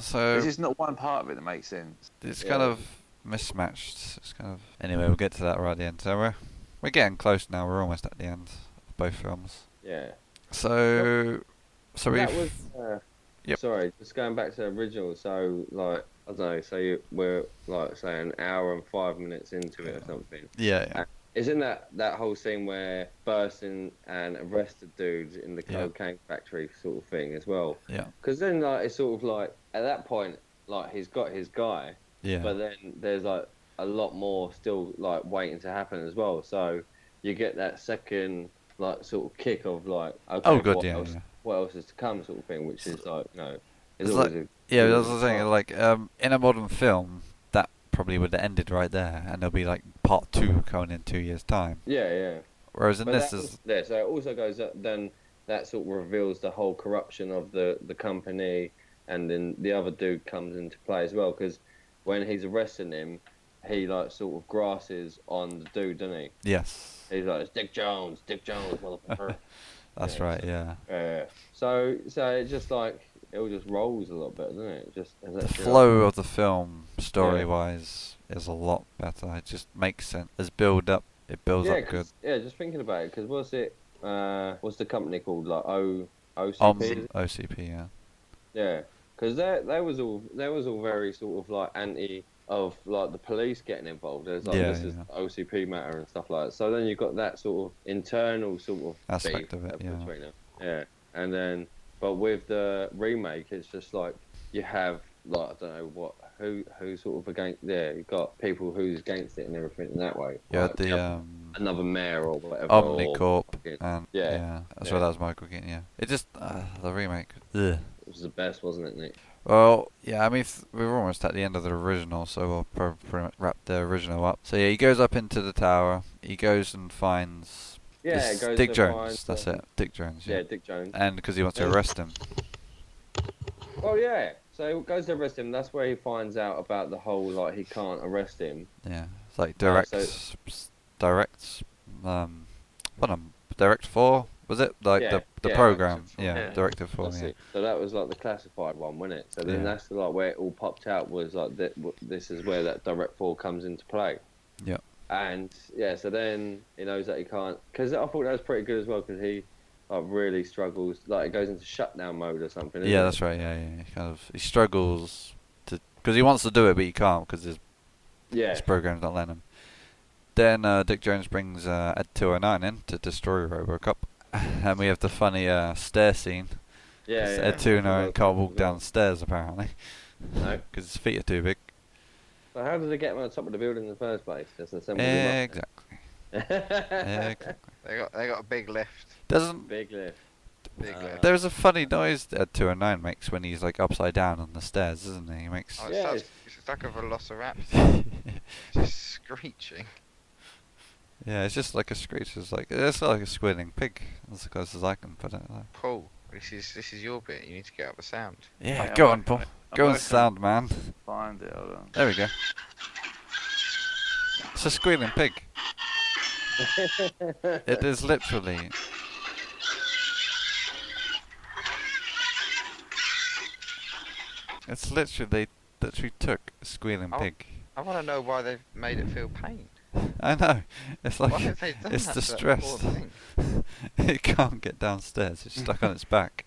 [SPEAKER 3] so uh,
[SPEAKER 1] There's just uh, not one part of it that makes sense.
[SPEAKER 3] It's
[SPEAKER 2] Yeah.
[SPEAKER 3] kind of mismatched. It's kind of anyway. We'll get to that right at the end. So we're we're getting close now. We're almost at the end of both films.
[SPEAKER 2] Yeah.
[SPEAKER 3] So so we
[SPEAKER 2] that was. Uh,
[SPEAKER 3] Yep.
[SPEAKER 2] Sorry, just going back to the original. So, like, I don't know. So you, we're like say an hour and five minutes into it or something.
[SPEAKER 3] yeah, yeah.
[SPEAKER 2] Isn't that that whole scene where Burson and arrested dudes in the
[SPEAKER 3] Yeah.
[SPEAKER 2] cocaine factory sort of thing as well?
[SPEAKER 3] Yeah.
[SPEAKER 2] Because then, like, it's sort of like at that point, like he's got his guy,
[SPEAKER 3] yeah.
[SPEAKER 2] but then there's like a lot more still like waiting to happen as well. So you get that second like sort of kick of like okay,
[SPEAKER 3] Oh, good,
[SPEAKER 2] what
[SPEAKER 3] yeah,
[SPEAKER 2] else,
[SPEAKER 3] yeah.
[SPEAKER 2] what else is to come sort of thing, which is like you know,
[SPEAKER 3] It's
[SPEAKER 2] it's always
[SPEAKER 3] like-
[SPEAKER 2] a,
[SPEAKER 3] yeah, that's what I'm saying. Like um, in a modern film, that probably would have ended right there, and there'll be like part two coming in two years' time.
[SPEAKER 2] yeah, yeah.
[SPEAKER 3] Whereas in
[SPEAKER 2] But
[SPEAKER 3] this
[SPEAKER 2] that
[SPEAKER 3] is
[SPEAKER 2] was there, so it also goes up. Then that sort of reveals the whole corruption of the the company, and then the other dude comes into play as well because when he's arresting him, he like sort of grasses on the dude, doesn't he?
[SPEAKER 3] yes,
[SPEAKER 2] He's like, it's Dick Jones, Dick Jones, motherfucker.
[SPEAKER 3] that's
[SPEAKER 2] yeah,
[SPEAKER 3] right. Yeah,
[SPEAKER 2] Yeah. So so it just like it all just rolls a lot better, doesn't it? It Just it
[SPEAKER 3] the
[SPEAKER 2] lets you
[SPEAKER 3] flow of the film story-wise is a lot better. It just makes sense. There's build up. It
[SPEAKER 2] Like,
[SPEAKER 3] builds
[SPEAKER 2] yeah,
[SPEAKER 3] up good.
[SPEAKER 2] 'cause- yeah. Just thinking about it, because what's it? Uh, what's the company called? Like O OCP.
[SPEAKER 3] Um, OCP. Yeah.
[SPEAKER 2] Yeah, because that that was all that was all very sort of like anti of like the police getting involved. It's like
[SPEAKER 3] Yeah,
[SPEAKER 2] this is
[SPEAKER 3] yeah.
[SPEAKER 2] OCP matter and stuff like that. So then you've got that sort of internal sort of
[SPEAKER 3] Aspect
[SPEAKER 2] beef
[SPEAKER 3] of it, yeah.
[SPEAKER 2] between them. Yeah, and then but with the remake, it's just like you have like I don't know what who who sort of against yeah you've got people who's against it and everything in that way.
[SPEAKER 3] Yeah,
[SPEAKER 2] Like,
[SPEAKER 3] the
[SPEAKER 2] another-
[SPEAKER 3] um,
[SPEAKER 2] another mayor or whatever. or-
[SPEAKER 3] Omnicorp and yeah,
[SPEAKER 2] Yeah,
[SPEAKER 3] that's
[SPEAKER 2] yeah.
[SPEAKER 3] well that was Michael Keaton. Yeah, it just uh, the remake. Ugh.
[SPEAKER 2] It was the best, wasn't it, Nick?
[SPEAKER 3] Well, yeah, I mean th- we were almost at the end of the original, so we'll pro- pretty much wrap the original up. So yeah, he goes up into the tower. He goes and finds
[SPEAKER 2] Yeah,
[SPEAKER 3] this
[SPEAKER 2] it goes
[SPEAKER 3] Dick
[SPEAKER 2] to
[SPEAKER 3] Jones.
[SPEAKER 2] find,
[SPEAKER 3] that's
[SPEAKER 2] uh,
[SPEAKER 3] it, Dick Jones. Yeah,
[SPEAKER 2] Yeah, Dick Jones.
[SPEAKER 3] and because he wants to
[SPEAKER 2] Yeah.
[SPEAKER 3] arrest him.
[SPEAKER 2] Oh yeah. So he goes to arrest him. That's where he finds out about the whole like he can't arrest him.
[SPEAKER 3] Yeah, it's like
[SPEAKER 2] No,
[SPEAKER 3] direct,
[SPEAKER 2] Uh, so-
[SPEAKER 3] s- direct, um, what um, direct four was it? Like
[SPEAKER 2] Yeah,
[SPEAKER 3] the the
[SPEAKER 2] yeah,
[SPEAKER 3] program?
[SPEAKER 2] Directive Four,
[SPEAKER 3] Yeah,
[SPEAKER 2] yeah.
[SPEAKER 3] directive four.
[SPEAKER 2] That's
[SPEAKER 3] Yeah.
[SPEAKER 2] it. So that was like the classified one, wasn't it? So then
[SPEAKER 3] Yeah.
[SPEAKER 2] that's like where it all popped out was like that. w- This is where that direct four comes into play.
[SPEAKER 3] Yep.
[SPEAKER 2] And yeah, so then he knows that he can't because I thought that was pretty good as well because he like really struggles. Like it goes into shutdown mode or something. isn't
[SPEAKER 3] Yeah,
[SPEAKER 2] it?
[SPEAKER 3] that's right. Yeah, yeah. He kind of he struggles to because he wants to do it, but he can't because his,
[SPEAKER 2] yeah.
[SPEAKER 3] his program's not letting him. Then uh, Dick Jones brings uh, Ed 209 in to destroy RoboCop, and we have the funny uh, stair scene.
[SPEAKER 2] Yeah,
[SPEAKER 3] 'cause
[SPEAKER 2] yeah.
[SPEAKER 3] Ed 209 can't walk
[SPEAKER 2] Yeah.
[SPEAKER 3] downstairs apparently
[SPEAKER 2] No.
[SPEAKER 3] because his feet are too big.
[SPEAKER 2] So how did they get him on top of the building in the first place? Just assemble him up.
[SPEAKER 3] Exactly. exactly.
[SPEAKER 4] They got they got a big lift.
[SPEAKER 3] Doesn't
[SPEAKER 2] Big lift.
[SPEAKER 4] Big
[SPEAKER 2] Uh,
[SPEAKER 4] lift.
[SPEAKER 3] there's a funny noise that Ed 209 makes when he's like upside down on the stairs, isn't he? He makes.
[SPEAKER 4] Oh,
[SPEAKER 2] Yeah,
[SPEAKER 4] it's, such, it's like a velociraptor just screeching.
[SPEAKER 3] Yeah, it's just like a screech. It's like it's like a squirting pig. That's as close as I can put it. Like,
[SPEAKER 4] Paul, this is this is your bit. You need to get up the sound.
[SPEAKER 3] yeah,
[SPEAKER 1] I'm
[SPEAKER 3] go on,
[SPEAKER 1] working
[SPEAKER 3] Paul.
[SPEAKER 1] on it. I'm
[SPEAKER 3] Go on,
[SPEAKER 1] working
[SPEAKER 3] sound man.
[SPEAKER 1] Find it. Hold on.
[SPEAKER 3] There we go. It's a squealing pig. It is literally. It's literally they literally took a squealing
[SPEAKER 4] Oh.
[SPEAKER 3] pig.
[SPEAKER 4] I want to know why they've made it feel pain.
[SPEAKER 3] I know. It's like
[SPEAKER 4] why have they done
[SPEAKER 3] it's
[SPEAKER 4] that
[SPEAKER 3] distressed.
[SPEAKER 4] To that poor thing?
[SPEAKER 3] it can't get downstairs. It's stuck on its back.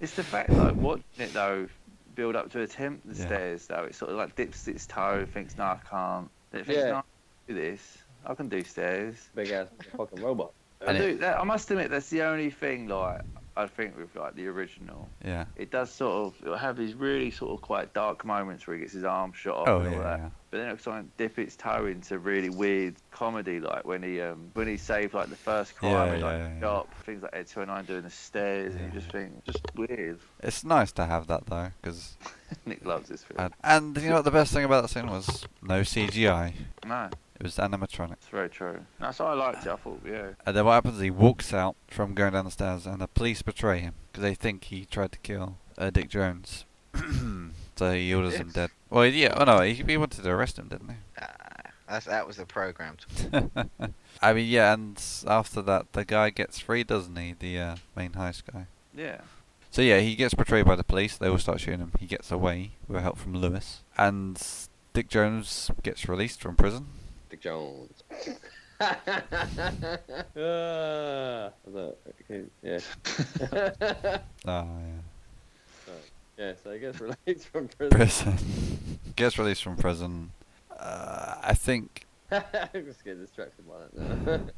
[SPEAKER 1] It's the fact like watching it though, build up to attempt the
[SPEAKER 3] Yeah.
[SPEAKER 1] stairs though. It sort of like dips its toe, thinks no, I can't. Then it thinks
[SPEAKER 2] Yeah.
[SPEAKER 1] no, I can do this. I can do stairs.
[SPEAKER 2] Big ass fucking robot.
[SPEAKER 1] I
[SPEAKER 3] And it-
[SPEAKER 1] do. That, I must admit that's the only thing like I think with like the original.
[SPEAKER 3] Yeah.
[SPEAKER 1] It does sort of it'll have these really sort of quite dark moments where it gets his arm shot off
[SPEAKER 3] Oh
[SPEAKER 1] and
[SPEAKER 3] yeah.
[SPEAKER 1] all that.
[SPEAKER 3] yeah.
[SPEAKER 1] But then it's trying to dip its toe into really weird comedy, like when he um, when he saved like the first crime
[SPEAKER 3] Yeah,
[SPEAKER 1] and, like
[SPEAKER 3] yeah, yeah.
[SPEAKER 1] shop, things like Ed 209 doing the stairs, and
[SPEAKER 3] Yeah.
[SPEAKER 1] you just think just weird.
[SPEAKER 3] It's nice to have that though, because
[SPEAKER 1] Nick loves this film.
[SPEAKER 3] and, and you know what the best thing about that scene was no CGI.
[SPEAKER 1] no,
[SPEAKER 3] It was animatronic.
[SPEAKER 1] it's very true. That's why I liked it. I thought, yeah,
[SPEAKER 3] And then what happens? He walks out from going down the stairs, and the police betray him because they think he tried to kill uh, Dick Jones. so he orders him
[SPEAKER 4] Yes.
[SPEAKER 3] dead. Well, yeah. Oh no, he, he wanted to arrest him, didn't
[SPEAKER 4] Ah, that's, that was the program.
[SPEAKER 3] he? I mean, yeah. And s- after that, the guy gets free, doesn't he? The uh, main heist guy.
[SPEAKER 1] yeah.
[SPEAKER 3] So yeah, he gets betrayed by the police. They all start shooting him. He gets away with help from Lewis, and Dick Jones gets released from prison.
[SPEAKER 2] Dick Jones. Uh, Ah, look, okay, yeah.
[SPEAKER 3] Ah, yeah.
[SPEAKER 2] yeah, so I guess relates from prison.
[SPEAKER 3] Prison. gets released from prison. Uh, I think.
[SPEAKER 2] I'm just getting distracted by that now.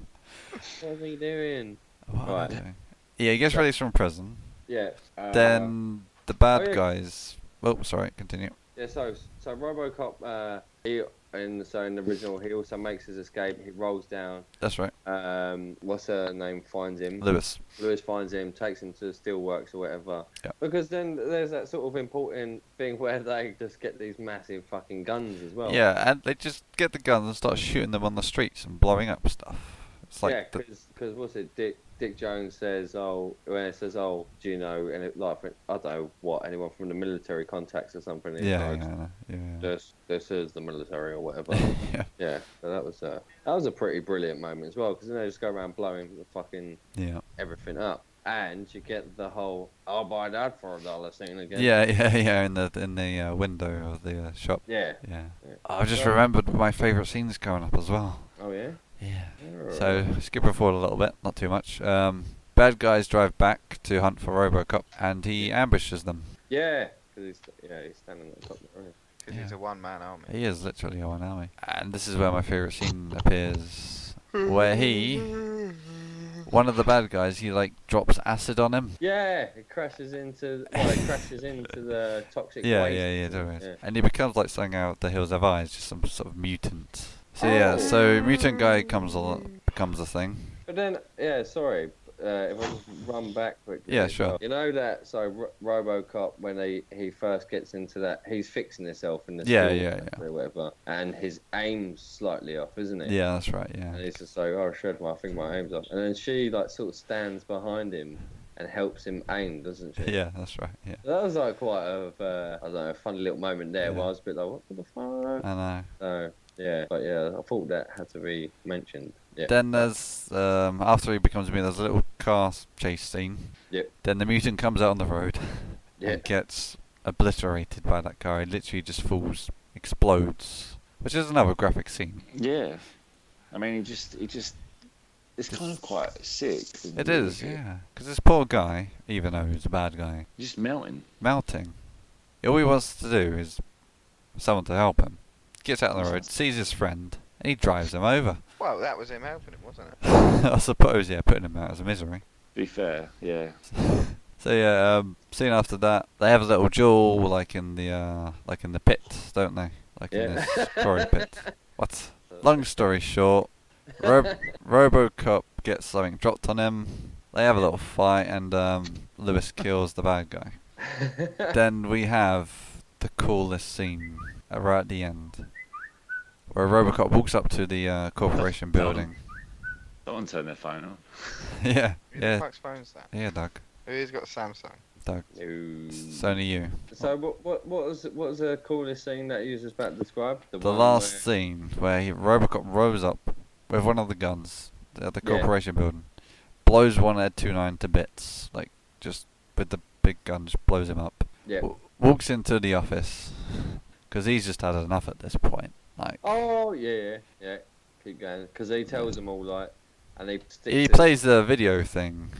[SPEAKER 2] what are we doing?
[SPEAKER 3] What am I
[SPEAKER 2] Right.
[SPEAKER 3] doing? Yeah, he gets released from prison.
[SPEAKER 2] Yeah. Uh,
[SPEAKER 3] then the bad
[SPEAKER 2] yeah.
[SPEAKER 3] guys. Oh, sorry. Continue.
[SPEAKER 2] Yeah, so so RoboCop, uh, he in so in the original, he also makes his escape. He rolls down.
[SPEAKER 3] That's right.
[SPEAKER 2] Um, what's her name? Finds him.
[SPEAKER 3] Lewis.
[SPEAKER 2] Lewis finds him, takes him to the steelworks or whatever.
[SPEAKER 3] Yeah.
[SPEAKER 2] Because then there's that sort of important thing where they just get these massive fucking guns as well.
[SPEAKER 3] Yeah, and they just get the guns and start shooting them on the streets and blowing up stuff. It's like
[SPEAKER 2] yeah,
[SPEAKER 3] the,
[SPEAKER 2] because what's it? Dick Dick Jones says, "Oh, when it says, oh, do you know?" And it, like I don't know what anyone from the military contacts or something. and
[SPEAKER 3] yeah,
[SPEAKER 2] it's
[SPEAKER 3] yeah,
[SPEAKER 2] like,
[SPEAKER 3] yeah, yeah.
[SPEAKER 2] This this is the military or whatever.
[SPEAKER 3] yeah,
[SPEAKER 2] yeah, so that was a that was a pretty brilliant moment as well because then they just go around blowing the fucking
[SPEAKER 3] yeah,
[SPEAKER 2] everything up, and you get the whole "I'll buy that for a dollar" scene again.
[SPEAKER 3] yeah, yeah, yeah. In the in the uh, window of the uh, shop.
[SPEAKER 2] Yeah.
[SPEAKER 3] Yeah.
[SPEAKER 2] Yeah.
[SPEAKER 3] I've just
[SPEAKER 2] So-
[SPEAKER 3] remembered my favourite scenes coming up as well.
[SPEAKER 2] Oh yeah. Oh.
[SPEAKER 3] Yeah.
[SPEAKER 2] Alright.
[SPEAKER 3] So skipping forward a little bit, not too much. Um, bad guys drive back to hunt for RoboCop, and he ambushes them.
[SPEAKER 2] Yeah, because he's yeah he's standing on top of the roof.
[SPEAKER 4] Because he's
[SPEAKER 3] Yeah.
[SPEAKER 4] a one-man army.
[SPEAKER 3] He is literally a one army. And this is where my favourite scene appears. Where he, one of the bad guys, he like drops acid on him.
[SPEAKER 2] Yeah, it crashes into well, it crashes into the toxic
[SPEAKER 3] Yeah,
[SPEAKER 2] waste.
[SPEAKER 3] yeah, yeah, there is.
[SPEAKER 2] Yeah.
[SPEAKER 3] And he becomes like something out of the Hills Have Eyes, just some sort of mutant. So yeah, so mutant guy comes al- becomes a thing.
[SPEAKER 2] But then, yeah, sorry. Uh, if I just run back quickly.
[SPEAKER 3] Yeah,
[SPEAKER 2] as
[SPEAKER 3] sure.
[SPEAKER 2] well. You know that, so Ro- RoboCop, when he, he first gets into that, he's fixing himself in the
[SPEAKER 3] Yeah,
[SPEAKER 2] steel
[SPEAKER 3] yeah,
[SPEAKER 2] factory or whatever, and his aim's slightly off, isn't it?
[SPEAKER 3] Yeah, that's right. Yeah.
[SPEAKER 2] And he's just like, oh, shit, well, I think my aim's off. And then she, like, sort of stands behind him and helps him aim, doesn't she?
[SPEAKER 3] Yeah, that's right. Yeah.
[SPEAKER 2] That was, like, quite a, uh, I don't know, a funny little moment there
[SPEAKER 3] Yeah.
[SPEAKER 2] where I was a bit like, what the fuck?
[SPEAKER 3] I know.
[SPEAKER 2] So, yeah, but yeah, I thought that had to be mentioned. Yeah.
[SPEAKER 3] Then there's um, after he becomes me, there's a little car chase scene.
[SPEAKER 2] Yep.
[SPEAKER 3] Then the mutant comes out on the road
[SPEAKER 2] Yeah.
[SPEAKER 3] and gets obliterated by that car. He literally just falls, explodes, which is another graphic scene.
[SPEAKER 1] Yeah. I mean, it just, it just, it's kind of quite sick. isn't
[SPEAKER 3] It is, yeah. Because this poor guy, even though he's a bad guy,
[SPEAKER 1] Just melting.
[SPEAKER 3] melting. All he wants to do is someone to help him. Gets out on the road, sees his friend, and he drives him over.
[SPEAKER 4] Well, that was him helping him, wasn't it?
[SPEAKER 3] I suppose, yeah, putting him out as a misery.
[SPEAKER 1] To be fair, yeah.
[SPEAKER 3] So yeah, um, soon after that, they have a little duel, like in the uh, like in the pit, don't they? Like in
[SPEAKER 2] Yeah.
[SPEAKER 3] this quarry pit. What? Long story short, Ro- RoboCop gets something dropped on him. They have a little fight, and um, Lewis kills the bad guy. then we have the coolest scene uh, right at the end, where RoboCop walks up to the uh, corporation building
[SPEAKER 1] Someone turn their phone on.
[SPEAKER 3] yeah,
[SPEAKER 4] Who the
[SPEAKER 3] yeah,
[SPEAKER 4] fuck's phone's that?
[SPEAKER 3] yeah, Doug.
[SPEAKER 4] Who's got Samsung?
[SPEAKER 3] Doug.
[SPEAKER 2] No.
[SPEAKER 3] It's only you.
[SPEAKER 2] So what what what was what was the coolest thing that you was just about to describe?
[SPEAKER 3] The
[SPEAKER 2] one
[SPEAKER 3] last
[SPEAKER 2] where-
[SPEAKER 3] scene where he, Robocop rose up with one of the guns at the
[SPEAKER 2] Yeah.
[SPEAKER 3] corporation building, blows one Ed 29 to bits, like just with the big gun, just blows him up.
[SPEAKER 2] Yeah.
[SPEAKER 3] W- walks into the office because he's just had enough at this point. Like
[SPEAKER 2] Oh yeah yeah yeah. Keep going because he tells them all like, and he sticks.
[SPEAKER 3] he
[SPEAKER 2] it-
[SPEAKER 3] plays the video thing,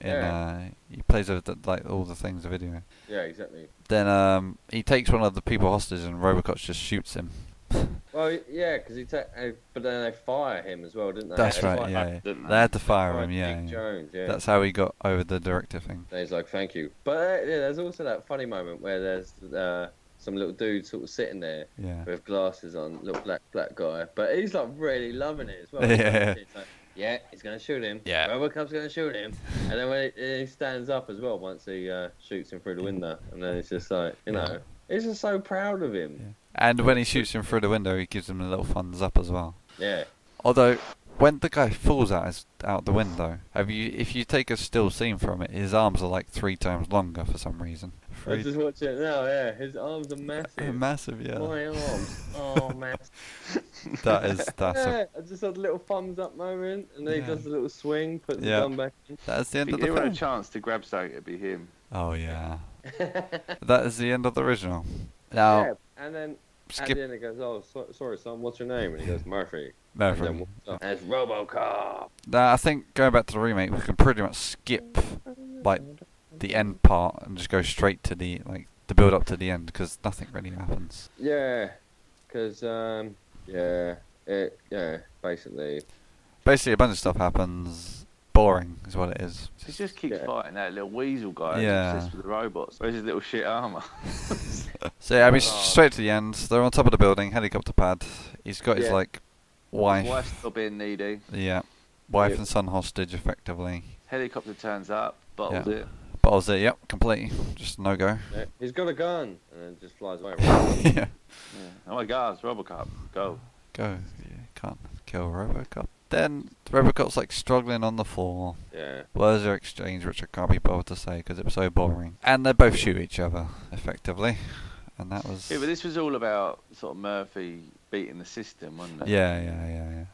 [SPEAKER 3] in,
[SPEAKER 2] Yeah.
[SPEAKER 3] uh, he plays the, the- like all the things the video.
[SPEAKER 2] Yeah exactly.
[SPEAKER 3] Then um, he takes one of the people hostage and Robocop just shoots him.
[SPEAKER 2] Well yeah because he ta- uh, but then they fire him as well didn't they?
[SPEAKER 3] That's
[SPEAKER 2] They
[SPEAKER 3] right,
[SPEAKER 2] fire-
[SPEAKER 3] yeah.
[SPEAKER 1] Didn't
[SPEAKER 3] They had to fire
[SPEAKER 2] fire
[SPEAKER 3] him, yeah.
[SPEAKER 2] Dick
[SPEAKER 3] yeah.
[SPEAKER 2] Jones yeah.
[SPEAKER 3] That's how he got over the director thing.
[SPEAKER 2] And he's like, thank you. But uh, yeah, there's also that funny moment where there's uh, some little dude sort of sitting there
[SPEAKER 3] Yeah.
[SPEAKER 2] with glasses on, little black black guy. But he's like really loving it as well.
[SPEAKER 3] Yeah.
[SPEAKER 2] He's like, yeah, he's gonna shoot him.
[SPEAKER 3] Yeah.
[SPEAKER 2] Robocop's gonna shoot him. And then when he, he stands up as well, once he uh, shoots him through the window, and then it's just like, you know, he's just so proud of him.
[SPEAKER 3] And when he shoots him through the window, he gives him a little thumbs up as well.
[SPEAKER 2] Yeah.
[SPEAKER 3] Although, when the guy falls out his, out the window, have you if you take a still scene from it, his arms are like three times longer for some reason.
[SPEAKER 2] I
[SPEAKER 3] Three
[SPEAKER 2] was just watching it now. Yeah, his arms are massive.
[SPEAKER 3] massive, yeah.
[SPEAKER 2] My arms. Oh, massive.
[SPEAKER 3] That is that's
[SPEAKER 2] yeah,
[SPEAKER 3] a,
[SPEAKER 2] I just had a little thumbs up moment, and then
[SPEAKER 3] Yeah.
[SPEAKER 2] he does a little swing, puts the
[SPEAKER 3] Yeah.
[SPEAKER 2] gun back in.
[SPEAKER 3] that's the end
[SPEAKER 1] If
[SPEAKER 3] of
[SPEAKER 1] you
[SPEAKER 3] the
[SPEAKER 1] were a
[SPEAKER 3] film.
[SPEAKER 1] chance to grab something, it'd be him.
[SPEAKER 3] Oh yeah, that is the end of the original. Now
[SPEAKER 2] yeah, and then at
[SPEAKER 3] skip
[SPEAKER 2] the end it goes, oh, so, sorry, son, what's your name? And he goes, Murphy. And
[SPEAKER 3] Maverick.
[SPEAKER 2] then walks up, and it's RoboCop.
[SPEAKER 3] Now I think going back to the remake, we can pretty much skip like the end part and just go straight to the like the build up to the end because nothing really happens.
[SPEAKER 2] Yeah, because um, yeah, it, yeah, basically,
[SPEAKER 3] Basically, a bunch of stuff happens. Boring is what it is.
[SPEAKER 1] He just keeps
[SPEAKER 2] Yeah.
[SPEAKER 1] fighting that little weasel guy
[SPEAKER 3] Yeah.
[SPEAKER 1] yeah. obsessed with the robots. Where's his little shit armour?
[SPEAKER 3] So yeah, I mean, s- straight to the end. They're on top of the building, helicopter pad. He's got his
[SPEAKER 2] Yeah.
[SPEAKER 3] like
[SPEAKER 1] His
[SPEAKER 3] wife,
[SPEAKER 1] wife's still being needy.
[SPEAKER 3] yeah, wife
[SPEAKER 2] Yep.
[SPEAKER 3] and son hostage effectively.
[SPEAKER 1] Helicopter turns up, bottles
[SPEAKER 3] Yeah.
[SPEAKER 1] it.
[SPEAKER 3] But I was there, yep, complete, just no go.
[SPEAKER 2] yeah, he's got a gun, and then just flies away.
[SPEAKER 3] yeah,
[SPEAKER 1] Yeah. Oh my god, it's Robocop. Go.
[SPEAKER 3] go. Yeah, can't kill RoboCop. Then RoboCop's like struggling on the floor.
[SPEAKER 2] yeah,
[SPEAKER 3] Words are exchanged, which I can't be bothered to say because it was so boring. And they both shoot each other effectively, and that was.
[SPEAKER 1] Yeah, but this was all about sort of Murphy beating the system, wasn't it?
[SPEAKER 3] yeah, yeah, yeah, yeah.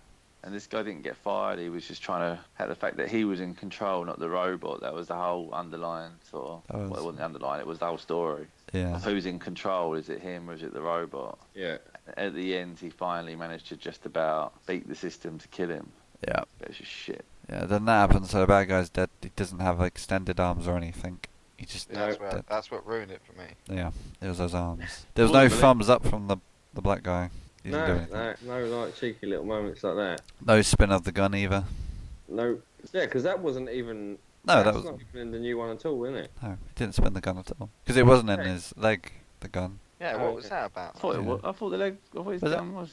[SPEAKER 1] And this guy didn't get fired. He was just trying to had the fact that he was in control, not the robot. That was the whole underlying sort of.
[SPEAKER 3] That was-
[SPEAKER 1] Well, it wasn't the underlying. It was the whole story.
[SPEAKER 3] Yeah.
[SPEAKER 1] Of who's in control? Is it him or is it the robot?
[SPEAKER 2] yeah.
[SPEAKER 1] At the end, he finally managed to just about beat the system to kill him.
[SPEAKER 3] Yeah.
[SPEAKER 1] But it's just shit.
[SPEAKER 3] Yeah, then that happens, so the bad guy's dead. He doesn't have extended arms or anything. He just
[SPEAKER 4] That's,
[SPEAKER 3] dead.
[SPEAKER 4] where, that's what ruined it for me.
[SPEAKER 3] Yeah, it was those arms. There was
[SPEAKER 1] Well,
[SPEAKER 3] no
[SPEAKER 1] but it-
[SPEAKER 3] thumbs up from the the black guy. He didn't do
[SPEAKER 2] No,
[SPEAKER 3] anything.
[SPEAKER 2] no, no, like cheeky little moments like that.
[SPEAKER 3] No spin of the gun either.
[SPEAKER 2] No, yeah, because that wasn't even.
[SPEAKER 3] No, that
[SPEAKER 2] that's
[SPEAKER 3] was
[SPEAKER 2] not even in the new one at all, isn't it?
[SPEAKER 3] no. He didn't spin the gun at all because it wasn't in
[SPEAKER 2] Yeah.
[SPEAKER 3] his leg. The gun.
[SPEAKER 4] Yeah,
[SPEAKER 2] Oh,
[SPEAKER 4] what was
[SPEAKER 2] okay.
[SPEAKER 4] that
[SPEAKER 1] I
[SPEAKER 4] about?
[SPEAKER 1] thought, it
[SPEAKER 3] Yeah.
[SPEAKER 1] was, I thought the leg. I thought his
[SPEAKER 3] Was it-
[SPEAKER 1] gun was.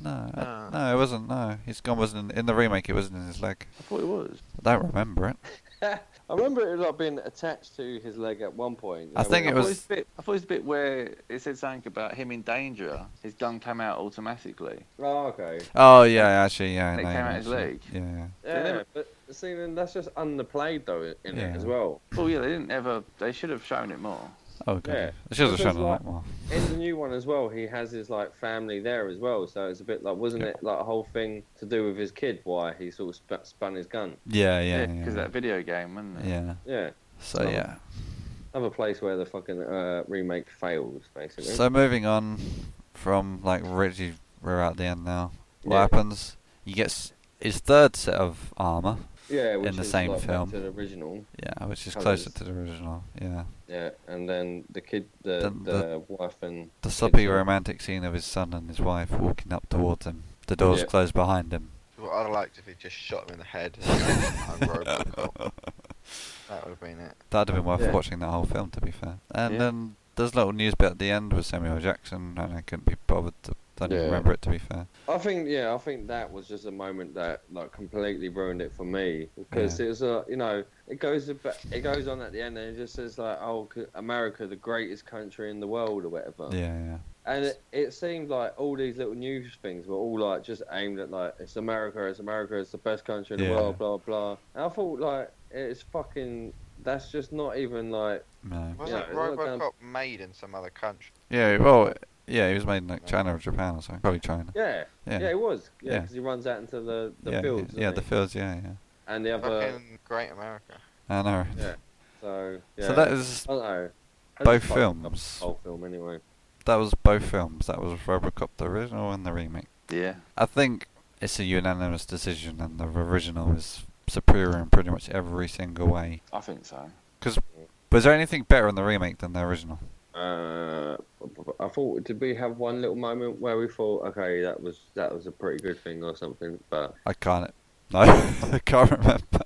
[SPEAKER 3] No, I-
[SPEAKER 4] Ah.
[SPEAKER 3] no, it wasn't. No, his gun wasn't in, in the remake. It wasn't in his leg.
[SPEAKER 1] I thought it was.
[SPEAKER 3] I don't remember it.
[SPEAKER 2] I remember it like being attached to his leg at one point.
[SPEAKER 3] I think
[SPEAKER 1] I
[SPEAKER 3] it
[SPEAKER 1] thought,
[SPEAKER 3] was-
[SPEAKER 1] it was the bit, I thought it was the bit where it said something about him in danger. His gun came out automatically.
[SPEAKER 2] Oh, okay.
[SPEAKER 3] Oh yeah, actually, yeah.
[SPEAKER 1] It
[SPEAKER 3] no,
[SPEAKER 1] came out his
[SPEAKER 3] actually.
[SPEAKER 1] leg.
[SPEAKER 3] Yeah, yeah.
[SPEAKER 1] They
[SPEAKER 2] Yeah,
[SPEAKER 1] never-
[SPEAKER 2] but see, then that's just underplayed though in in
[SPEAKER 3] Yeah.
[SPEAKER 2] it as well.
[SPEAKER 1] Oh yeah, they didn't ever. They should have shown it more.
[SPEAKER 3] Oh god,
[SPEAKER 2] Yeah.
[SPEAKER 3] it should have
[SPEAKER 2] Because,
[SPEAKER 3] shown a
[SPEAKER 2] like-
[SPEAKER 3] lot more.
[SPEAKER 2] In the new one as well, he has his like family there as well, so it's a bit like wasn't it like a whole thing to do with his kid why he sort of sp- spun his gun?
[SPEAKER 3] Yeah, yeah,
[SPEAKER 1] Yeah,
[SPEAKER 3] yeah.
[SPEAKER 1] because that video game, wasn't it?
[SPEAKER 3] yeah.
[SPEAKER 2] Yeah,
[SPEAKER 3] So
[SPEAKER 2] Oh.
[SPEAKER 3] yeah.
[SPEAKER 2] another place where the fucking uh, remake fails basically.
[SPEAKER 3] So moving on from like Richie, we're at the end now. What
[SPEAKER 2] Yeah.
[SPEAKER 3] happens? He gets his third set of armor.
[SPEAKER 2] yeah, which
[SPEAKER 3] in the
[SPEAKER 2] is,
[SPEAKER 3] same
[SPEAKER 2] like, back
[SPEAKER 3] film.
[SPEAKER 2] to the original.
[SPEAKER 3] Yeah, which is
[SPEAKER 2] Colours.
[SPEAKER 3] closer to the original. Yeah,
[SPEAKER 2] Yeah, and then the kid, the
[SPEAKER 3] Then
[SPEAKER 2] the,
[SPEAKER 3] the-
[SPEAKER 2] wife and
[SPEAKER 3] the
[SPEAKER 2] kid's
[SPEAKER 3] soppy
[SPEAKER 2] all-
[SPEAKER 3] romantic scene of his son and his wife walking up towards him. The doors
[SPEAKER 2] Yeah.
[SPEAKER 3] closed behind him.
[SPEAKER 4] What I'd have liked if he just shot him in the head. and said, "I'm Robocop." that would have been it.
[SPEAKER 3] That'd have been worth
[SPEAKER 2] Yeah.
[SPEAKER 3] watching that whole film, to be fair. And
[SPEAKER 1] Yeah.
[SPEAKER 3] then there's a little news bit at the end with Samuel Jackson, and I couldn't be bothered to Don't even
[SPEAKER 2] Yeah.
[SPEAKER 3] remember it to be fair.
[SPEAKER 2] I think yeah, I think that was just a moment that like completely ruined it for me because it was a you know it goes a bit- it goes on at the end and it just says like oh c- America the greatest country in the world or whatever
[SPEAKER 3] Yeah, yeah.
[SPEAKER 2] and it, it seemed like all these little news things were all like just aimed at like it's America it's America it's the best country in the
[SPEAKER 3] Yeah.
[SPEAKER 2] world blah blah and I thought like it's fucking that's just not even like
[SPEAKER 3] No.
[SPEAKER 4] Wasn't
[SPEAKER 2] Yeah, it's not
[SPEAKER 4] RoboCop
[SPEAKER 2] gonna-
[SPEAKER 4] made in some other country?
[SPEAKER 3] Yeah, well, yeah, he was made in like China or Japan or something. Probably China.
[SPEAKER 2] yeah yeah,
[SPEAKER 3] Yeah.
[SPEAKER 2] it was yeah
[SPEAKER 3] Yeah.
[SPEAKER 2] because he runs out into the the
[SPEAKER 3] yeah,
[SPEAKER 2] fields
[SPEAKER 3] yeah,
[SPEAKER 2] doesn't
[SPEAKER 3] the
[SPEAKER 2] he?
[SPEAKER 3] fields, yeah, yeah.
[SPEAKER 2] and the other
[SPEAKER 4] Fucking Great America.
[SPEAKER 3] I know.
[SPEAKER 2] Yeah. so yeah
[SPEAKER 3] So that is
[SPEAKER 2] I don't know. I
[SPEAKER 3] Both
[SPEAKER 2] just fucked up
[SPEAKER 3] films.
[SPEAKER 2] the Whole film, anyway.
[SPEAKER 3] that was both films. That was RoboCop the original and the remake.
[SPEAKER 1] Yeah.
[SPEAKER 3] I think it's a unanimous decision, and the original is superior in pretty much every single way.
[SPEAKER 1] I think so.
[SPEAKER 3] Was there anything better in the remake than the original?
[SPEAKER 2] Uh, I thought, did we have one little moment where we thought, okay, that was that was a pretty good thing or something? But
[SPEAKER 3] I can't. No, I can't remember.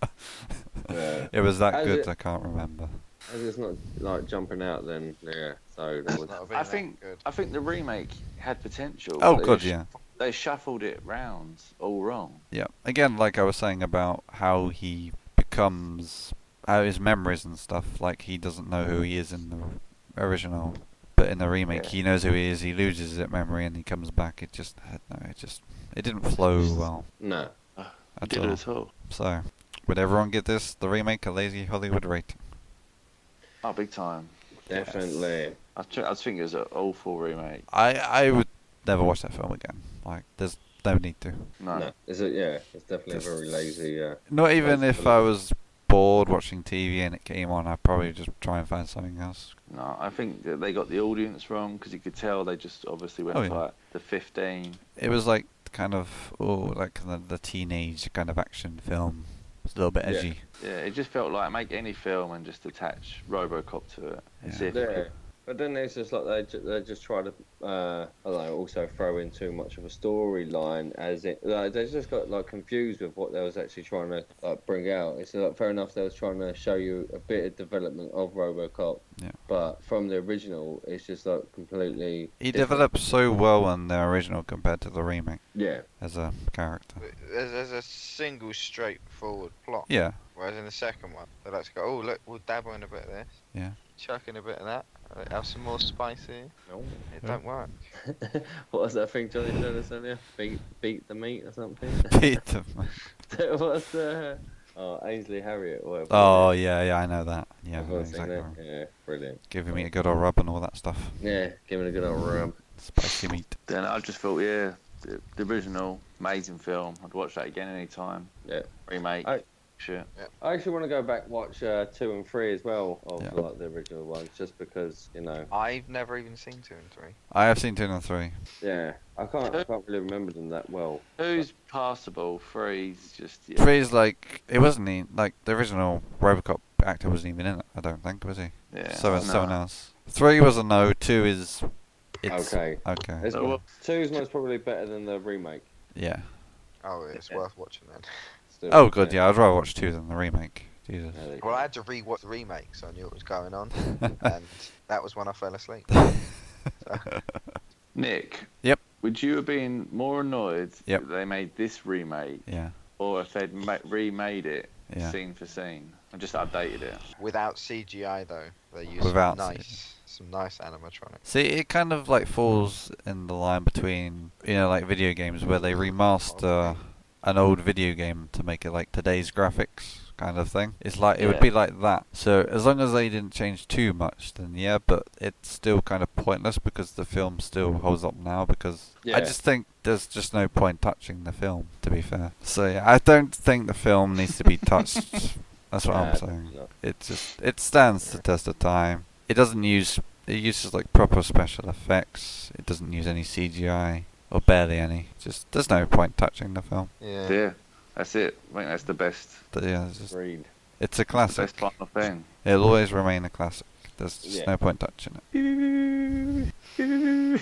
[SPEAKER 2] Yeah.
[SPEAKER 3] It was that
[SPEAKER 2] As
[SPEAKER 3] good.
[SPEAKER 2] it-
[SPEAKER 3] I can't remember.
[SPEAKER 2] as it's not like jumping out, then yeah. So that
[SPEAKER 4] It's
[SPEAKER 2] was.
[SPEAKER 4] not really
[SPEAKER 1] I
[SPEAKER 4] that
[SPEAKER 1] think
[SPEAKER 4] good.
[SPEAKER 1] I think the remake had potential.
[SPEAKER 3] Oh
[SPEAKER 1] but they
[SPEAKER 3] god,
[SPEAKER 1] sh-
[SPEAKER 3] yeah,
[SPEAKER 1] They shuffled it round all wrong.
[SPEAKER 3] yeah. Again, like I was saying about how he becomes, how his memories and stuff. Like he doesn't know who he is in the original, but in the remake,
[SPEAKER 1] Yeah.
[SPEAKER 3] he knows who he is. He loses that memory and he comes back. It just, I don't know, it just, it didn't flow well
[SPEAKER 2] No.
[SPEAKER 3] at
[SPEAKER 1] Did
[SPEAKER 3] all.
[SPEAKER 1] it at all?
[SPEAKER 3] So, would everyone give this the remake a lazy Hollywood rating?
[SPEAKER 1] Oh, big time.
[SPEAKER 2] Definitely.
[SPEAKER 1] I, tr- I think it was an awful remake.
[SPEAKER 3] I I would never watch that film again. Like, there's no need to.
[SPEAKER 1] No.
[SPEAKER 2] No. Is it? Yeah. It's definitely
[SPEAKER 3] Just-
[SPEAKER 2] very lazy. Yeah.
[SPEAKER 3] Not even
[SPEAKER 2] That's
[SPEAKER 3] if
[SPEAKER 2] the-
[SPEAKER 3] I was bored watching TV and it came on, I'd probably just try and find something else.
[SPEAKER 1] No, I think that they got the audience wrong because you could tell they just obviously went
[SPEAKER 3] Oh,
[SPEAKER 1] for
[SPEAKER 3] yeah.
[SPEAKER 1] like the 15.
[SPEAKER 3] It was like kind of oh, like the, the teenage kind of action film. It's a little bit
[SPEAKER 2] Yeah.
[SPEAKER 3] edgy.
[SPEAKER 1] Yeah, it just felt like make any film and just attach RoboCop to it and
[SPEAKER 3] Yeah.
[SPEAKER 1] see if it
[SPEAKER 2] Yeah.
[SPEAKER 1] could-
[SPEAKER 2] But then it's just like they ju- they just try to uh, I don't know, also throw in too much of a storyline as it like they just got like confused with what they was actually trying to like bring out. It's like fair enough they was trying to show you a bit of development of RoboCop,
[SPEAKER 3] Yeah.
[SPEAKER 2] but from the original it's just like completely
[SPEAKER 3] He
[SPEAKER 2] different.
[SPEAKER 3] developed so well in the original compared to the remake
[SPEAKER 2] Yeah,
[SPEAKER 3] as a character.
[SPEAKER 4] But There's, there's a single straightforward plot.
[SPEAKER 3] Yeah,
[SPEAKER 4] Whereas in the second one, they like to go, oh, look, we'll dabble in a bit of this.
[SPEAKER 3] Yeah.
[SPEAKER 4] Chuck in a bit of that. uh, Have some more spicy.
[SPEAKER 2] No.
[SPEAKER 4] It
[SPEAKER 3] Yeah.
[SPEAKER 4] don't work.
[SPEAKER 2] what was that thing Johnny said earlier? Beat beat the meat or something.
[SPEAKER 3] beat them.
[SPEAKER 2] What's the oh Ainsley Harriet? Or whatever.
[SPEAKER 3] Oh yeah, yeah, I know that. Yeah, I know
[SPEAKER 2] Everyone's saying
[SPEAKER 3] exactly.
[SPEAKER 2] that. yeah, brilliant.
[SPEAKER 3] Giving me a good old rub and all that stuff.
[SPEAKER 2] Yeah, give it a good old
[SPEAKER 3] Mm-hmm.
[SPEAKER 2] rub.
[SPEAKER 3] Spicy meat.
[SPEAKER 1] Then I just thought, yeah, the, the original, amazing film. I'd watch that again any time.
[SPEAKER 2] Yeah.
[SPEAKER 1] Remake.
[SPEAKER 2] I-
[SPEAKER 1] Shit.
[SPEAKER 2] I actually want to go back watch uh, two and three as well of
[SPEAKER 3] Yeah.
[SPEAKER 2] like the original ones, just because you know.
[SPEAKER 4] I've never even seen two and three.
[SPEAKER 3] I have seen two and three.
[SPEAKER 2] Yeah, I can't. I can't really remember them that well.
[SPEAKER 1] Who's passable? Three's just. Yeah.
[SPEAKER 3] Three's like it wasn't even like the original RoboCop actor wasn't even in it. I don't think was he?
[SPEAKER 1] yeah.
[SPEAKER 3] so it's
[SPEAKER 1] no.
[SPEAKER 3] someone else. Three was a no. Two is. It's,
[SPEAKER 2] Okay.
[SPEAKER 3] Okay.
[SPEAKER 2] It's,
[SPEAKER 1] So what-
[SPEAKER 2] two's most probably better than the remake.
[SPEAKER 3] yeah.
[SPEAKER 4] Oh, it's
[SPEAKER 2] Yeah.
[SPEAKER 4] worth watching then.
[SPEAKER 2] Still,
[SPEAKER 3] Oh god, yeah. I'd rather watch two than the remake. Jesus.
[SPEAKER 2] Yeah, they-
[SPEAKER 4] Well, I had to rewatch the remake, so I knew what was going on, and that was when I fell asleep.
[SPEAKER 1] Nick.
[SPEAKER 3] Yep.
[SPEAKER 1] Would you have been more annoyed
[SPEAKER 3] Yep.
[SPEAKER 1] if they made this remake
[SPEAKER 3] Yeah.
[SPEAKER 1] or if they'd ma- remade it
[SPEAKER 3] Yeah.
[SPEAKER 1] scene for scene and just updated it?
[SPEAKER 4] Without CGI though, they used
[SPEAKER 3] Without
[SPEAKER 4] some
[SPEAKER 3] CGI.
[SPEAKER 4] nice, some nice animatronics.
[SPEAKER 3] See, it kind of like falls in the line between you know like video games where they remaster an old video game to make it like today's graphics kind of thing. It's like it would
[SPEAKER 1] Yeah.
[SPEAKER 3] be like that. So as long as they didn't change too much, then yeah. But it's still kind of pointless because the film still holds up now. Because I
[SPEAKER 2] Yeah.
[SPEAKER 3] just think there's just no point touching the film. To be fair, so yeah, I don't think the film needs to be touched. That's what
[SPEAKER 2] Nah,
[SPEAKER 3] I'm saying.
[SPEAKER 2] no.
[SPEAKER 3] It just it stands the test of time. It doesn't use it uses like proper special effects. It doesn't use any CGI or barely any. Just there's no point touching the film.
[SPEAKER 4] Yeah.
[SPEAKER 1] Yeah. That's it. I think that's the best,
[SPEAKER 3] But yeah, it's, just,
[SPEAKER 2] Agreed.
[SPEAKER 3] it's a
[SPEAKER 1] best
[SPEAKER 3] classic.
[SPEAKER 1] final thing.
[SPEAKER 3] It'll always remain a classic. There's just
[SPEAKER 2] Yeah.
[SPEAKER 3] no point touching it.
[SPEAKER 5] Bom,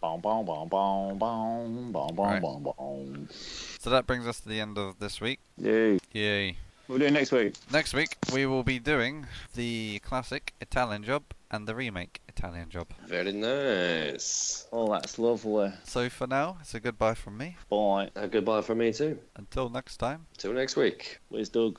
[SPEAKER 5] bom, bom, bom, bom, bom,
[SPEAKER 3] Right.
[SPEAKER 5] bom, bom, bom.
[SPEAKER 3] So that brings us to the end of this week.
[SPEAKER 1] Yay.
[SPEAKER 3] Yay.
[SPEAKER 5] We'll do it next week.
[SPEAKER 3] Next week we will be doing the classic Italian Job and the remake Italian job.
[SPEAKER 2] Very nice.
[SPEAKER 1] Oh, that's lovely.
[SPEAKER 3] So for now, it's a goodbye from me.
[SPEAKER 1] Bye.
[SPEAKER 2] A Uh, goodbye from me too.
[SPEAKER 3] Until next time.
[SPEAKER 2] Till next week.
[SPEAKER 1] Where's Doug?